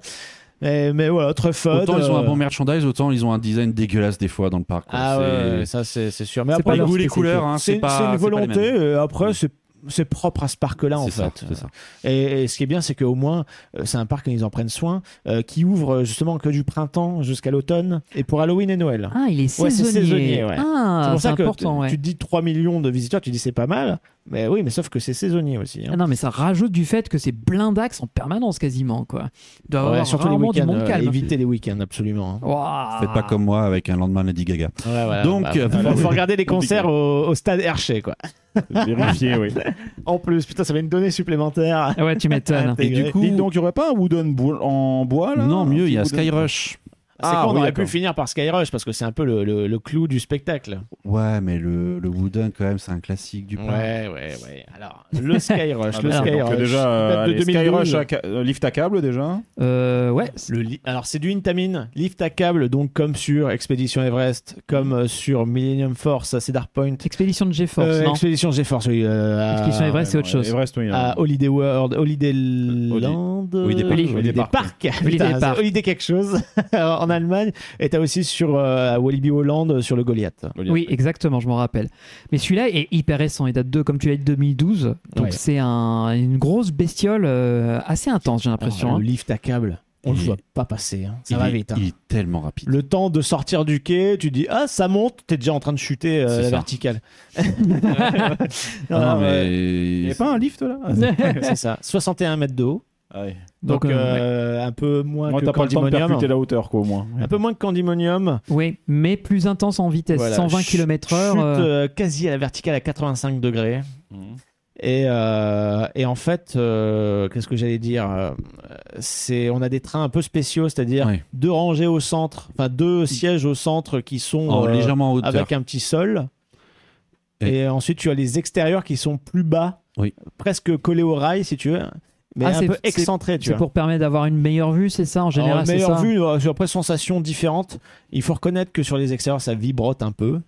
Et- mais voilà, très fun. Autant ils ont un euh, bon merchandise, autant ils ont un design dégueulasse des fois dans le parc. quoi. Ah ouais, C'est- ouais, ça c'est c'est sûr. Mais C'est après, pas les leur goûts, les spécificité. couleurs, hein, c'est c'est une- pas c'est une c'est pas les mêmes. volonté. euh, après, Mm. c'est c'est propre à ce parc-là en C'est ça, fait. c'est ça. Et, et ce qui est bien, c'est qu'au moins, euh, c'est un parc où ils en prennent soin, euh, qui ouvre euh, justement que du printemps jusqu'à l'automne et pour Halloween et Noël. Ah, il est saisonnier. Ouais, c'est saisonnier, ouais. Ah, c'est, que important, tu, ouais. tu te dis 3 millions de visiteurs, tu dis c'est pas mal, mais oui, mais sauf que c'est saisonnier aussi. hein. Ah non, mais ça rajoute du fait que c'est blindax en permanence quasiment, quoi. Il doit y Ouais, avoir surtout les rarement Ah, du week-ends, monde euh, calme. éviter les week-ends absolument. hein. Waouh. Faites pas comme moi avec un lendemain Lady Gaga. Ouais, voilà, Donc, bah, euh, bah, voilà. faut regarder les concerts au, au stade Hershey quoi. Vérifier, oui. En plus, putain, ça va une donnée supplémentaire. Ah Ouais, tu m'étonnes. Et du coup, Dites donc, il n'y aurait pas un wooden boule en bois là non, mieux, il y a Un petit wooden- Skyrush. C'est Ah, qu'on oui, aurait d'accord. pu finir par Skyrush parce que c'est un peu le, le- le clou du spectacle. Ouais, mais le, le Wooden, quand même, c'est un classique du parc. Ouais, ouais, ouais. Alors, le Skyrush, Ah, le bah, donc, Skyrush. déjà, il date euh, de allez, 2012. Skyrush à ca- euh, lift à câble déjà. Euh, ouais. Le li- Alors, c'est du Intamin, lift à câble, donc comme sur Expédition Everest, comme euh, sur Millennium Force à Cedar Point. Expédition de GeForce, Euh, non Expédition GeForce, oui. euh, à- Expédition Everest, c'est autre chose. Everest, oui. hein. À Holiday World, Holiday Land, Holiday Park. Holiday Holiday Park, Park. Holiday Putain, Park. Holiday quelque chose en Allemagne. Et t'as aussi sur euh, à Walibi Holland euh, sur le Goliath. Oui, exactement, je m'en rappelle. Mais celui-là est hyper récent, il date de, comme tu l'as dit, 2012. Donc Ouais. c'est un- une grosse bestiole euh, assez intense, j'ai l'impression. Alors, hein. Ah, Le lift à câble, on le Il- voit pas passer. hein. il Ça va est, vite. hein. Il est tellement rapide. Le temps de sortir du quai, tu dis ah ça monte, t'es déjà en train de chuter euh, C'est ça. la verticale. Ah Non, non, mais. Il n'y avait pas un lift là Ah C'est ça. 61 mètres de haut, Donc, donc, euh, euh, un peu moins Moi, Ah, que t'as pas le temps de Candimonium. percuter la hauteur quoi au moins. Un peu moins que Candimonium. Oui, mais plus intense en vitesse, Voilà. 120 Chut- km/h. Chute euh, euh, quasi à la verticale à 85 degrés. Mhm. Et, euh, et en fait, euh, qu'est-ce que j'allais dire Euh, C'est on a des trains un peu spéciaux, c'est-à-dire Ouais. deux rangées au centre, enfin deux sièges au centre qui sont En euh, légèrement en hauteur. avec un petit sol. Et, ensuite, tu as les extérieurs qui sont plus bas, Oui. presque collés au rail, si tu veux, mais Ah, un c'est- peu c'est- excentrés, tu C'est vois. pour permettre d'avoir une meilleure vue, c'est ça en général Alors, c'est meilleure ça hein. vue, euh, sur après sensation différente. Il faut reconnaître que sur les extérieurs, ça vibrote un peu.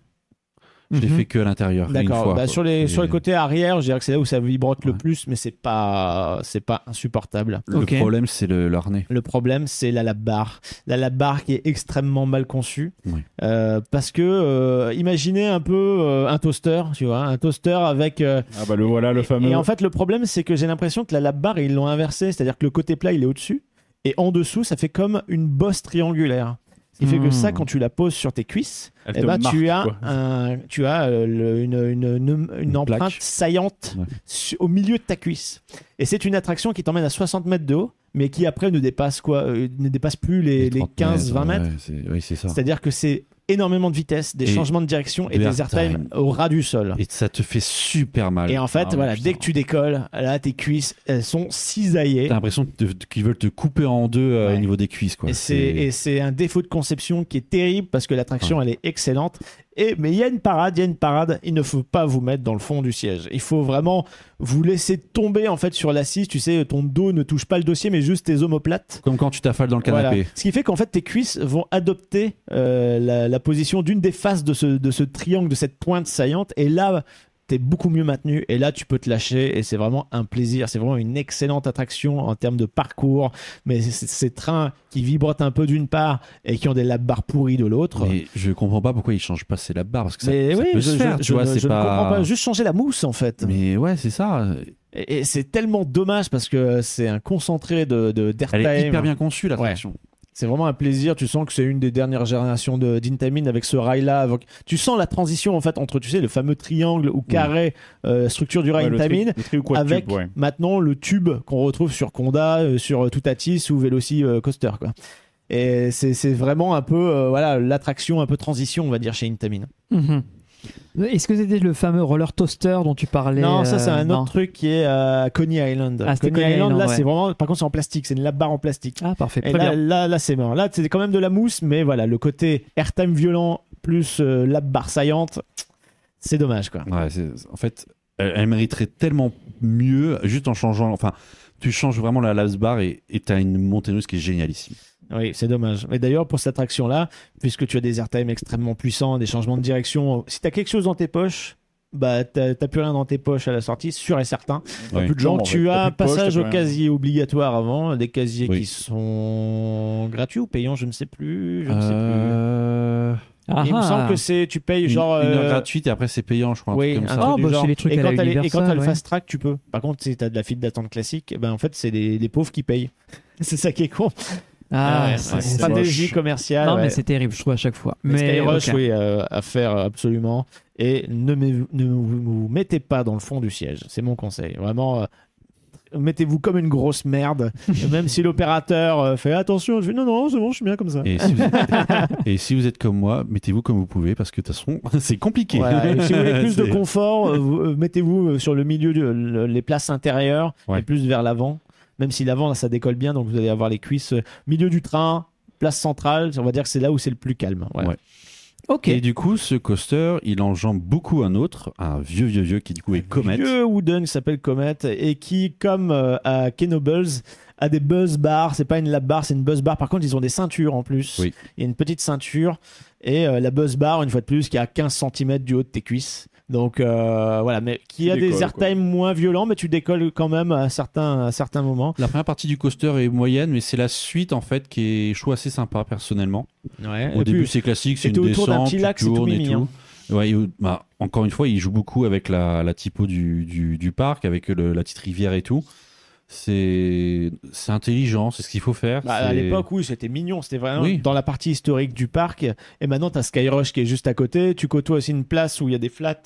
Je l'ai Mhm. fait que à l'intérieur. une D'accord. fois, Bah, quoi. sur les Et sur les côtés arrière, je dirais que c'est là où ça vibrote le Ouais. plus, mais c'est pas c'est pas insupportable. Le Ok. problème, c'est le harnais. Le problème, c'est la lap barre. La lap barre qui est extrêmement mal conçue. Oui. Euh, parce que, euh, imaginez un peu euh, un toaster, tu vois, un toaster avec. euh, Ah bah le voilà le fameux. Et en fait, le problème, c'est que j'ai l'impression que la lap barre, ils l'ont inversé. C'est-à-dire que le côté plat, il est au-dessus. Et en dessous, ça fait comme une bosse triangulaire. Ce qui fait que Mmh. ça, quand tu la poses sur tes cuisses, Elle eh te ben, tu, as marque, quoi. un, tu as euh, le- une, une- une- une Une empreinte plaque. saillante Ouais. su- au milieu de ta cuisse. Et c'est une attraction qui t'emmène à 60 mètres de haut, mais qui après ne dépasse, quoi, euh, ne dépasse plus les, les 15-20 mètres. Oui, c'est ça. C'est-à-dire que c'est énormément de vitesse, des Et changements de direction et de des airtime airtime. au ras du sol. Et ça te fait super mal. Et en fait, Ah, voilà, putain. dès que tu décolles, là, tes cuisses, elles sont cisaillées. T'as l'impression de- de- qu'ils veulent te couper en deux euh, Ouais. au niveau des cuisses. Quoi. Et c'est- et c'est un défaut de conception qui est terrible parce que l'attraction elle est excellente Et, mais il y a une parade, il y a une parade. Il ne faut pas vous mettre dans le fond du siège. Il faut vraiment vous laisser tomber en fait sur l'assise. Tu sais, ton dos ne touche pas le dossier, mais juste tes omoplates. Comme quand tu t'affales dans le canapé. Voilà. Ce qui fait qu'en fait, tes cuisses vont adopter euh, la, la position d'une des faces de ce, de ce triangle, de cette pointe saillante. Et là, t'es beaucoup mieux maintenu. Et là, tu peux te lâcher. Et c'est vraiment un plaisir. C'est vraiment une excellente attraction en termes de parcours. Mais c- ces trains qui vibrotent un peu d'une part et qui ont des lap barres pourries de l'autre. Mais je comprends pas pourquoi ils changent pas c'est la barre parce que ça, Mais ça oui, peut je, se faire, je- tu je vois, ne, c'est je ne pas... comprends pas. Juste changer la mousse, en fait. Mais ouais, c'est ça. Et, et c'est tellement dommage parce que c'est un concentré de, de Elle est d'airtime. hyper bien conçue la Ouais. fonction. C'est vraiment un plaisir. Tu sens que c'est une des dernières générations de- d'Intamin avec ce rail-là. avec- Tu sens la transition en fait entre tu sais le fameux triangle ou carré euh, structure du rail Ouais, le tri- Intamin le tri ou quadruple, avec ouais. maintenant le tube qu'on retrouve sur Conda, euh, sur euh, Toutatis ou Veloci euh, Coaster quoi. Et c'est c'est vraiment un peu euh, voilà l'attraction un peu transition on va dire chez Intamin. Mhm. Est-ce que c'était le fameux roller toaster dont tu parlais Non, ça c'est euh, un autre non. truc qui est à Coney Island. Ah, c'était Coney Coney Island, Island, là ouais. c'est vraiment par contre c'est en plastique, c'est une lap barre en plastique. Ah, parfait. Et très là, bien. là, là, c'est mort. Là, c'est quand même de la mousse, mais voilà, le côté airtime violent plus euh, la barre saillante, c'est dommage, quoi. Ouais, c'est- en fait, elle, elle mériterait tellement mieux juste en changeant. Enfin, tu changes vraiment la last bar et et t'as une montée russe qui est génialissime. Oui, c'est dommage. Mais d'ailleurs, pour cette attraction-là, puisque tu as des airtime extrêmement puissants, des changements de direction, si t'as quelque chose dans tes poches, bah, t'as t'as plus rien dans tes poches à la sortie, sûr et certain. Ouais. Plus de jambes, Donc, en fait. tu T'as as un plus de poche, passage t'as au plus rien. casier obligatoire avant, des casiers Oui. qui sont gratuits ou payants, je ne sais plus. Je ne sais plus. Euh, Ah, Il me ah. semble que c'est, tu payes une, genre. une heure euh, gratuite et après c'est payant, je crois. un oui, truc comme un ça. truc Ah, du bah, genre. c'est les trucs et à quand la t'as les- et quand Universal, t'as le ouais. fast track, tu peux. Par contre, si t'as de la file d'attente classique, ben en fait, c'est les, les pauvres qui payent. c'est ça qui est con. Ah, Ouais, c'est- c'est une c'est- stratégie commerciale. non, ouais. mais c'est terrible, je trouve, à chaque fois. Mais Mais Skyrush, ok. oui, euh, à faire euh, absolument. Et ne, me- ne vous, vous mettez pas dans le fond du siège. C'est mon conseil. Vraiment, euh, mettez-vous comme une grosse merde. même si l'opérateur euh, fait attention, je fais non, non, c'est bon, je suis bien comme ça. Et si, vous êtes, et si vous êtes comme moi, mettez-vous comme vous pouvez parce que de toute façon, c'est compliqué. Voilà, et si vous voulez plus de C'est- confort, euh, vous- euh, mettez-vous euh, sur le milieu, du- le- les places intérieures, Ouais. et plus vers l'avant. Même si l'avant, là, ça décolle bien, donc vous allez avoir les cuisses euh, milieu du train, place centrale. On va dire que c'est là où c'est le plus calme. Voilà. Ouais. Ok. Et du coup, ce coaster, il enjambe beaucoup un autre, un vieux, vieux, vieux qui du coup est Comet. Vieux Wooden qui s'appelle Comet et qui, comme euh, à Kenobles, a des buzz bars. C'est pas une lap bar, c'est une buzz bar. Par contre, ils ont des ceintures en plus. Oui. Il y a une petite ceinture et euh, la buzz bar, une fois de plus, qui est à 15 cm du haut de tes cuisses. Donc euh, voilà, mais qui Qui a des décolle, airtime moins violents, mais tu décolles quand même à certains, à certains moments. La première partie du coaster est moyenne, mais c'est la suite en fait qui est, je trouve, assez sympa personnellement. Au Et début, puis, c'est classique, c'est et t'es une autour d'un descente, petit tu lac, c'est tout tournes et mimi, hein. tout. Ouais, et, bah, encore une fois, il joue beaucoup avec la, la typo du, du, du parc, avec le- la petite rivière et tout. C'est c'est intelligent, c'est ce qu'il faut faire. Bah, à c'est- l'époque, oui, c'était mignon. C'était vraiment Oui. dans la partie historique du parc. Et maintenant, tu as Skyrush qui est juste à côté. Tu côtoies aussi une place où il y a des flats,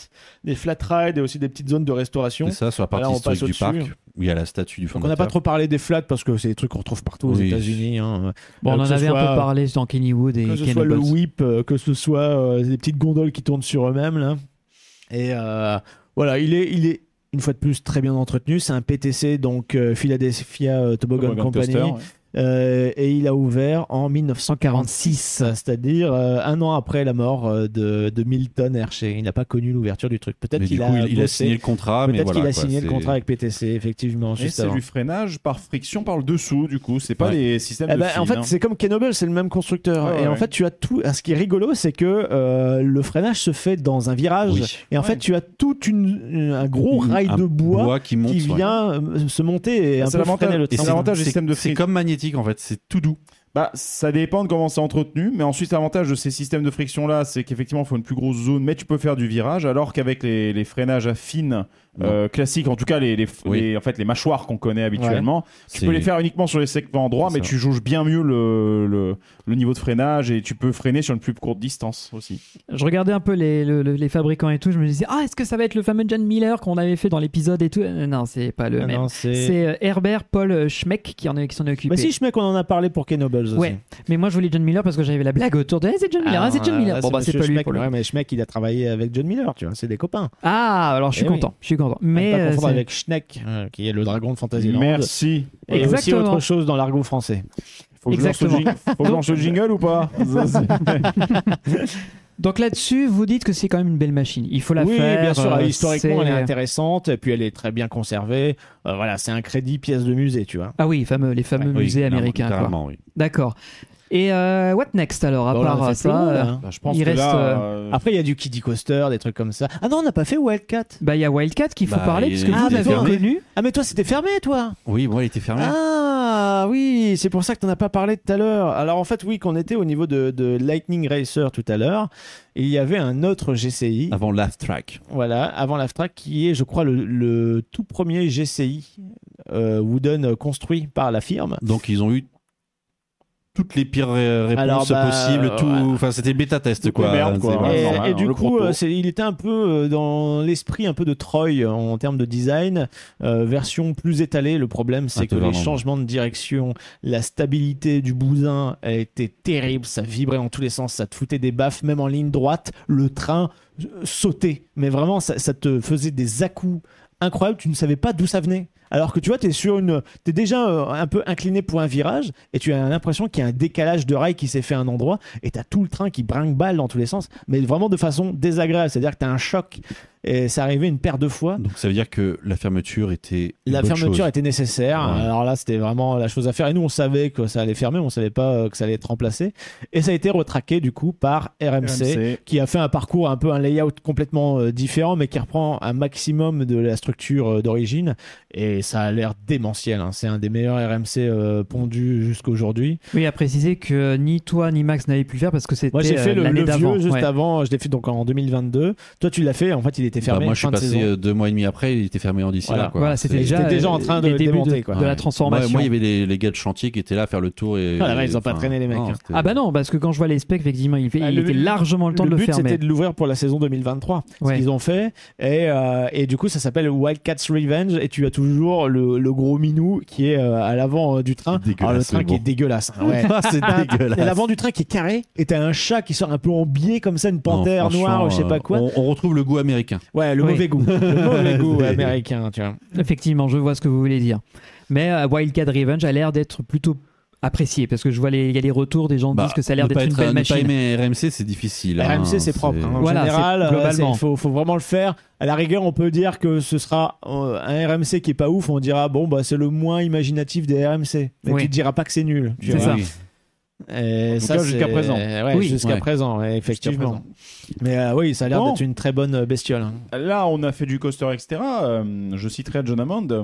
des flat rides et aussi des petites zones de restauration. c'est ça, sur la partie Voilà, on passe historique du parc, au-dessus. hein. où il y a la statue du Donc, fondateur. on n'a pas trop parlé des flats parce que c'est des trucs qu'on retrouve partout aux Oui. États-Unis. hein. Bon, Euh, on que en ce avait un soit- peu parlé dans Kennywood et Que ce soit le Cannibals. whip, euh, que ce soit euh, des petites gondoles qui tournent sur eux-mêmes. Là. Et euh, voilà, il est, il est une fois de plus très bien entretenu. C'est un PTC, donc euh, Philadelphia euh, Toboggan, Toboggan Company. Coaster, ouais. Euh, et il a ouvert en 1946, c'est-à-dire euh, un an après la mort euh, de, de Milton Hershey. Il n'a pas connu l'ouverture du truc. Peut-être Mais du qu'il coup, a, il, il a bossé. signé le contrat, mais Peut-être voilà. qu'il a quoi, signé le c'est- contrat avec PTC, effectivement, Et juste c'est avant. du freinage par friction par le dessous, du coup. C'est pas Ouais. des systèmes Eh de ben, en fil, fait, hein. c'est comme Kenobel, c'est le même constructeur. Ouais, et ouais, en ouais. fait, tu as tout. ah, Ce qui est rigolo, c'est que euh, le freinage se fait dans un virage. Oui. Et en Ouais. fait, tu as tout une, un gros rail Un de bois, qui monte. qui ouais. vient euh, se monter et Ah, un c'est peu freiner le l'avantage- et train. c'est l'avantage du C'est- système de C'est frise. comme magnétique en fait, c'est tout doux. Bah, ça dépend de comment c'est entretenu, mais ensuite l'avantage de ces systèmes de friction là, c'est qu'effectivement il faut une plus grosse zone, mais tu peux faire du virage, alors qu'avec les, les freinages à fine euh, classiques, en tout cas les, les, Oui. les- en fait les mâchoires qu'on connaît habituellement, tu C'est- peux les faire uniquement sur les segments droits, C'est mais ça. tu jauges bien mieux le, le, le niveau de freinage et tu peux freiner sur une plus courte distance aussi. Je regardais un peu les, le- le- les fabricants et tout, je me disais, ah, est-ce que ça va être le fameux John Miller qu'on avait fait dans l'épisode et tout Euh, Non, c'est pas le Ah même. non, c'est. C'est euh, Herbert Paul Schmeck qui en est- qui s'en est, occupé. Bah si, je mets qu'on en a parlé pour Kenobel. Ouais, mais moi je voulais John Miller parce que j'avais la blague autour de Eh, c'est John Miller, Ah, ah, c'est John là, Miller. là, Bon bah c'est monsieur pas lui Schmeck. pour le Ouais, mais Schmeck, il a travaillé avec John Miller, tu vois, c'est des copains. Ah, alors je suis Eh oui. content, je suis content. Mais Mais pas euh, confondre c'est- avec Schneck, euh, qui est le dragon de Fantasyland. Merci. Et aussi Exactement. autre chose dans l'argot français. Faut que je lance le Exactement. jing- faut que je lance le jingle ou pas Donc là-dessus, vous dites que c'est quand même une belle machine. Il faut la oui, faire. bien sûr, euh, historiquement, c'est- elle est intéressante, et puis elle est très bien conservée. Euh, voilà, c'est un crédit pièce de musée, tu vois. Ah oui, les fameux, les fameux Oui, musées clairement- américains. quoi. clairement, oui. D'accord. Et euh, what next alors, à Bon, là, Bah, on a part fait ça le monde, euh, hein. Bah, je pense il que reste, là, euh, euh, Après, il y a du Kiddy Coaster, des trucs comme ça. Ah non, on n'a pas fait Wildcat. Bah, il y a Wildcat qu'il faut Bah, parler, il- puisque il vous est l'avez fermé. connu. Ah, mais toi, c'était fermé, toi Oui, bon, elle était fermée. Ah oui, c'est pour ça que t'en as pas parlé tout à l'heure. Alors en fait, oui, qu'on était au niveau de, de Lightning Racer tout à l'heure, et il y avait un autre GCI, Ah Avant Laugh Track. voilà, avant l'Aftrack, qui est, je crois, le, le tout premier GCI euh, Wooden euh, construit par la firme. Donc ils ont eu toutes les pires ré- Alors, réponses bah, possibles. Tout, voilà. enfin, c'était bêta test Toutes les quoi. merdes, quoi. Ouais, C'est et, vraiment- normal, et hein, du le coup, proto. euh, c'est- il était un peu euh, dans l'esprit un peu de Troy euh, en termes de design, euh, version plus étalée. Le problème, c'est Ah, que les totalement. changements de direction, la stabilité du bousin elle était terrible. Ça vibrait en tous les sens, ça te foutait des baffes, même en ligne droite. Le train euh, sautait, mais vraiment, ça, ça te faisait des à incroyables. Tu ne savais pas d'où ça venait. Alors que tu vois, t'es sur une, t'es déjà euh, un peu incliné pour un virage et tu as l'impression qu'il y a un décalage de rail qui s'est fait à un endroit et t'as tout le train qui brinque-balle dans tous les sens, mais vraiment de façon désagréable. C'est-à-dire que t'as un choc et c'est arrivé une paire de fois. Donc ça veut dire que la fermeture était. une La bonne fermeture chose. était nécessaire. Ouais. Alors là, c'était vraiment la chose à faire. Et nous, on savait que ça allait fermer, on savait pas euh, que ça allait être remplacé. Et ça a été retraqué du coup par RMC RMC. qui a fait un parcours un peu un layout complètement euh, différent mais qui reprend un maximum de la structure euh, d'origine et ça a l'air démentiel hein. c'est un des meilleurs RMC euh, pondus jusqu'à aujourd'hui Oui, à préciser que ni toi ni Max n'avez pu le faire parce que c'était moi j'ai fait euh, le, l'année le d'avant. vieux juste ouais. avant je l'ai fait donc en 2022 toi tu l'as fait en fait il était fermé Bah, moi, je suis fin de passé saison. euh, deux mois et demi après. Il était fermé en d'ici Voilà. là. quoi. Voilà, c'était C'est- déjà, C'était déjà en euh, train de les débuts démonter, de, quoi. de la transformation. Moi, moi, il y avait les, les gars de chantier qui étaient là à faire le tour et. Ah, la vache, ils ont pas enfin, traîné, les mecs, hein. c'était- Ah bah non, parce que quand je vois les specs, effectivement, il, fait- Ah, il le- était largement le temps de le le but faire. c'était mais- de l'ouvrir pour la saison 2023 Ouais. ce qu'ils ont fait et, euh, et du coup ça s'appelle Wildcats Revenge et tu as toujours le, le gros minou qui est euh, à l'avant euh, du train Dégueulasse, Alors, le train mais qui est bon. dégueulasse hein, ouais. Ah, c'est dégueulasse. T'as l'avant du train qui est carré et t'as un chat qui sort un peu en biais comme ça, une Non, panthère franchement, noire, je sais pas quoi. euh, On, on retrouve le goût américain. Ouais, le Oui. mauvais goût. Le mauvais goût américain, tu vois. Effectivement, je vois ce que vous voulez dire. Mais euh, Wildcat Revenge a l'air d'être plutôt apprécié parce que je vois les, il y a les retours des gens qui Bah, disent que ça a l'air ne pas d'être une être- ne belle pas machine. aimer RMC, c'est difficile. hein, RMC, c'est propre. hein. En Voilà, c'est général, euh, c'est- globalement. il faut, faut vraiment le faire. À la rigueur, on peut dire que ce sera euh, un RMC qui est pas ouf. On dira, bon, bah, c'est le moins imaginatif des RMC. Mais Oui. tu te diras pas que c'est nul. tu C'est vois. ça. Oui. Et En tout ça, cas, jusqu'à c'est- présent. Ouais, Oui. jusqu'à Ouais. présent, ouais, effectivement. présent. Mais euh, oui, ça a l'air Bon. d'être une très bonne euh, bestiole. hein. Là, on a fait du coaster, etc. Euh, je citerai John Hammond. euh,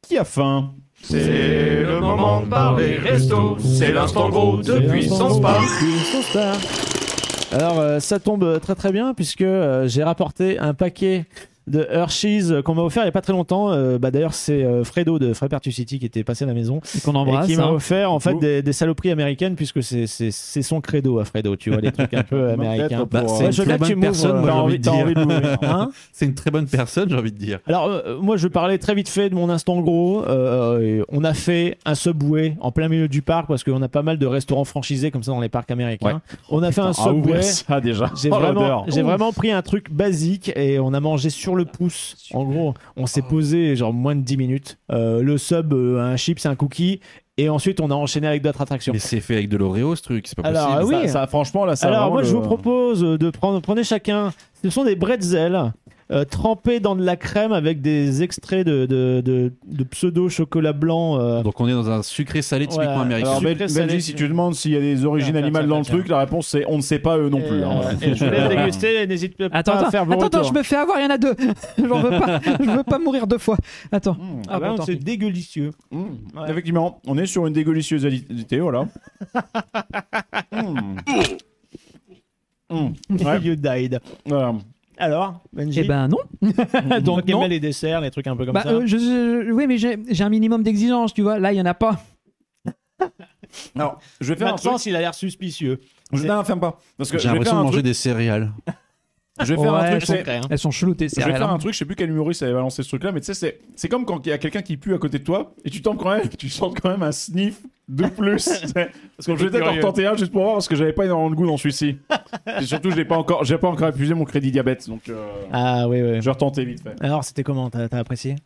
Qui a faim C'est le moment de parler resto, c'est l'instant gros de puissance Puissance Park. Alors, euh, ça tombe très très bien puisque euh, j'ai rapporté un paquet de Hershey's euh, qu'on m'a offert il n'y a pas très longtemps. Euh, bah, D'ailleurs, c'est euh, Fredo de Frappertus City qui était passé à la maison Et qu'on embrasse. et qui m'a hein. offert en fait Ouh. des, des saloperies américaines puisque c'est- c'est c'est son credo à Fredo, tu vois, les trucs un peu américains. Bah, c'est Ouais, une je veux très bien que tu bonne m'ouvres, personne, moi, euh, j'ai t'as envie de T'as dire. envie de l'ouvrir. Hein C'est une très bonne personne, j'ai envie de dire. Alors, euh, moi, je parlais très vite fait de mon instant gros. Euh, euh, on a fait un subway en plein milieu du parc parce qu'on a pas mal de restaurants franchisés comme ça dans les parcs américains. On a fait un Ah, ouvrir subway. ça déjà. J'ai Oh, vraiment, l'odeur. j'ai vraiment pris un truc basique et on a mangé sur le pouce. En gros, on s'est posé genre moins de 10 minutes. Euh, le sub, euh, un chips, un cookie. Et ensuite, on a enchaîné avec d'autres attractions. Mais c'est fait avec de l'Oreo, ce truc, c'est pas Alors, possible. Ah oui. Ça, ça, franchement, là, ça a Alors, vraiment moi, je le- vous propose de prendre, prenez chacun. Ce sont des bretzels euh, trempés dans de la crème avec des extraits de, de, de, de pseudo chocolat blanc. euh, Donc on est dans un sucré salé typiquement Voilà. américain. Alors, Sucré, Bel- salé, Belgique, si tu demandes s'il y a des origines Tiens, tiens, animales dans le tiens, truc, la réponse c'est on ne sait pas eux non plus. et, hein. euh, et je vous laisse déguster. N'hésite pas Attends, à attends, faire vos attends, attends, retours. je me fais avoir, il y en a deux. J'en veux pas, je veux pas mourir deux fois. Attends. Mmh. Ah, Ah bon, bah, tant c'est pis. délicieux. Mmh. Effectivement, on est sur une dégolicieuse vidéo là. Mmh. Mmh. Ouais, You died. voilà. Alors, Benji, Eh ben non. donc donc non. les desserts, les trucs un peu comme Bah, ça. euh, je- je- oui, mais j'ai j'ai un minimum d'exigence, tu vois. Là, il y en a pas. Alors, je vais faire un Vincent, truc. il a l'air suspicieux. Je... Non, ferme pas. Parce que J'ai je vais l'impression faire de un manger truc. des céréales. Je vais faire Ouais, un truc. elles c'est- Concret, hein. Elles sont cheloues tes Je vais céréales. faire hein. un truc, je sais plus quel humoriste avait balancé ce truc là, mais tu sais, c'est- c'est comme quand il y a quelqu'un qui pue à côté de toi et tu tombes quand même, tu sens quand même un sniff de plus. parce que je vais peut-être en curieux. retenter un juste pour voir parce que j'avais pas énormément de goût dans celui-ci. et surtout, je n'ai pas encore, j'ai pas encore épuisé mon crédit diabète, donc euh, Ah oui, oui. je vais retenter vite fait. Alors, c'était comment T'as t'as apprécié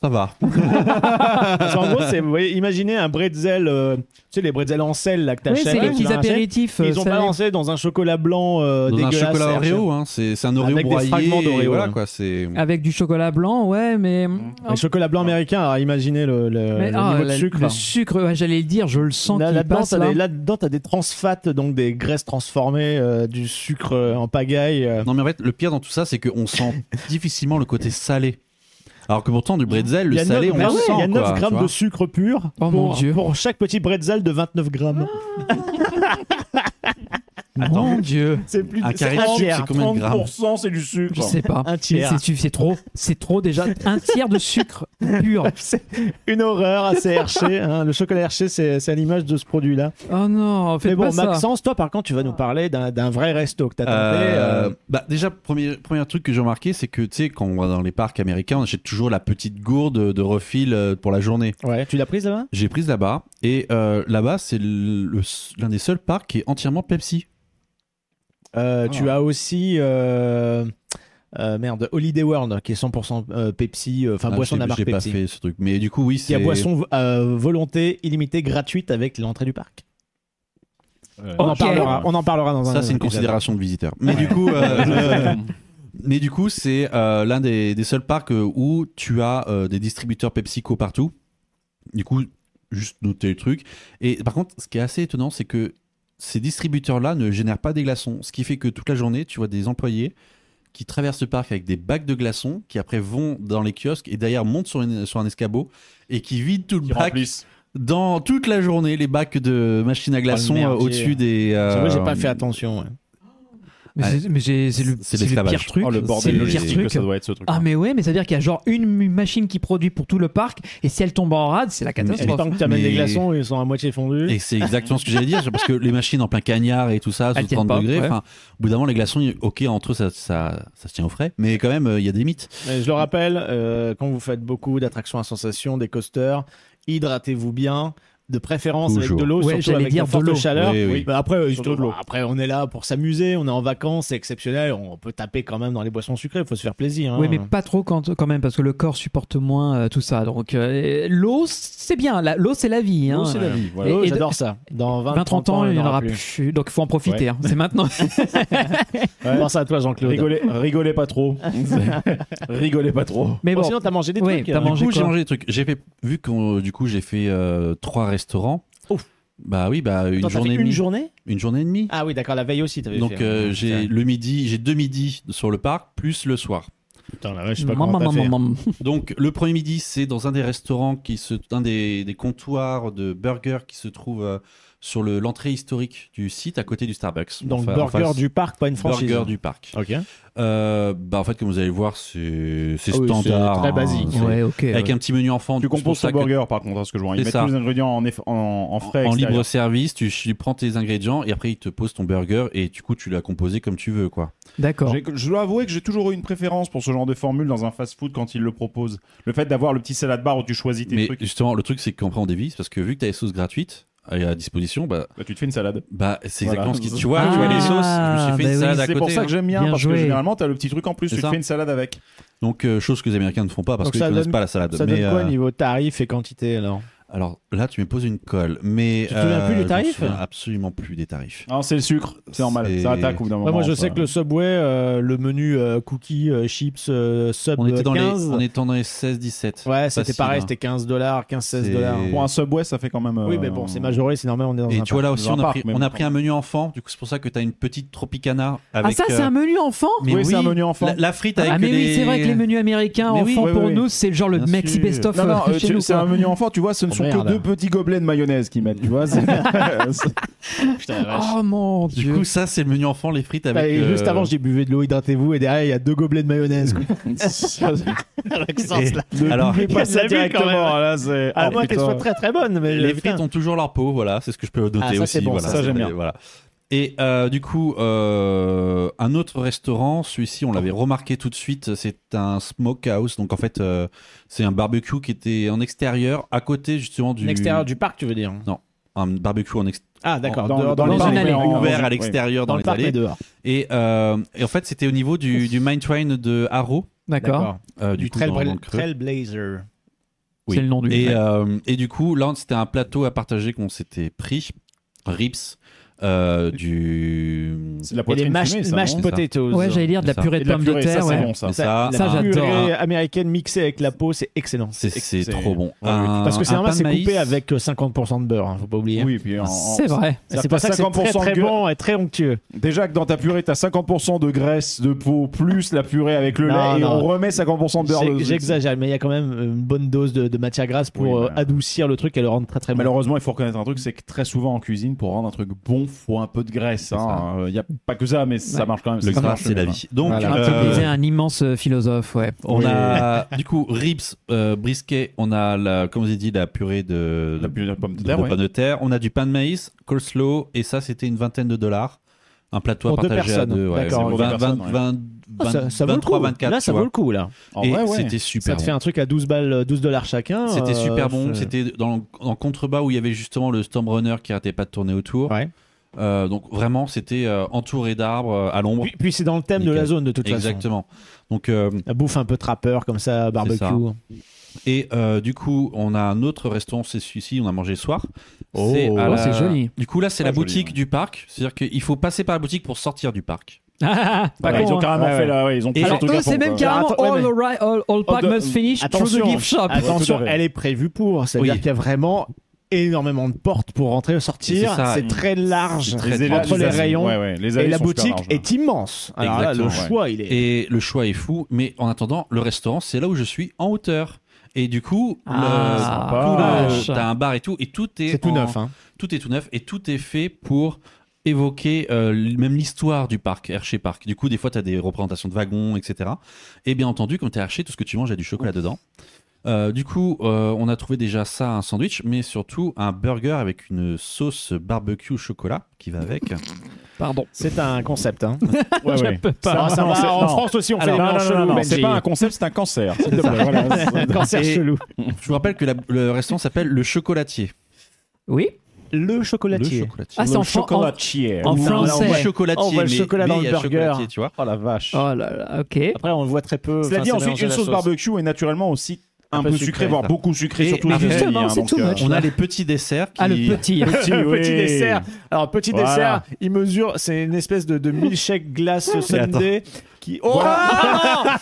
Ça va. Parce qu'en gros, c'est, vous voyez, imaginez un bretzel, euh, tu sais, les bretzels en sel là que Oui, t'achètes. c'est les tu petits vas à la chaîne, apéritifs. et euh, Ils ont salés. balancé dans un chocolat blanc euh, Dans un dégueulasse. chocolat c'est- Oreo, hein, c'est c'est un Oreo Avec des broyé. fragments d'Oreo, voilà ouais. quoi, c'est. Avec du chocolat blanc, ouais, mais. hein. Le chocolat blanc américain, alors imaginez le, le- Mais- le ah, Euh, niveau de la- sucre. hein. le sucre, ouais, j'allais le dire, je le sens Là- qu'il là-dedans, passe, t'as là. des- là-dedans, t'as des transfates, donc des graisses transformées, euh, du sucre euh, en pagaille. euh. Non mais en fait, le pire dans tout ça, c'est qu'on sent difficilement le côté salé. Alors que pourtant du bretzel, Il y le a salé, neuf- on mais le ouais, sent. Il y a 9 quoi, tu grammes vois. de sucre pur Oh, mon pour, Dieu. Ah. pour chaque petit bretzel de 29 grammes. Mon Dieu, C'est plus Un c'est carré de un sucre, tiers. c'est combien de grammes 30% c'est du sucre. je sais pas. Un tiers. Mais C'est c'est trop, c'est trop déjà. Un tiers de sucre pur. C'est une horreur à Hershey. hein. Le chocolat Hershey, c'est c'est à l'image de ce produit-là. Oh non, faites Mais bon, pas ça. Maxence, toi, par contre, tu vas nous parler d'un d'un vrai resto que t'as tenté. Euh, euh, bah, déjà, premier, premier truc que j'ai remarqué, c'est que tu sais, quand on va dans les parcs américains, on achète toujours la petite gourde de refil euh, pour la journée. Ouais, tu l'as prise là-bas J'ai prise là-bas et euh, là-bas, c'est le- le- l'un des seuls parcs qui est entièrement Pepsi. Euh, Tu as aussi. euh, euh, merde, Holiday World qui est 100% euh, Pepsi, euh, enfin Ah, boisson j'ai- de la marque J'ai pas Pepsi. fait ce truc, mais du coup, oui, Qui a c'est. boisson euh, volonté illimitée gratuite avec l'entrée du parc. On, en Ok. parlera, on en parlera dans un. Ça, c'est une épisode. considération de visiteur. Mais du coup, euh, euh, mais du coup, c'est euh, l'un des, des seuls parcs euh, où tu as euh, des distributeurs PepsiCo partout. Du coup, juste noter le truc. Et par contre, ce qui est assez étonnant, c'est que ces distributeurs-là ne génèrent pas des glaçons, ce qui fait que toute la journée, tu vois des employés qui traversent le parc avec des bacs de glaçons, qui après vont dans les kiosques et derrière montent sur, une- sur un escabeau et qui vident tout le Qui bac remplissent. dans toute la journée, les bacs de machines à glaçons euh, Oh, merdier. au-dessus des. C'est vrai, euh, j'ai pas fait attention. ouais. Mais c'est- Mais j'ai- c'est le, c'est C'est le l'esclavage. pire truc. Oh le c'est bordel le pire logistique que truc. ça doit être ce truc. Ah mais ouais, mais ça veut dire qu'il y a genre une mu- machine qui produit pour tout le parc et si elle tombe en rade, c'est la Et le catastrophe. temps que t'amènes Mais- des glaçons, ils sont à moitié fondus. Et c'est exactement ce que j'allais dire, parce que les machines en plein cagnard et tout ça, Elles sous tiennent 30 pas, degrés, ouais. enfin, au bout d'un moment, les glaçons, ils- ok, entre eux, ça, ça, ça se tient au frais, mais quand même, euh, il y a des mythes. Mais je le rappelle, euh, quand vous faites beaucoup d'attractions à sensations, des coasters, hydratez-vous bien, de préférence avec Toujours. de l'eau, Ouais, surtout j'allais avec dire de de forte l'eau. chaleur. Oui, oui. Bah après, euh, Surtout surtout, de l'eau. après, on est là pour s'amuser, on est en vacances, c'est exceptionnel, on peut taper quand même dans les boissons sucrées, il faut se faire plaisir. hein. Oui, mais pas trop quand, quand même, parce que le corps supporte moins euh, tout ça. Donc, euh, l'eau, c'est bien. la- L'eau, c'est la vie. hein. c'est la vie. Ouais, Voilà. Et- oh, et- J'adore ça. Dans 20, 20-30 ans, il n'y en aura plus. plus. Donc, il faut en profiter. Ouais. hein. C'est maintenant. Ouais. Pense à toi, Jean-Claude. Rigolez, rigolez pas trop. rigolez pas trop. Mais Bon, bon, sinon, t'as mangé des Ouais, trucs. t'as hein. Du mangé coup, j'ai quoi mangé des trucs. J'ai fait, vu que du coup, j'ai fait euh, trois restaurants. Ouf. Bah oui, bah une Attends, t'as fait journée et une demie. journée Une journée et demie. Ah oui, d'accord, la veille aussi, t'avais Donc, fait. euh, j'ai le midi, j'ai deux midis sur le parc, plus le soir. Putain, la vache, je sais pas Mam, comment t'as mam, fait. mam, mam. Donc le premier midi, c'est dans un des restaurants qui se, un des, des comptoirs de burgers qui se trouve euh, sur le- l'entrée historique du site, à côté du Starbucks. Donc, Enfin, en burger face. du parc, pas une franchise. hein. Burger du parc. Ok. Euh, bah en fait, comme vous allez le voir, c'est c'est Ah oui, standard. c'est très hein. basique. C'est- Ouais, ok. Avec ouais. un petit menu enfant. Tu donc c'est pour composes ton ça que burger par contre, à ce que je vois. Ils C'est mettent ça. tous les ingrédients en, eff- en, en frais. En extérieurs. libre service, tu, tu prends tes ingrédients et après ils te posent ton burger et du coup tu l'as composé comme tu veux quoi. D'accord. J'ai- Je dois avouer que j'ai toujours eu une préférence pour ce genre de formule dans un fast-food quand ils le proposent. Le fait d'avoir le petit salad bar où tu choisis tes Mais trucs, justement le truc c'est qu'en prend on dévise parce que vu que t'as les sauces gratuites à à disposition, bah, bah, tu te fais une salade. bah c'est Voilà. exactement ce qui tu vois, Ah, tu vois les sauces, je me suis bah fait une oui, salade à C'est côté. pour ça que hein. j'aime bien, Bien parce que joué. généralement, t'as le petit truc en plus, C'est tu te ça. fais une salade avec. Donc euh, chose que les Américains ne font pas parce Donc qu'ils ça connaissent donne- pas la salade. Ça Mais, donne quoi euh, niveau tarif et quantité alors Alors là tu me poses une colle, mais euh, Tu te souviens plus du je me tarif souviens Absolument plus des tarifs. Non, c'est le sucre, c'est normal, C'est- ça attaque au bout d'un Ouais, moment. moi, je ça. sais que le Subway, euh, le menu euh, cookies, euh, chips, euh, sub On était dans les, 15. on était dans les 16-17. Ouais, c'était Facile, pareil, hein. c'était 15 dollars, 15-16 C'est- dollars. Pour un Subway, ça fait quand même... Oui, euh, mais bon, c'est majoré, c'est normal, on est dans Et un tu vois là parc. aussi, Dans un on a, parc, pris, même. on a pris un menu enfant, du coup c'est pour ça que t'as une petite Tropicana avec... Ah, ça, c'est euh, un menu enfant mais Oui, c'est un menu enfant. La, la frite avec Ah, mais oui, les- c'est vrai que les menus américains, Mais oui, enfants oui, pour oui, nous, c'est genre le Bien maxi sûr. best-of Non, non, euh, euh, chez tu- nous. c'est quoi. un menu enfant, tu vois, ce ne Oh, sont merde. que deux petits gobelets de mayonnaise qu'ils mettent, tu vois. c'est- Putain, la vache. Oh mon Du dieu. coup, ça, c'est le menu enfant, les frites avec... Bah, et euh, Juste avant, j'ai buvé de l'eau, hydratez-vous, et derrière, il y a deux gobelets de mayonnaise. quoi. et- Alors, Mais pas Ça ça vu, quand même. directement, là, c'est... À Oh, moins qu'elles putain. soient très très bonnes, mais les putain. frites ont toujours leur peau, voilà, c'est ce que je peux noter Ah, ça, c'est aussi. bon, voilà, ça, j'aime c'est- bien. Voilà. Et euh, du coup, euh, un autre restaurant, celui-ci, on l'avait remarqué tout de suite, c'est un smokehouse. Donc en fait, euh, c'est un barbecue qui était en extérieur, à côté justement du... L'extérieur du parc, tu veux dire Un barbecue en extérieur. Ah, d'accord, Dans- dehors, dans les les allées. allées. en- ouvert oui. à l'extérieur Dans dans, le les parc, mais allées. dehors. Et, euh, et en fait, c'était au niveau du, du mine train de Haro. D'accord. euh, Du coup, trail dans- dans le creux. Trailblazer. Oui. C'est le nom du Et, ouais. euh, et du coup, là, c'était un plateau à partager qu'on s'était pris. Rips. euh, du. C'est de la Et les poitrine mashed, fumée, ça, mashed non c'est ça. potatoes. Ouais, j'allais dire de la C'est ça. purée Et de de la pommes de purée, ça terre. c'est ouais. bon ça. Et ça, Ça, un- j'adore. Purée hein. américaine mixée avec la peau, c'est excellent. C'est c'est c'est- trop bon. Ouais, oui. Parce que un c'est normal, pain c'est de coupé maïs. avec euh, 50% de beurre, hein, faut pas oublier. Oui, puis en- en- C'est vrai. C'est pour ça que c'est très, 50% très de gueule. bon et très onctueux. Déjà que dans ta purée, t'as 50% de graisse de peau plus la purée avec le Non, lait et non. on remet 50% de beurre. J'ai- de- J'exagère, mais il y a quand même une bonne dose de, de matière grasse pour Oui, euh, voilà. adoucir le truc et le rendre très très bon. Malheureusement, il faut reconnaître un truc, c'est que très souvent en cuisine, pour rendre un truc bon, faut un peu de graisse. Il ça. n'y a pas que ça, mais ça Ouais. marche quand même. Ça Le gras, marche, c'est la mais vie. Donc, Voilà. euh, Comme disait un immense euh, philosophe, ouais. on Oui. a du coup ribs, euh, brisket, on a la, comme vous avez dit, la purée de, La purée de pommes de de terre, ouais. pommes de terre. On a du pain de maïs, coleslaw, et ça, c'était une vingtaine de dollars. Un plateau à Pour deux partager à personnes. deux. Ouais, D'accord, c'est pour deux 20, personnes, 20, ouais. 20, Ah, ça, ça vaut le 23, coup. 24, là, tu ça vois. vaut le coup. Là, En Et vrai, ouais. c'était ça super te bon. fait un truc à 12 balles, euh, 12 dollars chacun. C'était euh, super bon. c'est- C'était dans, en contrebas où il y avait justement le Stormrunner qui arrêtait pas de tourner autour. Ouais. Euh, donc vraiment, c'était euh, entouré d'arbres, euh, à l'ombre. Puis, puis c'est dans le thème de Nickel. la zone de toute façon. Exactement. Donc euh, La bouffe un peu trappeur comme ça, barbecue. ça. et euh, du coup, on a un autre restaurant, c'est celui-ci, on a mangé le soir. Oh. à Oh, la- c'est joli. Du coup, là, c'est Ah, la joli, boutique ouais. du parc. C'est-à-dire qu'il faut passer par la boutique pour sortir du parc. Pas Ouais, Bah, ils con, ont hein. carrément Ouais, fait ouais. la. ouais, ils ont Et poussé alors, le truc à Eux, c'est fond, même quoi. carrément Attends, ouais, all, mais- right- all- all pack de- must finish through the Attention, gift shop. attention, Ouais, tout à fait. elle est prévue pour. C'est-à-dire Oui. qu'il y a vraiment énormément de portes pour rentrer et sortir. C'est ça. C'est très large. C'est très Les Entre élèves- Entre les allées- rayons. ouais, ouais, les Et allées la sont super boutique larges, hein. là. est immense. Alors là, le Exactement, ouais. choix, il est. Et le choix est fou, mais en attendant, le restaurant, c'est là où je suis en hauteur. Et du coup, le- Ah, tout sympa. le- t'as un bar et tout, et tout est, C'est tout en- neuf. Hein. tout est tout neuf et tout est fait pour évoquer euh, l- même l'histoire du parc, Hershey Park. Du coup, des fois, tu as des représentations de wagons, etc. Et bien entendu, quand tu es Hershey, tout ce que tu manges a du chocolat dedans. Euh, du coup, euh, on a trouvé déjà ça, un sandwich, mais surtout un burger avec une sauce barbecue au chocolat qui va avec. Pardon. C'est un concept. Hein. Ouais, ouais. peux pas. Ça, Ah, ça non, va, c'est- en non. France aussi, on fait Non, les non, mélanges non, non, chelous, non, c'est Benji. pas un concept, c'est un cancer. s'il te plaît, voilà. Un cancer Et- chelou. Je vous rappelle que la- le restaurant s'appelle Le Chocolatier. Oui. Le Le chocolatier. Ah, Chocolatier. c'est en Le fran- chocolatier. en Non, français. là, on voit chocolatier, On voit le mais- chocolat mais dans il y le a burger. chocolatier, tu vois. Oh la vache. Oh là là, ok. Après, on le voit très peu. Cela Enfin, dit, c'est ensuite, mélangé à une la sauce barbecue est naturellement aussi un, peu, sucrée, voire ça. beaucoup sucrée, Et surtout les justement, États-Unis, c'est donc, too euh, much. On a les petits desserts qui... Ah, le oui. petit. Petit dessert. Alors, petit Voilà. dessert, il mesure, c'est une espèce de, de milkshake glace sundae qui. Oh ah,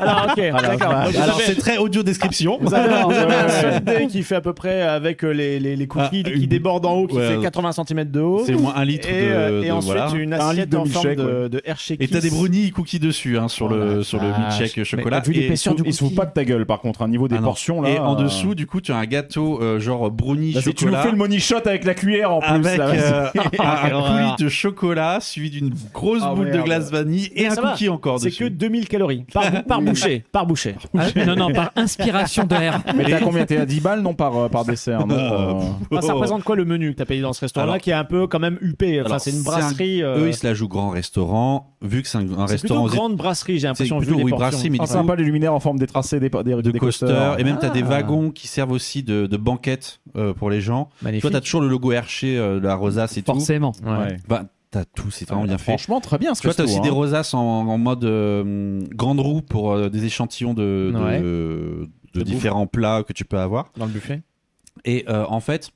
Alors, ok, d'accord. Vous Alors, avez- c'est très audio description. vous avez Ah, vous avez un Ouais. sundae qui fait à peu près avec euh, les, les, les cookies Ah, qui une- débordent en haut, qui ouais. fait 80 cm de haut. C'est au moins un litre Oh, Et, de, euh, de- et ensuite, voilà. une Un litre assiette de en forme milkshake, Ah, de, de Hershey Et t'as des Kiss. brownies cookies dessus hein, sur Oh le la sur le vache. milkshake chocolat. Mais t'as vu Et- l'épaisseur du Ils se foutent pas de ta gueule, par contre, un niveau des Ah non. portions là. Et en euh, dessous, du coup, tu as un gâteau euh, genre brownie Vas-y, tu nous chocolat fais le money shot avec la cuillère en plus. avec là, vas-y. euh, un Quelle horreur. coulis de chocolat suivi d'une grosse Ah, boule de merde. glace vanille et Mais un ça va, cookie encore C'est que dessus. 2000 calories par, bou- par bouchée, par bouchée. Ah, non, non, par inspiration de l'air. Mais t'as combien T'es à 10 balles non par, euh, par dessert non, Euh, euh, Enfin, Ah, ça Oh. représente quoi le menu que t'as payé dans ce restaurant-là Alors- qui est un peu quand même huppé Enfin, Alors, c'est une c'est brasserie. euh, Eux, ils se la jouent grand restaurant. Vu que c'est un, un c'est plutôt restaurant aux grande brasserie, j'ai l'impression. plutôt, vu les oui, portions. brasserie, mais Ah, du sympa les luminaires en forme des tracés des, des, de des hein. coaster et même t'as des Ah. wagons qui servent aussi de, de banquettes euh, pour les gens Magnifique. toi t'as toujours le logo Hershey euh, la rosace et Forcément. Ouais. Ouais. tout bah t'as tout c'est vraiment bien fait Franchement, très bien. Ce tu vois t'as resto, aussi hein. des rosaces en, en mode euh, grande roue pour euh, des échantillons de, de- Ouais. de De bouffe. différents plats que tu peux avoir Dans le buffet. et euh, en fait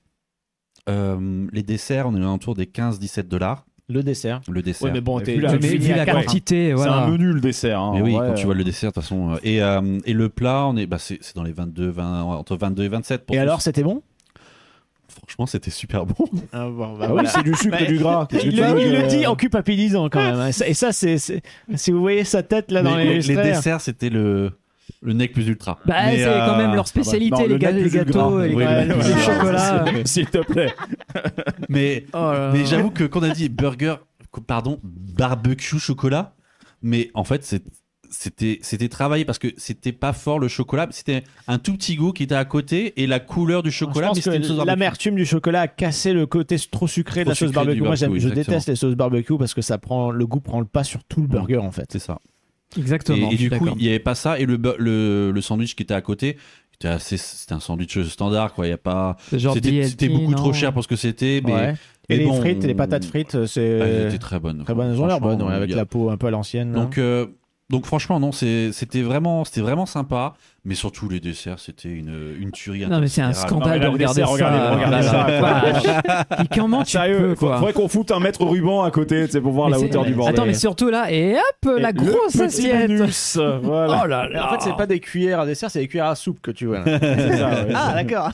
euh, les desserts on est autour des 15-17 dollars Le dessert. le dessert Oui, mais bon, Et t'es. puis là, tu Mais finis vu à la quatre, hein. quantité, C'est voilà. un menu le dessert. hein, Mais en oui, vrai, quand tu vois euh, le dessert, de toute façon. euh, Et, euh, et le plat, on est, bah, c'est c'est dans les 22, 20, entre 22 et 27. Pour Et tous. alors, c'était bon franchement, c'était super bon. Ah, bon, bah, Ah oui, c'est du sucre et du gras. Qu'est-ce que Il, tu veux, le, il le euh, dit en culpabilisant quand même. hein. Ça- Et ça, c'est c'est- si vous voyez sa tête là Ah, dans Mais les, les, les extraits, desserts, c'était le, le nec plus ultra. Bah, Mais, c'est euh, Ah, quand même leur spécialité, Non, les, le gâ- net les plus le gâteaux, gras. et les, Oui, gâteaux, le- les le- chocolats. S'il te plaît. Mais, Oh là là. Euh, mais j'avoue que quand on a dit burger, pardon, barbecue chocolat, mais en fait, c'est- c'était c'était travaillé parce que c'était pas fort le chocolat mais c'était un tout petit goût qui était à côté et la couleur du je chocolat mais pense c'était une sauce que barbecue. l'amertume du chocolat a cassé le côté trop sucré de Trop la sauce sucré du barbecue. Moi, barbecue, j'aime- je exactement. déteste les sauces barbecue parce que ça prend le goût prend le pas sur tout le burger en fait. c'est ça Exactement. Et, et je suis du coup, d'accord. il n'y avait pas ça. Et le, bu- le, le sandwich qui était à côté, était assez- c'était un sandwich standard, quoi. Il y a pas. C'est genre C'était BLT, c'était beaucoup non trop cher pour ce que c'était. Mais, Ouais. mais Et les bon, frites, et les on- patates frites, euh, Elles c'est étaient très bonnes. très quoi. bonnes. Elles ont l'air Franchement, bonnes, ouais, il avec y a- la peau un peu à l'ancienne. là. Donc, euh, donc franchement, non, c'est- c'était vraiment, c'était vraiment sympa. Mais surtout, les desserts, c'était une, une tuerie. Non, mais c'est un intersidérale. scandale mais là, de regarder laissez, ça. Ah regardez, regardez ça. Et comment tu peux, Sérieux, quoi. faudrait qu'on foute un mètre ruban à côté, tu sais, pour voir Mais la c'est- hauteur du bordel. Attends, mais surtout là, et hop, la Et le grosse petit assiette. euh, bonus, voilà. Oh là là. En fait, c'est pas des cuillères à dessert, c'est des cuillères à soupe que tu vois. C'est ça, ouais. ah, d'accord.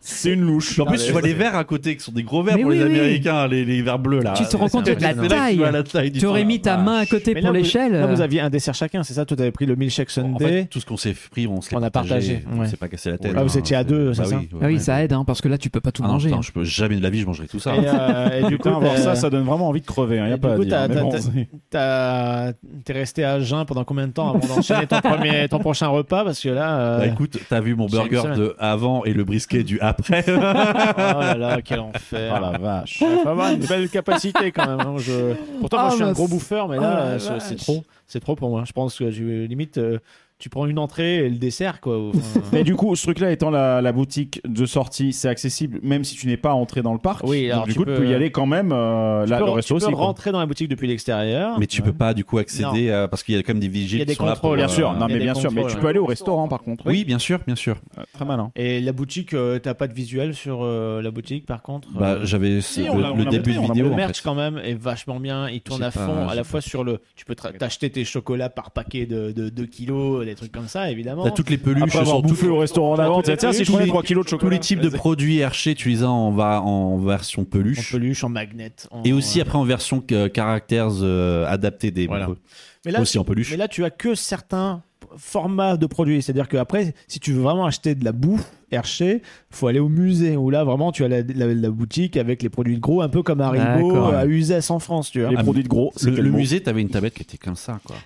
C'est une louche. En plus, tu vois les verres à côté qui sont des gros verres Mais pour oui, les oui. Américains, les, les verres bleus là. Tu te rends compte de C'est la là que tu vois taille. la taille du Tu aurais truc. mis ta Voilà. main à côté Mais pour là, vous- l'échelle. Là, vous euh, aviez un dessert chacun, c'est ça Toi, t'avais pris le milkshake En Sunday. fait, tout ce qu'on s'est pris, on se l'est On a partagé, On ouais. s'est pas cassé la tête. Ah, vous hein, étiez à deux, c'est bah ça oui, ouais. Ah oui, ça aide, hein, parce que là, tu peux pas tout Ah non, manger. putain, hein. je peux jamais de la vie, je mangerai tout ça. Et, euh, et du coup, Putain, voir t'as- ça, ça donne vraiment envie de crever. Hein, y a Et pas du coup, à dire. t'as- Mais t'as- bon, t'as- c'est- t'as- t'es resté à jeun pendant combien de temps avant d'enchaîner ton, premier- ton prochain repas Parce que là. euh, Bah écoute, t'as vu mon J'ai une burger semaine. de avant et le brisket du après. oh là là, quel enfer. Oh Ah la vache. Ouais, pas mal, une belle capacité quand même. hein, je- Pourtant, moi, Ah, je suis bah, un gros c'est- bouffeur, mais Ah, là, la euh, c'est- c'est vache. trop. C'est trop pour moi. Je pense que je- limite, euh, tu prends une entrée et le dessert, quoi. au- enfin, Mais du coup, ce truc-là étant la, la boutique de sortie, c'est accessible même si tu n'es pas entré dans le parc. Oui, alors Donc, du tu coup, peux- tu peux y aller quand même. euh, tu là, peux, le tu resto peux aussi. quoi. rentrer dans la boutique depuis l'extérieur. Mais tu peux pas du coup accéder à- parce qu'il y a quand même des Il y vigiles a qui des sont là pour. contrôles, Bien euh, sûr, non Il y a mais des bien sûr, mais contrôles, tu ouais. peux aller au restaurant par contre. Oui, bien sûr, bien sûr. très malin. Et la boutique, euh, t'as pas de visuel sur euh, la boutique, par contre Bah euh, j'avais si, le- on l'a- on le l'a début fait, de on a vidéo le en merch fait. quand même est vachement bien. Il tourne J'ai à pas- fond, à j'ai la fois sur le. Tu peux tra- t'acheter tes chocolats par paquet de, de 2 kilos, des trucs comme ça, évidemment. T'as toutes les peluches, Après avoir sur tous- bouffé au restaurant d'avant, tu sais, tiens, si je tous prenais les- 3 kilos de tous chocolat. les types de produits Hershey, tu les as en va en version En peluche. peluche, en magnet. en- Et aussi après en version euh, caractères euh, adaptés des Voilà. membres. Mais là, aussi en peluche. Mais là, tu as que certains formats de produits. C'est-à-dire qu'après, si tu veux vraiment acheter de la bouffe Hershey, faut aller au musée où là, vraiment, tu as la, la- la boutique avec les produits de gros, un peu comme Haribo euh, D'accord. à Uzès en France, tu vois. Les Ah, produits de gros. Le, c'est quel le mot musée, t'avais une tablette qui était comme ça, quoi.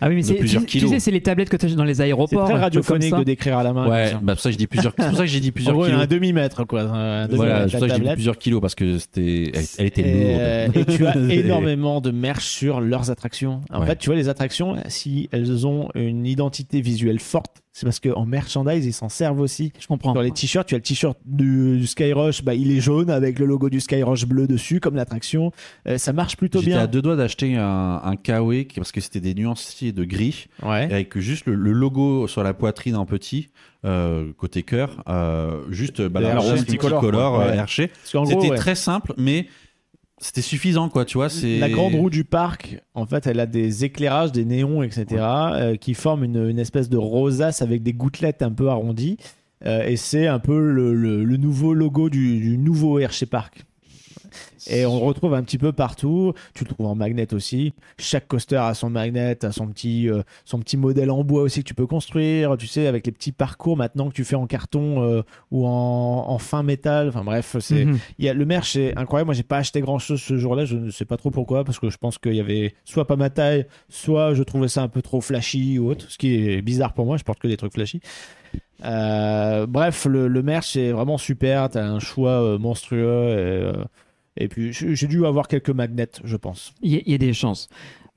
Ah oui, mais de c'est, tu, plusieurs tu kilos. sais, c'est les tablettes que tu achètes dans les C'est aéroports. très un truc radiophonique comme ça. de décrire à la main. ouais, comme ça. bah pour ça que je dis plusieurs. C'est pour ça que j'ai dit En plusieurs gros, il y a un kilos. demi-mètre, quoi. Un demi-mètre, Voilà, la c'est pour ça que j'ai dit tablette. plusieurs kilos parce que c'était, elle, elle était Et, lourde. euh, et tu as énormément de merch sur leurs attractions. En Ouais. fait, tu vois, les attractions, si elles ont une identité visuelle forte, c'est parce qu'en merchandise, ils s'en servent aussi. Je comprends. Mhm. Sur les t-shirts, tu as le t-shirt du, du Skyrush, bah, il est jaune avec le logo du Skyrush bleu dessus, comme l'attraction. Euh, ça marche plutôt J'étais à bien. deux doigts d'acheter un, un Kawe qui- parce que c'était des nuanciers de gris Ouais. avec juste le, le logo sur la poitrine en petit euh, côté cœur, euh, juste bah, Le la Hershey, rose le petit multicolore, color, euh, ouais. Hershey. Parce qu'en C'était gros, ouais, très simple, mais c'était suffisant quoi. Tu vois, c'est la grande roue du parc, en fait, elle a des éclairages, des néons, etc., euh, qui forment une, une espèce de rosace avec des gouttelettes un peu arrondies. Euh, et c'est un peu le, le- le nouveau logo du, du nouveau Hershey Park. Et on le retrouve un petit peu partout. Tu le trouves en magnet aussi. Chaque coaster a son magnet, a son petit, euh, son petit modèle en bois aussi que tu peux construire. Tu sais, avec les petits parcours maintenant que tu fais en carton euh, ou en, en fin métal. Enfin bref, c'est Mhm. il y a, le merch c'est incroyable. Moi, j'ai pas acheté grand chose ce jour-là. Je ne sais pas trop pourquoi, parce que je pense qu'il y avait soit pas ma taille, soit je trouvais ça un peu trop flashy ou autre. Ce qui est bizarre pour moi. Je porte que des trucs flashy. Euh, bref, le, le merch c'est vraiment super. T'as un choix euh, monstrueux. Et, euh, et puis, j'ai j'ai dû avoir quelques magnets, je pense. Il y, a- il y a des chances.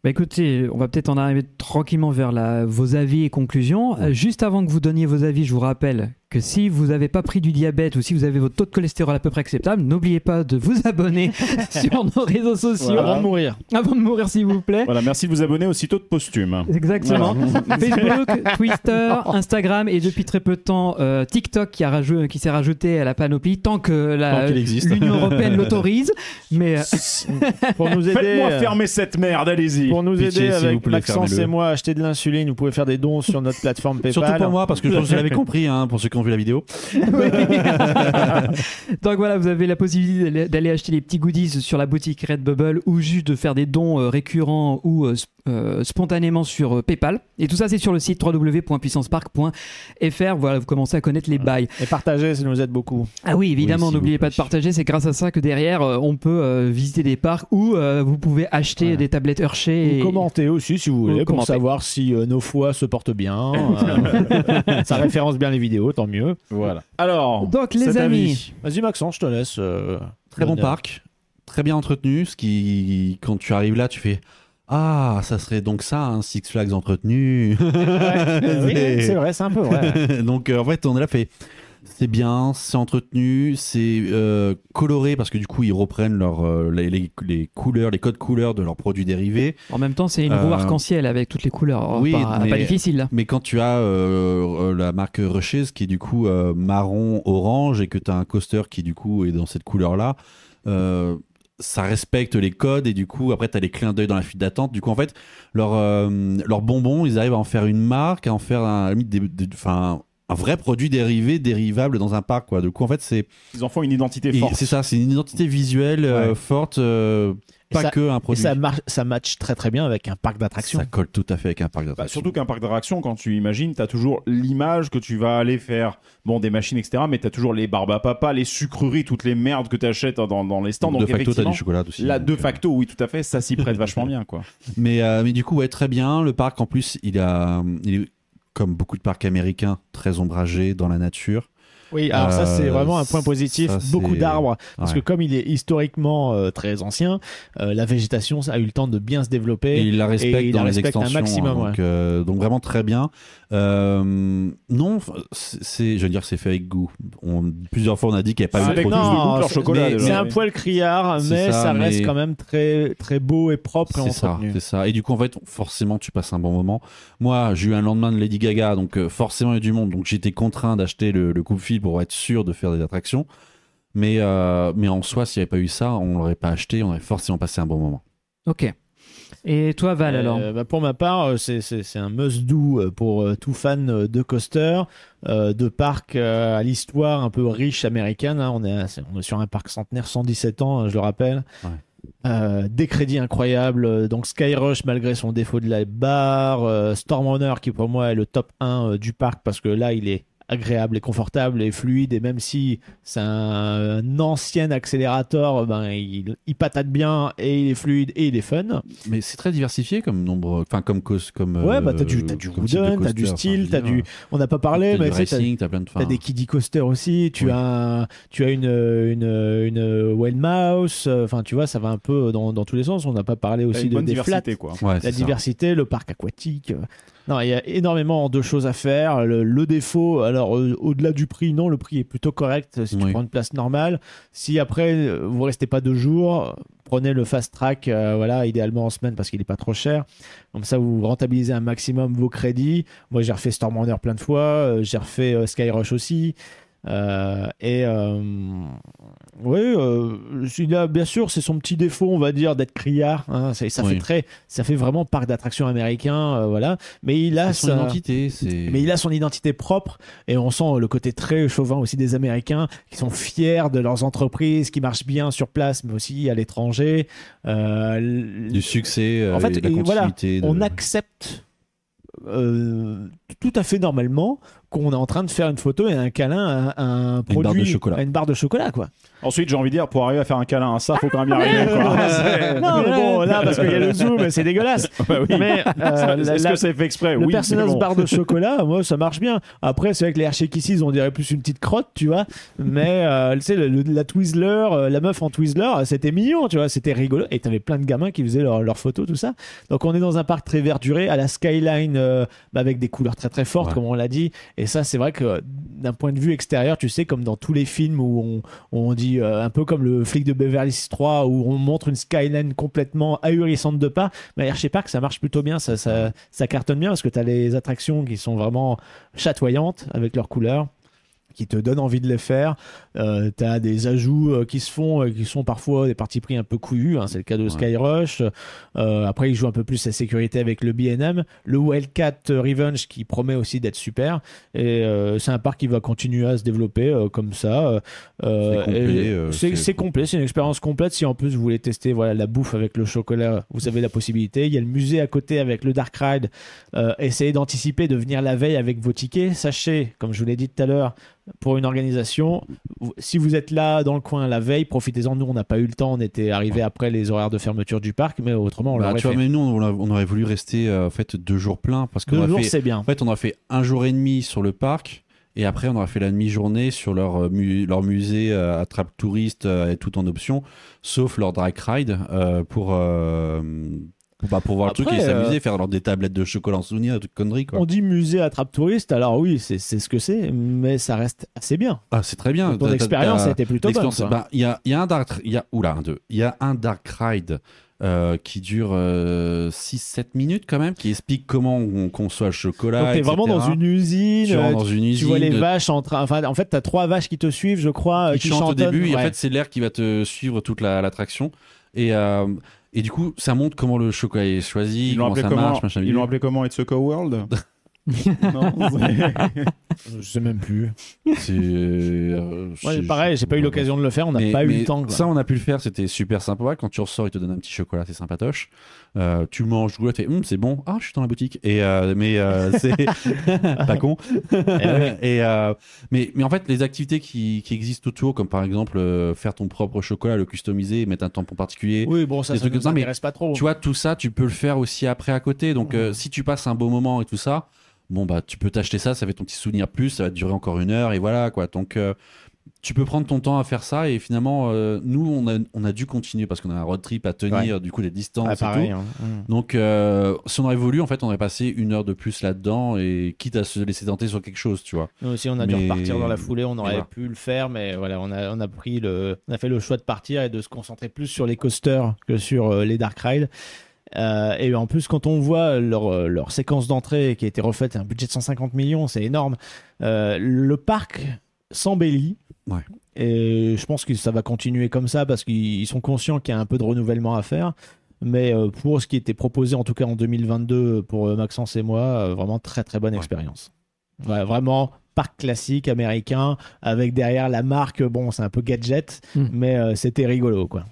Bah écoutez, on va peut-être en arriver tranquillement vers la- vos avis et conclusions. Euh, juste avant que vous donniez vos avis, je vous rappelle que si vous n'avez pas pris du diabète ou si vous avez votre taux de cholestérol à peu près acceptable, n'oubliez pas de vous abonner sur nos réseaux sociaux Voilà. Avant de mourir. avant de mourir, s'il vous plaît. Voilà, merci de vous abonner aussitôt de posthume. Exactement. Facebook, Twitter, Instagram et depuis très peu de temps euh, TikTok qui, a rajou- qui s'est rajouté à la panoplie tant que Tant la- qu'il existe. l'Union européenne l'autorise. Mais euh, Pour nous aider. Faites-moi euh, fermer cette merde, allez-y. Pour nous Pitié, aider s'il vous avec plaît, Maxence fermez-le. et moi à acheter de l'insuline, vous pouvez faire des dons sur notre plateforme PayPal. Surtout pour moi, parce que je pense que vous l'avez compris, hein, pour ceux qui ont vu la vidéo. Donc voilà, vous avez la possibilité d'aller- d'aller acheter les petits goodies sur la boutique Redbubble ou juste de faire des dons euh, récurrents ou euh, sp- euh, spontanément sur euh, PayPal. Et tout ça, c'est sur le site www.puissancepark.fr. Voilà, vous commencez à connaître les bails. Et partagez, ça nous aide beaucoup. Ah oui, évidemment, Oui, s'il vous n'oubliez pas de plaît. partager. C'est grâce à ça que derrière, euh, on peut euh, visiter des parcs ou euh, vous pouvez acheter Ouais. des tablettes Hershey. Ou et- commentez aussi si vous voulez Ou pour commentez. savoir si euh, nos foies se portent bien. euh, ça référence bien les vidéos, tant mieux. Voilà. Alors, Donc les cet amis, Vas-y Maxence, je te laisse. euh, Très bon l'honneur. parc, très bien entretenu. Ce qui, quand tu arrives là, tu fais Ah, ça serait donc ça, un Six Flags entretenu. Ouais, oui, c'est vrai, c'est un peu vrai. donc euh, en fait, on est là, fait c'est bien, c'est entretenu, c'est euh, coloré parce que du coup ils reprennent leur, euh, les, les- les couleurs, les codes couleurs de leurs produits dérivés. En même temps, c'est une Euh, roue arc-en-ciel avec toutes les couleurs. Oh, oui, pas, mais- pas difficile là. Mais quand tu as euh, euh, la marque Rushes qui est du coup euh, marron orange et que tu as un coaster qui du coup est dans cette couleur là, ça respecte les codes et du coup après tu as les clins d'œil dans la file d'attente. Du coup en fait leurs euh, leurs bonbons ils arrivent à en faire une marque, à en faire un, à la limite des- des- enfin, un vrai produit dérivé dérivable dans un parc quoi. Du coup en fait c'est Ils en font une identité et forte. c'est ça, c'est une identité visuelle euh, Ouais. forte, euh, Et pas ça- que un Et produit. ça, marche, ça match très très bien avec un parc d'attractions. Ça colle tout à fait avec un parc Bah, d'attractions. surtout qu'un parc d'attractions, quand tu imagines, tu as toujours l'image que tu vas aller faire, bon, des machines, etc., mais tu as toujours les barbes à papa, les sucreries, toutes les merdes que tu achètes dans, dans les stands. Donc, Donc, de facto, t'as effectivement, du chocolat aussi. là, donc, de euh, facto, oui, tout à fait, ça s'y prête vachement bien, quoi. Mais, euh, mais du coup, ouais, très bien. Le parc, en plus, il a, euh, il est, comme beaucoup de parcs américains, très ombragé dans la nature. Oui, alors ça c'est Euh, vraiment un point positif. ça, c'est- Beaucoup d'arbres, parce Ouais. que comme il est historiquement euh, très ancien, euh, la végétation a eu le temps de bien se Et développer. il la respecte il dans la les respecte un extensions. hein, maximum, donc, euh, donc vraiment très bien. Euh, non, enfin, c'est, c'est- je veux dire, c'est fait avec goût. On, plusieurs fois, on a dit qu'il n'y avait pas eu Ça de avait produit. plus de goût que leur c'est- chocolat, mais déjà. c'est un Oui. poil criard, C'est mais ça, ça, reste mais- quand même très très beau et propre et C'est ça, entretenu. c'est ça. Et du coup, en fait, forcément, tu passes un bon moment. Moi, j'ai eu un lendemain de Lady Gaga, donc euh, forcément, il y a du monde. Donc, j'étais contraint d'acheter le, le coupe-fil pour être sûr de faire des attractions. Mais, euh, mais en soi, s'il n'y avait pas eu ça, on l'aurait pas acheté, on aurait forcément passé un bon moment. Ok. Et toi, Val, Euh, alors bah, Pour ma part, euh, c'est- c'est c'est un must-do euh, pour euh, tout fan euh, de coaster, euh, de parc euh, à l'histoire un peu riche américaine. hein. On, est, à- on est sur un parc centenaire, 117 ans, hein, je le rappelle. Ouais. Euh, des crédits incroyables. euh, Donc Skyrush, malgré son défaut de la barre, euh, Storm Runner, qui pour moi est le top 1 euh, du parc, parce que là, il est agréable et confortable et fluide et même si c'est un, un ancien accélérateur ben il, il patate bien et il est fluide et il est fun Mais c'est très diversifié comme nombre, enfin, comme cause, comme. Ouais, euh, bah, t'as du- t'as du comme type de Wooden, t'as du coaster, style, enfin, je veux t'as dire, du- on n'a pas parlé t'as mais du tu sais, t'as- racing, t'as plein de. T'as enfin, des kiddie coasters aussi, tu Oui. as un- tu as une une une Wild Mouse, euh, enfin tu vois ça va un peu dans, dans tous les sens. On n'a pas parlé T'as aussi une de bonne des flats, diversité, quoi. ouais, la c'est ça. diversité, le parc aquatique. euh. Non, il y a énormément de choses à faire. Le, le défaut, alors euh, au-delà du prix, non, le prix est plutôt correct euh, si Oui. tu prends une place normale. Si après euh, vous restez pas deux jours, euh, prenez le fast track, euh, voilà, idéalement en semaine parce qu'il est pas trop cher. Comme ça, vous rentabilisez un maximum vos crédits. Moi, j'ai refait Storm Runner plein de fois. euh, j'ai refait euh, Skyrush aussi. Euh, et euh, oui, euh, celui-là, bien sûr, c'est son petit défaut, on va dire, d'être criard. hein. ça, ça Oui. fait très, ça fait vraiment parc d'attraction américain, euh, voilà. Mais il a C'est son sa- identité, c'est. euh, mais il a son identité propre et on sent le côté très chauvin aussi des Américains qui sont fiers de leurs entreprises, qui marchent bien sur place, mais aussi à l'étranger. Euh, l- Du succès, euh, En fait, et de la et voilà, continuité. de- on accepte euh, tout à fait normalement qu'on est en train de faire une photo et un câlin à, à un Une barre produit, de chocolat. à une barre de chocolat, quoi. Ensuite, j'ai envie de dire, pour arriver à faire un câlin à ça, faut quand même y arriver, quoi. C'est- non, mais bon, là, parce qu'il y a le zoom, c'est dégueulasse. Bah oui. Mais euh, la- Est-ce la- que c'est fait exprès le Oui, personnage mais bon. barre de chocolat, moi, ça marche bien. Après, c'est vrai que les Hershey on dirait plus une petite crotte, tu vois. Mais euh, tu sais, le- le- la Twizzler, euh, la meuf en Twizzler, euh, c'était mignon, tu vois, c'était rigolo. Et t'avais plein de gamins qui faisaient leurs leurs photos, tout ça. Donc, on est dans un parc très verduré, à la skyline, euh, bah, avec des couleurs très très fortes, Ouais. comme on l'a dit. Et ça, c'est vrai que euh, d'un point de vue extérieur, tu sais, comme dans tous les films où on, où on dit euh, un peu comme le flic de Beverly Hills 3 où on montre une skyline complètement ahurissante de pas mais à Hershey Park ça marche plutôt bien ça, ça, ça cartonne bien parce que tu as les attractions qui sont vraiment chatoyantes avec leurs couleurs qui te donnent envie de les faire euh, tu as des ajouts euh, qui se font euh, qui sont parfois des parties pris un peu couillus hein, c'est le cas de Ouais. Skyrush Euh, après ils jouent un peu plus la sécurité avec le BNM le Wildcat Revenge qui promet aussi d'être super et euh, c'est un parc qui va continuer à se développer euh, comme ça euh, euh, complet, et euh, c'est- c'est- c'est complet, c'est une expérience complète. Si en plus vous voulez tester voilà, la bouffe avec le chocolat, vous avez la possibilité. Il y a le musée à côté avec le Dark Ride. Euh, essayez d'anticiper, de venir la veille avec vos tickets. Sachez, comme je vous l'ai dit tout à l'heure, pour une organisation, vous- si vous êtes là dans le coin la veille, profitez-en. Nous, on n'a pas eu le temps, on était arrivé après les horaires de fermeture du parc, mais autrement, on Bah, l'aurait tu vois, fait. même nous, on, l'a- on aurait voulu rester euh, en fait deux jours pleins parce qu'on Deux a jours, fait c'est bien. En fait, on a fait un jour et demi sur le parc. Et après, on aura fait la demi-journée sur leur, euh, mu- leur musée euh, attrape touriste euh, et tout en option, sauf leur drag ride euh, pour euh, Pour, bah, pour voir le truc Après, et euh, s'amuser, faire genre, des tablettes de chocolat en souvenir, des trucs conneries quoi. On dit musée attrape touriste, alors oui, c'est c'est ce que c'est, mais ça reste assez bien. Ah, c'est très bien. Ton T'as- expérience t'as- a été plutôt bonne. L'expérience, quoi. bah, il y a, il y a un dark, il y a, oula, un deux. Il y a un dark ride euh, qui dure 6-7 minutes quand même, qui explique comment on conçoit le chocolat. Donc t'es vraiment etc. dans une usine. Tu rentres euh, dans une usine. Tu vois les de- vaches en train. Enfin, en fait, t'as trois vaches qui te suivent, je crois. euh, qui qui chante au chantonnent, début et en ouais. fait c'est l'air qui va te suivre toute la- l'attraction et euh, et du coup ça montre comment le chocolat est choisi Ils l'ont comment appelé ça comment marche machin Ils bidule. l'ont appelé comment It's a Coworld Eh ben, Non, c'est- je sais même plus. C'est, euh, je Ouais, sais- pareil, j'ai pas eu ouais, l'occasion de le faire. On n'a Mais- pas eu mais le temps. quoi. Ça, on a pu le faire, c'était super sympa. Quand tu ressors, ils te donnent un petit chocolat, c'est sympatoche. Euh, tu manges, tu goûtes, tu fais Hum, c'est bon. Ah, je suis dans la boutique. Et euh, mais euh, c'est pas con. Eh Et euh, mais mais en fait, les activités qui, qui existent autour, comme par exemple euh, faire ton propre chocolat, le customiser, mettre un tampon particulier, Oui, bon, ça, des ça trucs nous comme ça, mais intéresse pas trop. tu vois, tout ça, tu peux le faire aussi après à côté. Donc, euh, si tu passes un beau moment et tout ça, bon, bah, tu peux t'acheter ça, ça fait ton petit souvenir plus, ça va durer encore une heure et voilà, quoi. Donc, euh, tu peux prendre ton temps à faire ça et finalement, euh, nous, on a, on a dû continuer parce qu'on a un road trip à tenir, du coup, les distances Ah, et pareil. tout. hein. Mm. Donc, euh, si on aurait voulu, en fait, on aurait passé une heure de plus là-dedans et quitte à se laisser tenter sur quelque chose, tu vois. Nous aussi, on a dû Mais- repartir dans la foulée. On aurait voilà. pu le faire, mais voilà, on a, on a pris le, on a fait le choix de partir et de se concentrer plus sur les coasters que sur euh, les dark rides. Euh, et en plus, quand on voit leur, euh, leur séquence d'entrée qui a été refaite, un budget de 150 millions, c'est énorme. Euh, le parc s'embellit. Ouais. Et je pense que ça va continuer comme ça parce qu'ils ils sont conscients qu'il y a un peu de renouvellement à faire. Mais euh, pour ce qui était proposé, en tout cas en 2022, pour euh, Maxence et moi, euh, vraiment très très bonne expérience. Ouais, vraiment parc classique américain avec derrière la marque. Bon, c'est un peu gadget, Mm. mais euh, c'était rigolo quoi.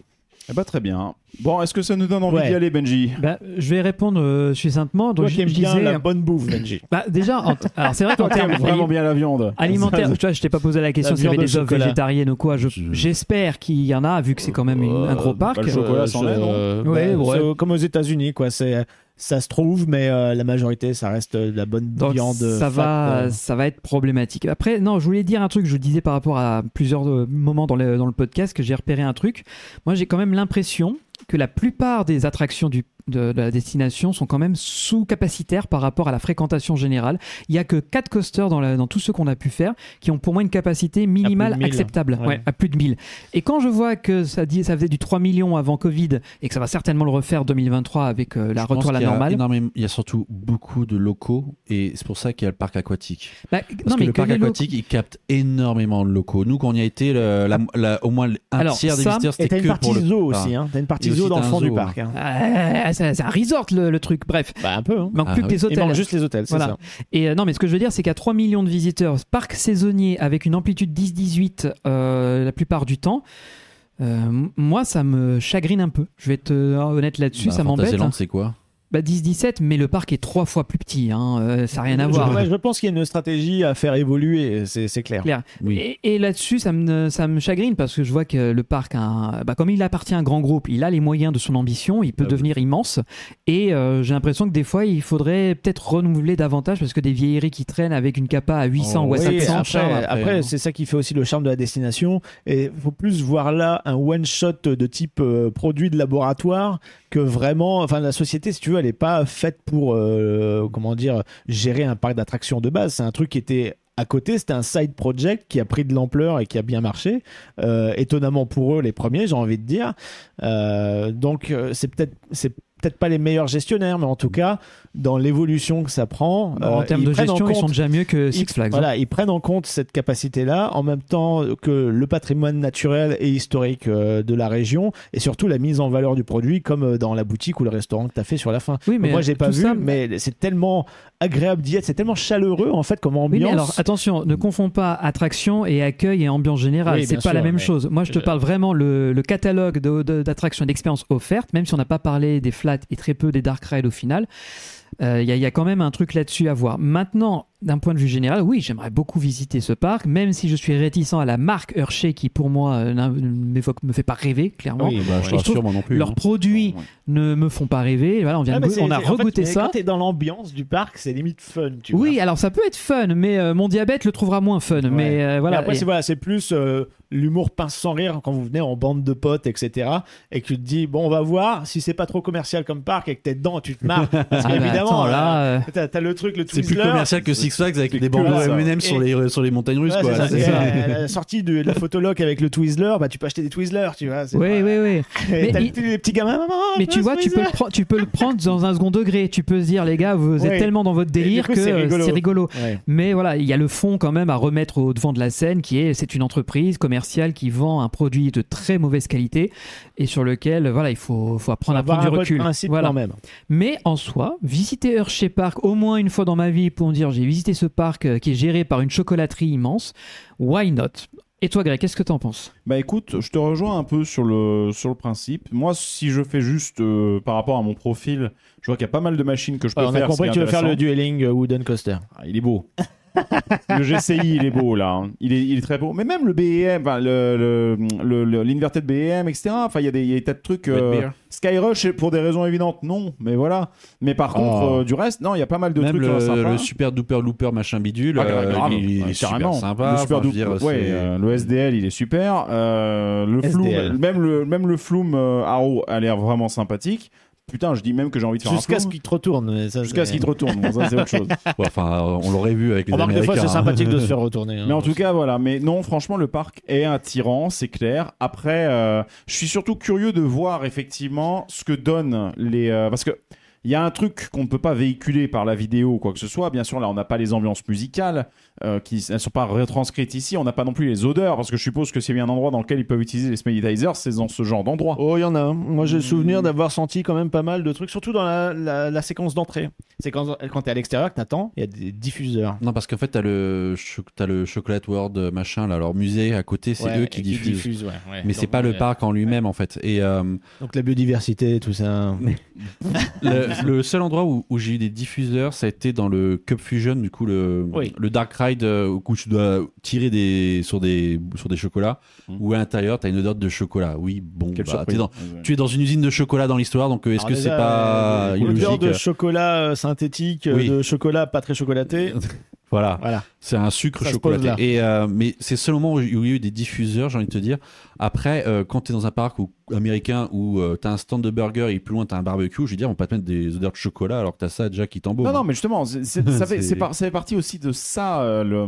Eh bah, très bien. Bon, est-ce que ça nous donne envie Ouais. d'y aller, Benji Bah, je vais répondre euh, succinctement. Donc, Toi je, qui aimes hein. je bien disais- euh, la bonne bouffe, Benji. Bah, déjà, en- alors c'est vrai qu'en termes Vraiment bien la viande. alimentaires, tu vois, je t'ai pas posé la question La s'il y avait viande au des offres chocolat. végétariennes ou quoi. Je- Je- J'espère qu'il y en a, vu que c'est quand même une- un gros parc. le chocolat Euh, sans je- lait, non euh, Ouais, bah, ouais. c'est comme aux États-Unis, quoi. C'est ça se trouve, mais euh, la majorité, ça reste de la bonne Donc viande. ça fat, va, euh. ça va être problématique. Après, non, je voulais dire un truc. Je vous disais par rapport à plusieurs euh, moments dans le, dans le podcast que j'ai repéré un truc. Moi, j'ai quand même l'impression que la plupart des attractions du- de, de la destination sont quand même sous-capacitaires par rapport à la fréquentation générale. Il n'y a que quatre coasters dans, la- dans tout ce qu'on a pu faire qui ont pour moi une capacité minimale 1000. acceptable, Ouais. Ouais, à plus de 1000. Et quand je vois que ça, dit, ça faisait du 3 millions avant Covid et que ça va certainement le refaire 2023 avec euh, la Je retour pense à la qu'il y a normale, énormément- Il y a surtout beaucoup de locaux et c'est pour ça qu'il y a le parc aquatique. Bah, Parce que le parc les locaux- aquatique, il capte énormément de locaux. Nous, quand on y a été, le- la- la- au moins un Alors, tiers des ça, visiteurs, Et t'as c'était une que partie pour le zoo parc. aussi, hein. T'as une partie Et aussi, zoo dans le t'as un fond du zoo, parc. hein. Ah, c'est c'est un resort le, le truc, bref. Bah un peu. Hein. Il manque Ah, plus que oui. les Il hôtels. manque juste les hôtels, c'est Voilà. ça. Et euh, non, mais ce que je veux dire, c'est qu'à 3 millions de visiteurs, ce parc saisonnier avec une amplitude 10-18 euh, la plupart du temps, euh, m- moi ça me chagrine un peu. Je vais être euh, honnête là-dessus, Bah, ça m'embête. hein. Fantasyland, c'est quoi Bah 10-17, mais le parc est trois fois plus petit, hein, euh, ça n'a rien à je, voir. ouais, je pense qu'il y a une stratégie à faire évoluer, c'est c'est clair. Clair. Oui. Et, et là-dessus, ça me, ça me chagrine parce que je vois que le parc, a un- bah, comme il appartient à un grand groupe, il a les moyens de son ambition, il peut Ah oui. devenir immense. Et euh, j'ai l'impression que des fois, il faudrait peut-être renouveler davantage parce que des vieilleries qui traînent avec une capa à 800 Oh, ou à oui, Oui, 700. après, charme, après, après, euh, hein. c'est ça qui fait aussi le charme de la destination. Et faut plus voir là un one shot de type euh, produit de laboratoire que vraiment. Enfin, la société, si tu veux, elle n'est pas faite pour euh, comment dire gérer un parc d'attractions de base. C'est un truc qui était à côté, c'était un side project qui a pris de l'ampleur et qui a bien marché. Euh, étonnamment pour eux, les premiers, j'ai envie de dire. Euh, donc, euh, c'est peut-être, c'est peut-être pas les meilleurs gestionnaires, mais en tout cas, dans l'évolution que ça prend, en euh, termes ils de prennent en gestion, ils sont compte- déjà mieux que Six ils- Flags. hein. Voilà, ils prennent en compte cette capacité-là, en même temps que le patrimoine naturel et historique euh, de la région, et surtout la mise en valeur du produit, comme euh, dans la boutique ou le restaurant que tu as fait sur la fin. Oui, mais euh, Moi, j'ai pas tout vu, ça- mais c'est tellement agréable d'y être, c'est tellement chaleureux, en fait, comme Oui, ambiance. mais alors attention, ne confonds pas attraction et accueil et ambiance générale. Oui, c'est bien pas sûr, la même mais chose. Moi, je te je- parle vraiment le, le catalogue de- de- d'attractions et d'expériences offertes, même si on n'a pas parlé des flats et très peu des dark rides au final. Euh, Il y, a- il y a quand même un truc là-dessus à voir. Maintenant, d'un point de vue général, oui, j'aimerais beaucoup visiter ce parc, même si je suis réticent à la marque Hershey qui, pour moi, euh, n'in- m'évoque- me fait pas rêver, clairement. Oui, Bah, ouais. Je Et je trouve rassure, moi non plus. Leurs hein. produits ne me font pas rêver. Voilà, on, vient Ah, de mais go- c'est- on a c'est- en fait, regoûté mais ça. Quand t'es dans l'ambiance du parc, c'est limite fun, tu vois. Oui, alors ça peut être fun, mais euh, mon diabète le trouvera moins fun. Mais euh, Mais voilà. après, Et- c'est voilà, c'est plus euh, l'humour pince sans rire quand vous venez en bande de potes, etc. Et que tu te dis, bon, on va voir si c'est pas trop commercial comme parc et que t'es dedans, tu te marres. Parce Ah, mais qu'évidemment, attends, là, euh, t'as t'as le truc, le C'est plus Twizzler. commercial que Six Flags avec des bandeaux ça. M&M sur les, sur les montagnes russes. Ouais, quoi. c'est ça, C'est c'est ça. la- la sortie de la photologue avec le Twizzler, bah tu peux acheter des Twizzlers, tu vois. c'est- Oui, oui, oui. Et Mais T'as il- le petit- les petits gamins, maman. Mais tu un vois, tu peux, le Twizzler. pre- tu peux le prendre dans un second degré. Tu peux se dire, les gars, vous Ouais. êtes tellement dans votre Et du délire coup, que c'est euh, rigolo. c'est rigolo. Ouais. Mais voilà, il y a le fond quand même à remettre au devant de la scène qui est c'est une entreprise commerciale qui vend un produit de très mauvaise qualité et sur lequel voilà, il faut, faut apprendre à Avoir prendre du un peu de recul. principe Voilà. quand même. Mais en soi, visiter Hershey Park au moins une fois dans ma vie pour me dire j'ai visité ce parc euh, qui est géré par une chocolaterie immense, why not Et toi, Greg, qu'est-ce que t'en penses Bah écoute, je te rejoins un peu sur le, sur le principe. Moi, si je fais juste euh, par rapport à mon profil, je vois qu'il y a pas mal de machines que je peux Ouais, on a faire. ce compris qui que est tu veux faire le intéressant. dueling euh, Wooden Coaster. Ah, il est beau. le GCI, il est beau là. hein. Il, est, il est très beau. Mais même le BEM, enfin, le- le- le- le- l'inverted BEM, etc. Enfin, il y a des, il y a des tas de trucs. euh, Skyrush, pour des raisons évidentes, non. Mais voilà. Mais Oh. par contre, euh, du reste, non, il y a pas mal de Même trucs euh, le, sympas. le super duper looper machin bidule, Ah, grave, euh, grave. il, il Ouais, est super carrément. sympa. Le, super Enfin, je veux double- dire, ouais, c'est- euh, le SDL, il est super. Euh, le flou, SDL. même le même le floum euh, Arrow a l'air vraiment sympathique. Putain, je dis même que j'ai envie de faire un Jusqu'à ce Flume. qu'il te retourne. mais ça, jusqu'à c'est- ce qu'il te retourne. Bon, ça c'est autre chose. ouais, enfin, euh, on l'aurait vu avec les Remarque, des Américains. fois, c'est hein. sympathique de se faire retourner. hein. Mais en tout cas, voilà. Mais non, franchement, le parc est attirant, c'est clair. Après, euh, je suis surtout curieux de voir effectivement ce que donnent les. euh, parce que. Il y a un truc qu'on ne peut pas véhiculer par la vidéo ou quoi que ce soit. Bien sûr, là, on n'a pas les ambiances musicales euh, qui ne sont pas retranscrites ici. On n'a pas non plus les odeurs parce que je suppose que c'est bien un endroit dans lequel ils peuvent utiliser les sanitizers. C'est dans ce genre d'endroit. Oh, il y en a. un. Moi, j'ai le souvenir Hmm. d'avoir senti quand même pas mal de trucs, surtout dans la, la- la séquence d'entrée. C'est quand, quand t'es à l'extérieur que t'attends, il y a des diffuseurs. Non, parce qu'en fait, t'as le, cho- t'as le Chocolate World euh, machin, là, leur musée à côté, c'est Ouais, eux et qui diffusent. ouais, ouais. Mais Donc, c'est pas le euh, parc en lui-même, en fait. Et euh, Donc la biodiversité, tout ça. le, le seul endroit où, où j'ai eu des diffuseurs, ça a été dans le Cup Fusion, du coup, le, Oui. le Dark Ride, euh, où tu dois tirer des, sur, des, sur des chocolats, Hum. Mm. où à l'intérieur, t'as une odeur de chocolat. Oui, bon, Quelle bah, surprise. t'es dans, tu es dans une usine de chocolat dans l'histoire, donc euh, est-ce Alors que Ah, déjà, c'est pas euh, L'odeur illogique de chocolat euh, synthétique, euh, Oui. de chocolat pas très chocolaté. Voilà, Voilà. c'est un sucre Ça se pose chocolaté. là. Et, euh, mais c'est seulement où il y a eu des diffuseurs, j'ai envie de te dire. Après, euh, quand tu es dans un parc ou, américain où tu t'as un stand de burger et plus loin t'as un barbecue, je veux dire, on va pas te mettre des odeurs de chocolat alors que t'as ça déjà qui t'embaume. Non, non, mais justement, c'est- c'est- ça fait, hein. C'est- c'est par- ça fait partie aussi de ça, euh, le,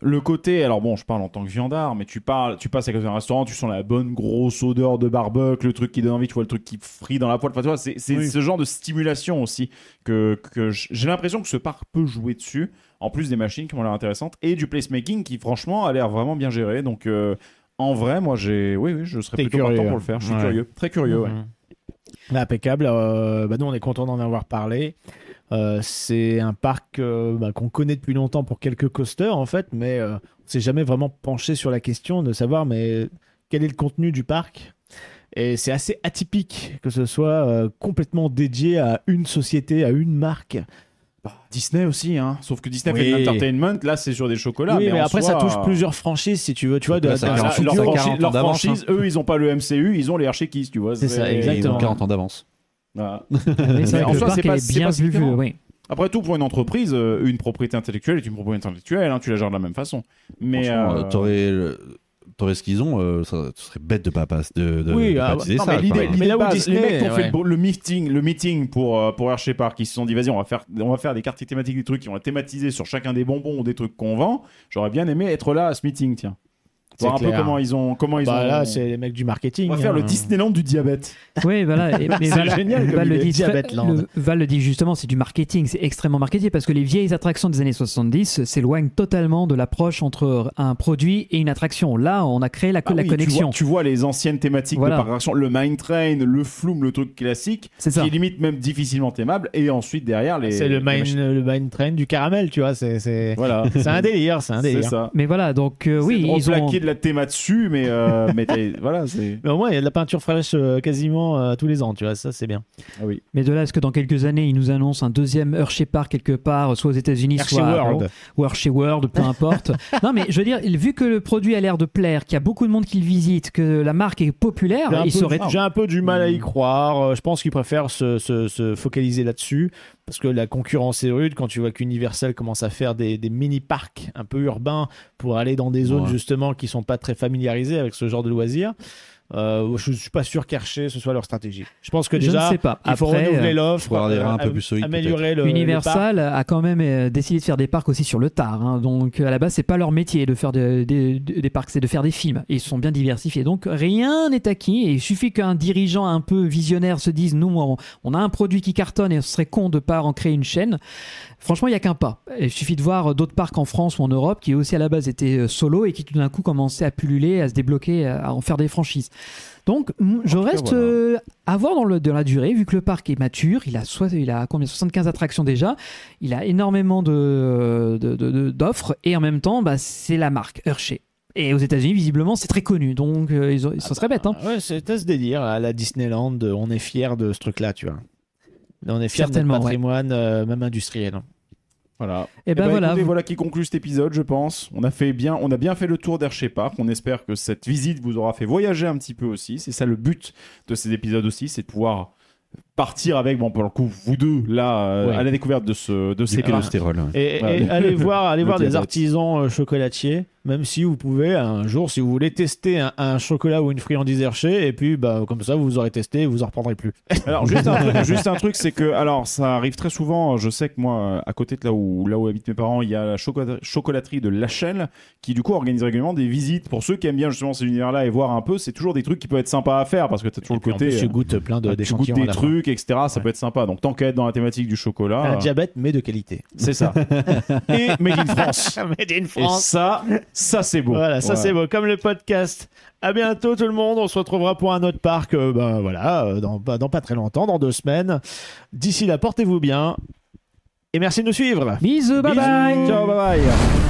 le côté. Alors bon, je parle en tant que viandard, mais tu parles, tu passes à côté d'un restaurant, tu sens la bonne grosse odeur de barbecue, le truc qui donne envie, tu vois le truc qui frit dans la poêle. Enfin, tu vois, c'est c'est ce genre de stimulation aussi que, que j- j'ai l'impression que ce parc peut jouer dessus. En plus des machines qui m'ont l'air intéressantes et du placemaking qui, franchement, a l'air vraiment bien géré. Donc euh, en vrai, moi, j'ai, oui, oui, je serais T'es plutôt curieux. partant pour le faire. Je suis Ouais. curieux, très curieux. ouais. Mhm. Bah, impeccable. Euh, bah, nous, on est content d'en avoir parlé. Euh, c'est un parc euh, bah, qu'on connaît depuis longtemps pour quelques coasters, en fait, mais euh, on s'est jamais vraiment penché sur la question de savoir mais quel est le contenu du parc. Et c'est assez atypique que ce soit euh, complètement dédié à une société, à une marque. Disney aussi, hein. Sauf que Disney Oui. fait de l'entertainment. Là, c'est sur des chocolats. oui, mais, en après, soi, ça touche euh, plusieurs franchises, si tu veux. Tu vois, de, là, de- ça de- fait Ah, Ensuite, leur ça a 40 franchise, leur ans d'avance, franchise, eux, ils ont pas le MCU, ils ont les Archekis, tu vois. hein. C'est ça, Et ils ont exactement. 40 ans d'avance. Voilà. Mais c'est Euh, Mais vrai en que le soi, parc c'est pas- elle est c'est bien pas si vu, différent. oui. Après tout, pour une entreprise, euh, une propriété intellectuelle est une propriété intellectuelle, hein, tu la gères de la même façon. Mais Franchement, euh, euh, t'aurais le- t'aurais ce qu'ils ont, euh, ça, ce serait bête de pas passer de, de, Oui, de pas ah, bah, utiliser non, ça. mais l'idée, quoi. l'idée Mais là de où base, Disney, les mecs qui ont fait ouais. le, bo- le meeting, le meeting pour euh, pour Hershey Park, ils se sont dit vas-y, on va faire on va faire des cartes thématiques des trucs qui vont être thématisés sur chacun des bonbons ou des trucs qu'on vend. J'aurais bien aimé être là à ce meeting, tiens. C'est Voir un peu clair. comment ils ont comment ils Bah, ont. là, c'est les mecs du marketing. on Hum. va faire le hein. Disneyland du diabète. Oui, voilà. Et- mais C'est Val- génial comme Val le idée. dit, très- Diabetland. le- Val le dit justement, c'est du marketing, c'est extrêmement marketing parce que les vieilles attractions des années 70 s'éloignent totalement de l'approche entre un produit et une attraction. Là, on a créé la, Ah la oui, tu connexion. vois- Tu vois, les anciennes thématiques Voilà. de préparation, le Mind Train, le Flume, le truc classique, C'est ça. qui est limite même difficilement aimable, et ensuite derrière les. C'est le les mind, machines. le mind train du caramel, tu vois. C'est c'est- Voilà. c'est un délire, c'est un hein. C'est délire. ça. Mais voilà, donc euh, oui, on ils ont. de la théma dessus, mais, euh, mais t'as- voilà, c'est. Mais au moins, il y a de la peinture fraîche euh, quasiment euh, tous les ans, tu vois, ça c'est bien. Ah oui. Mais de là à ce que dans quelques années, ils nous annoncent un deuxième Hershey Park quelque part, soit aux États-Unis, soit à- ou Hershey World, peu importe. non, mais je veux dire, vu que le produit a l'air de plaire, qu'il y a beaucoup de monde qui le visite, que la marque est J'ai populaire, un, ils peu, hein, seraient. j'ai un peu du mal à Hmm. y croire. Euh, Je pense qu'ils préfèrent se, se- se focaliser là-dessus parce que la concurrence est rude. Quand tu vois qu'Universal commence à faire des, des mini-parcs un peu urbains pour aller dans des zones Ouais. justement qui sont sont pas très familiarisés avec ce genre de loisirs. Euh, je suis pas sûr qu'Archer ce soit leur stratégie. Je pense que Je déjà ne sais pas. il faut Après, renouveler euh, l'offre, faut avoir des reins un peu am- plus solides, améliorer le, le parc. Universal a quand même euh, décidé de faire des parcs aussi sur le tard. hein. Donc à la base, c'est pas leur métier de faire de- de- de- des parcs, c'est de faire des films. Et ils sont bien diversifiés. Donc rien n'est acquis. Et il suffit qu'un dirigeant un peu visionnaire se dise nous, on, on a un produit qui cartonne et ce serait con de pas en créer une chaîne. Franchement, il y a qu'un pas. Et Il suffit de voir euh, d'autres parcs en France ou en Europe qui aussi à la base étaient euh, solo et qui tout d'un coup commençaient à pulluler, à se débloquer, à à en faire des franchises. Donc, m- je reste voilà. euh, à voir dans, le, dans la durée, vu que le parc est mature, il a, soit, il a combien 75 attractions déjà, il a énormément d'offres, de, de- de- d'offres et en même temps, bah, c'est la marque Hershey. Et aux États-Unis, visiblement, c'est très connu, donc euh, ils ont- ça serait bête. Hein. Ah Ouais, c'est à ce délire à la Disneyland. de- On est fier de ce truc-là, tu vois. On est fier de notre Certainement, ouais. patrimoine, euh, même industriel. hein. Voilà. Et ben Eh ben, voilà, écoutez, vous- voilà qui conclut cet épisode, je pense. On a fait bien, on a bien fait le tour d'Hershey Park. On espère que cette visite vous aura fait voyager un petit peu aussi. C'est ça le but de ces épisodes aussi, c'est de pouvoir partir avec, bon, pour le coup, vous deux, là, euh, Ouais. à la découverte de, ce, de ces C'est que le parcs. stérol. ouais. Et, et Ouais. allez voir, allez Le voir des diabète. artisans euh, chocolatiers, même si vous pouvez un jour, si vous voulez, tester un, un chocolat ou une friandise Hershey, et puis bah, comme ça, vous aurez testé et vous en reprendrez plus. Alors juste un truc, juste un truc, c'est que alors ça arrive très souvent. Je sais que moi, à côté de là où là où habitent mes parents, il y a la chocolat- chocolaterie de Lachelle qui du coup organise régulièrement des visites pour ceux qui aiment bien justement ces univers-là et voir un peu. C'est toujours des trucs qui peuvent être sympas à faire parce que t'as toujours Et le puis, en côté. plus, tu euh, goûtes plein de, ah, tu goûtes d'échantillons à des la fin. trucs, etc. Ça Ouais. Ah, peut être sympa. Donc tant qu'à être dans la thématique du Un chocolat, euh, diabète, mais de qualité. c'est ça. et Made in France. Made in Et ça, ça c'est beau. Voilà, ça Ouais. c'est beau, comme le podcast. À bientôt tout le monde, on se retrouvera pour un autre parc, euh, ben, voilà, euh, dans, bah, dans pas très longtemps, dans deux semaines. D'ici là, portez-vous bien et merci de nous suivre. bisous, bye bye Ciao, bye bye.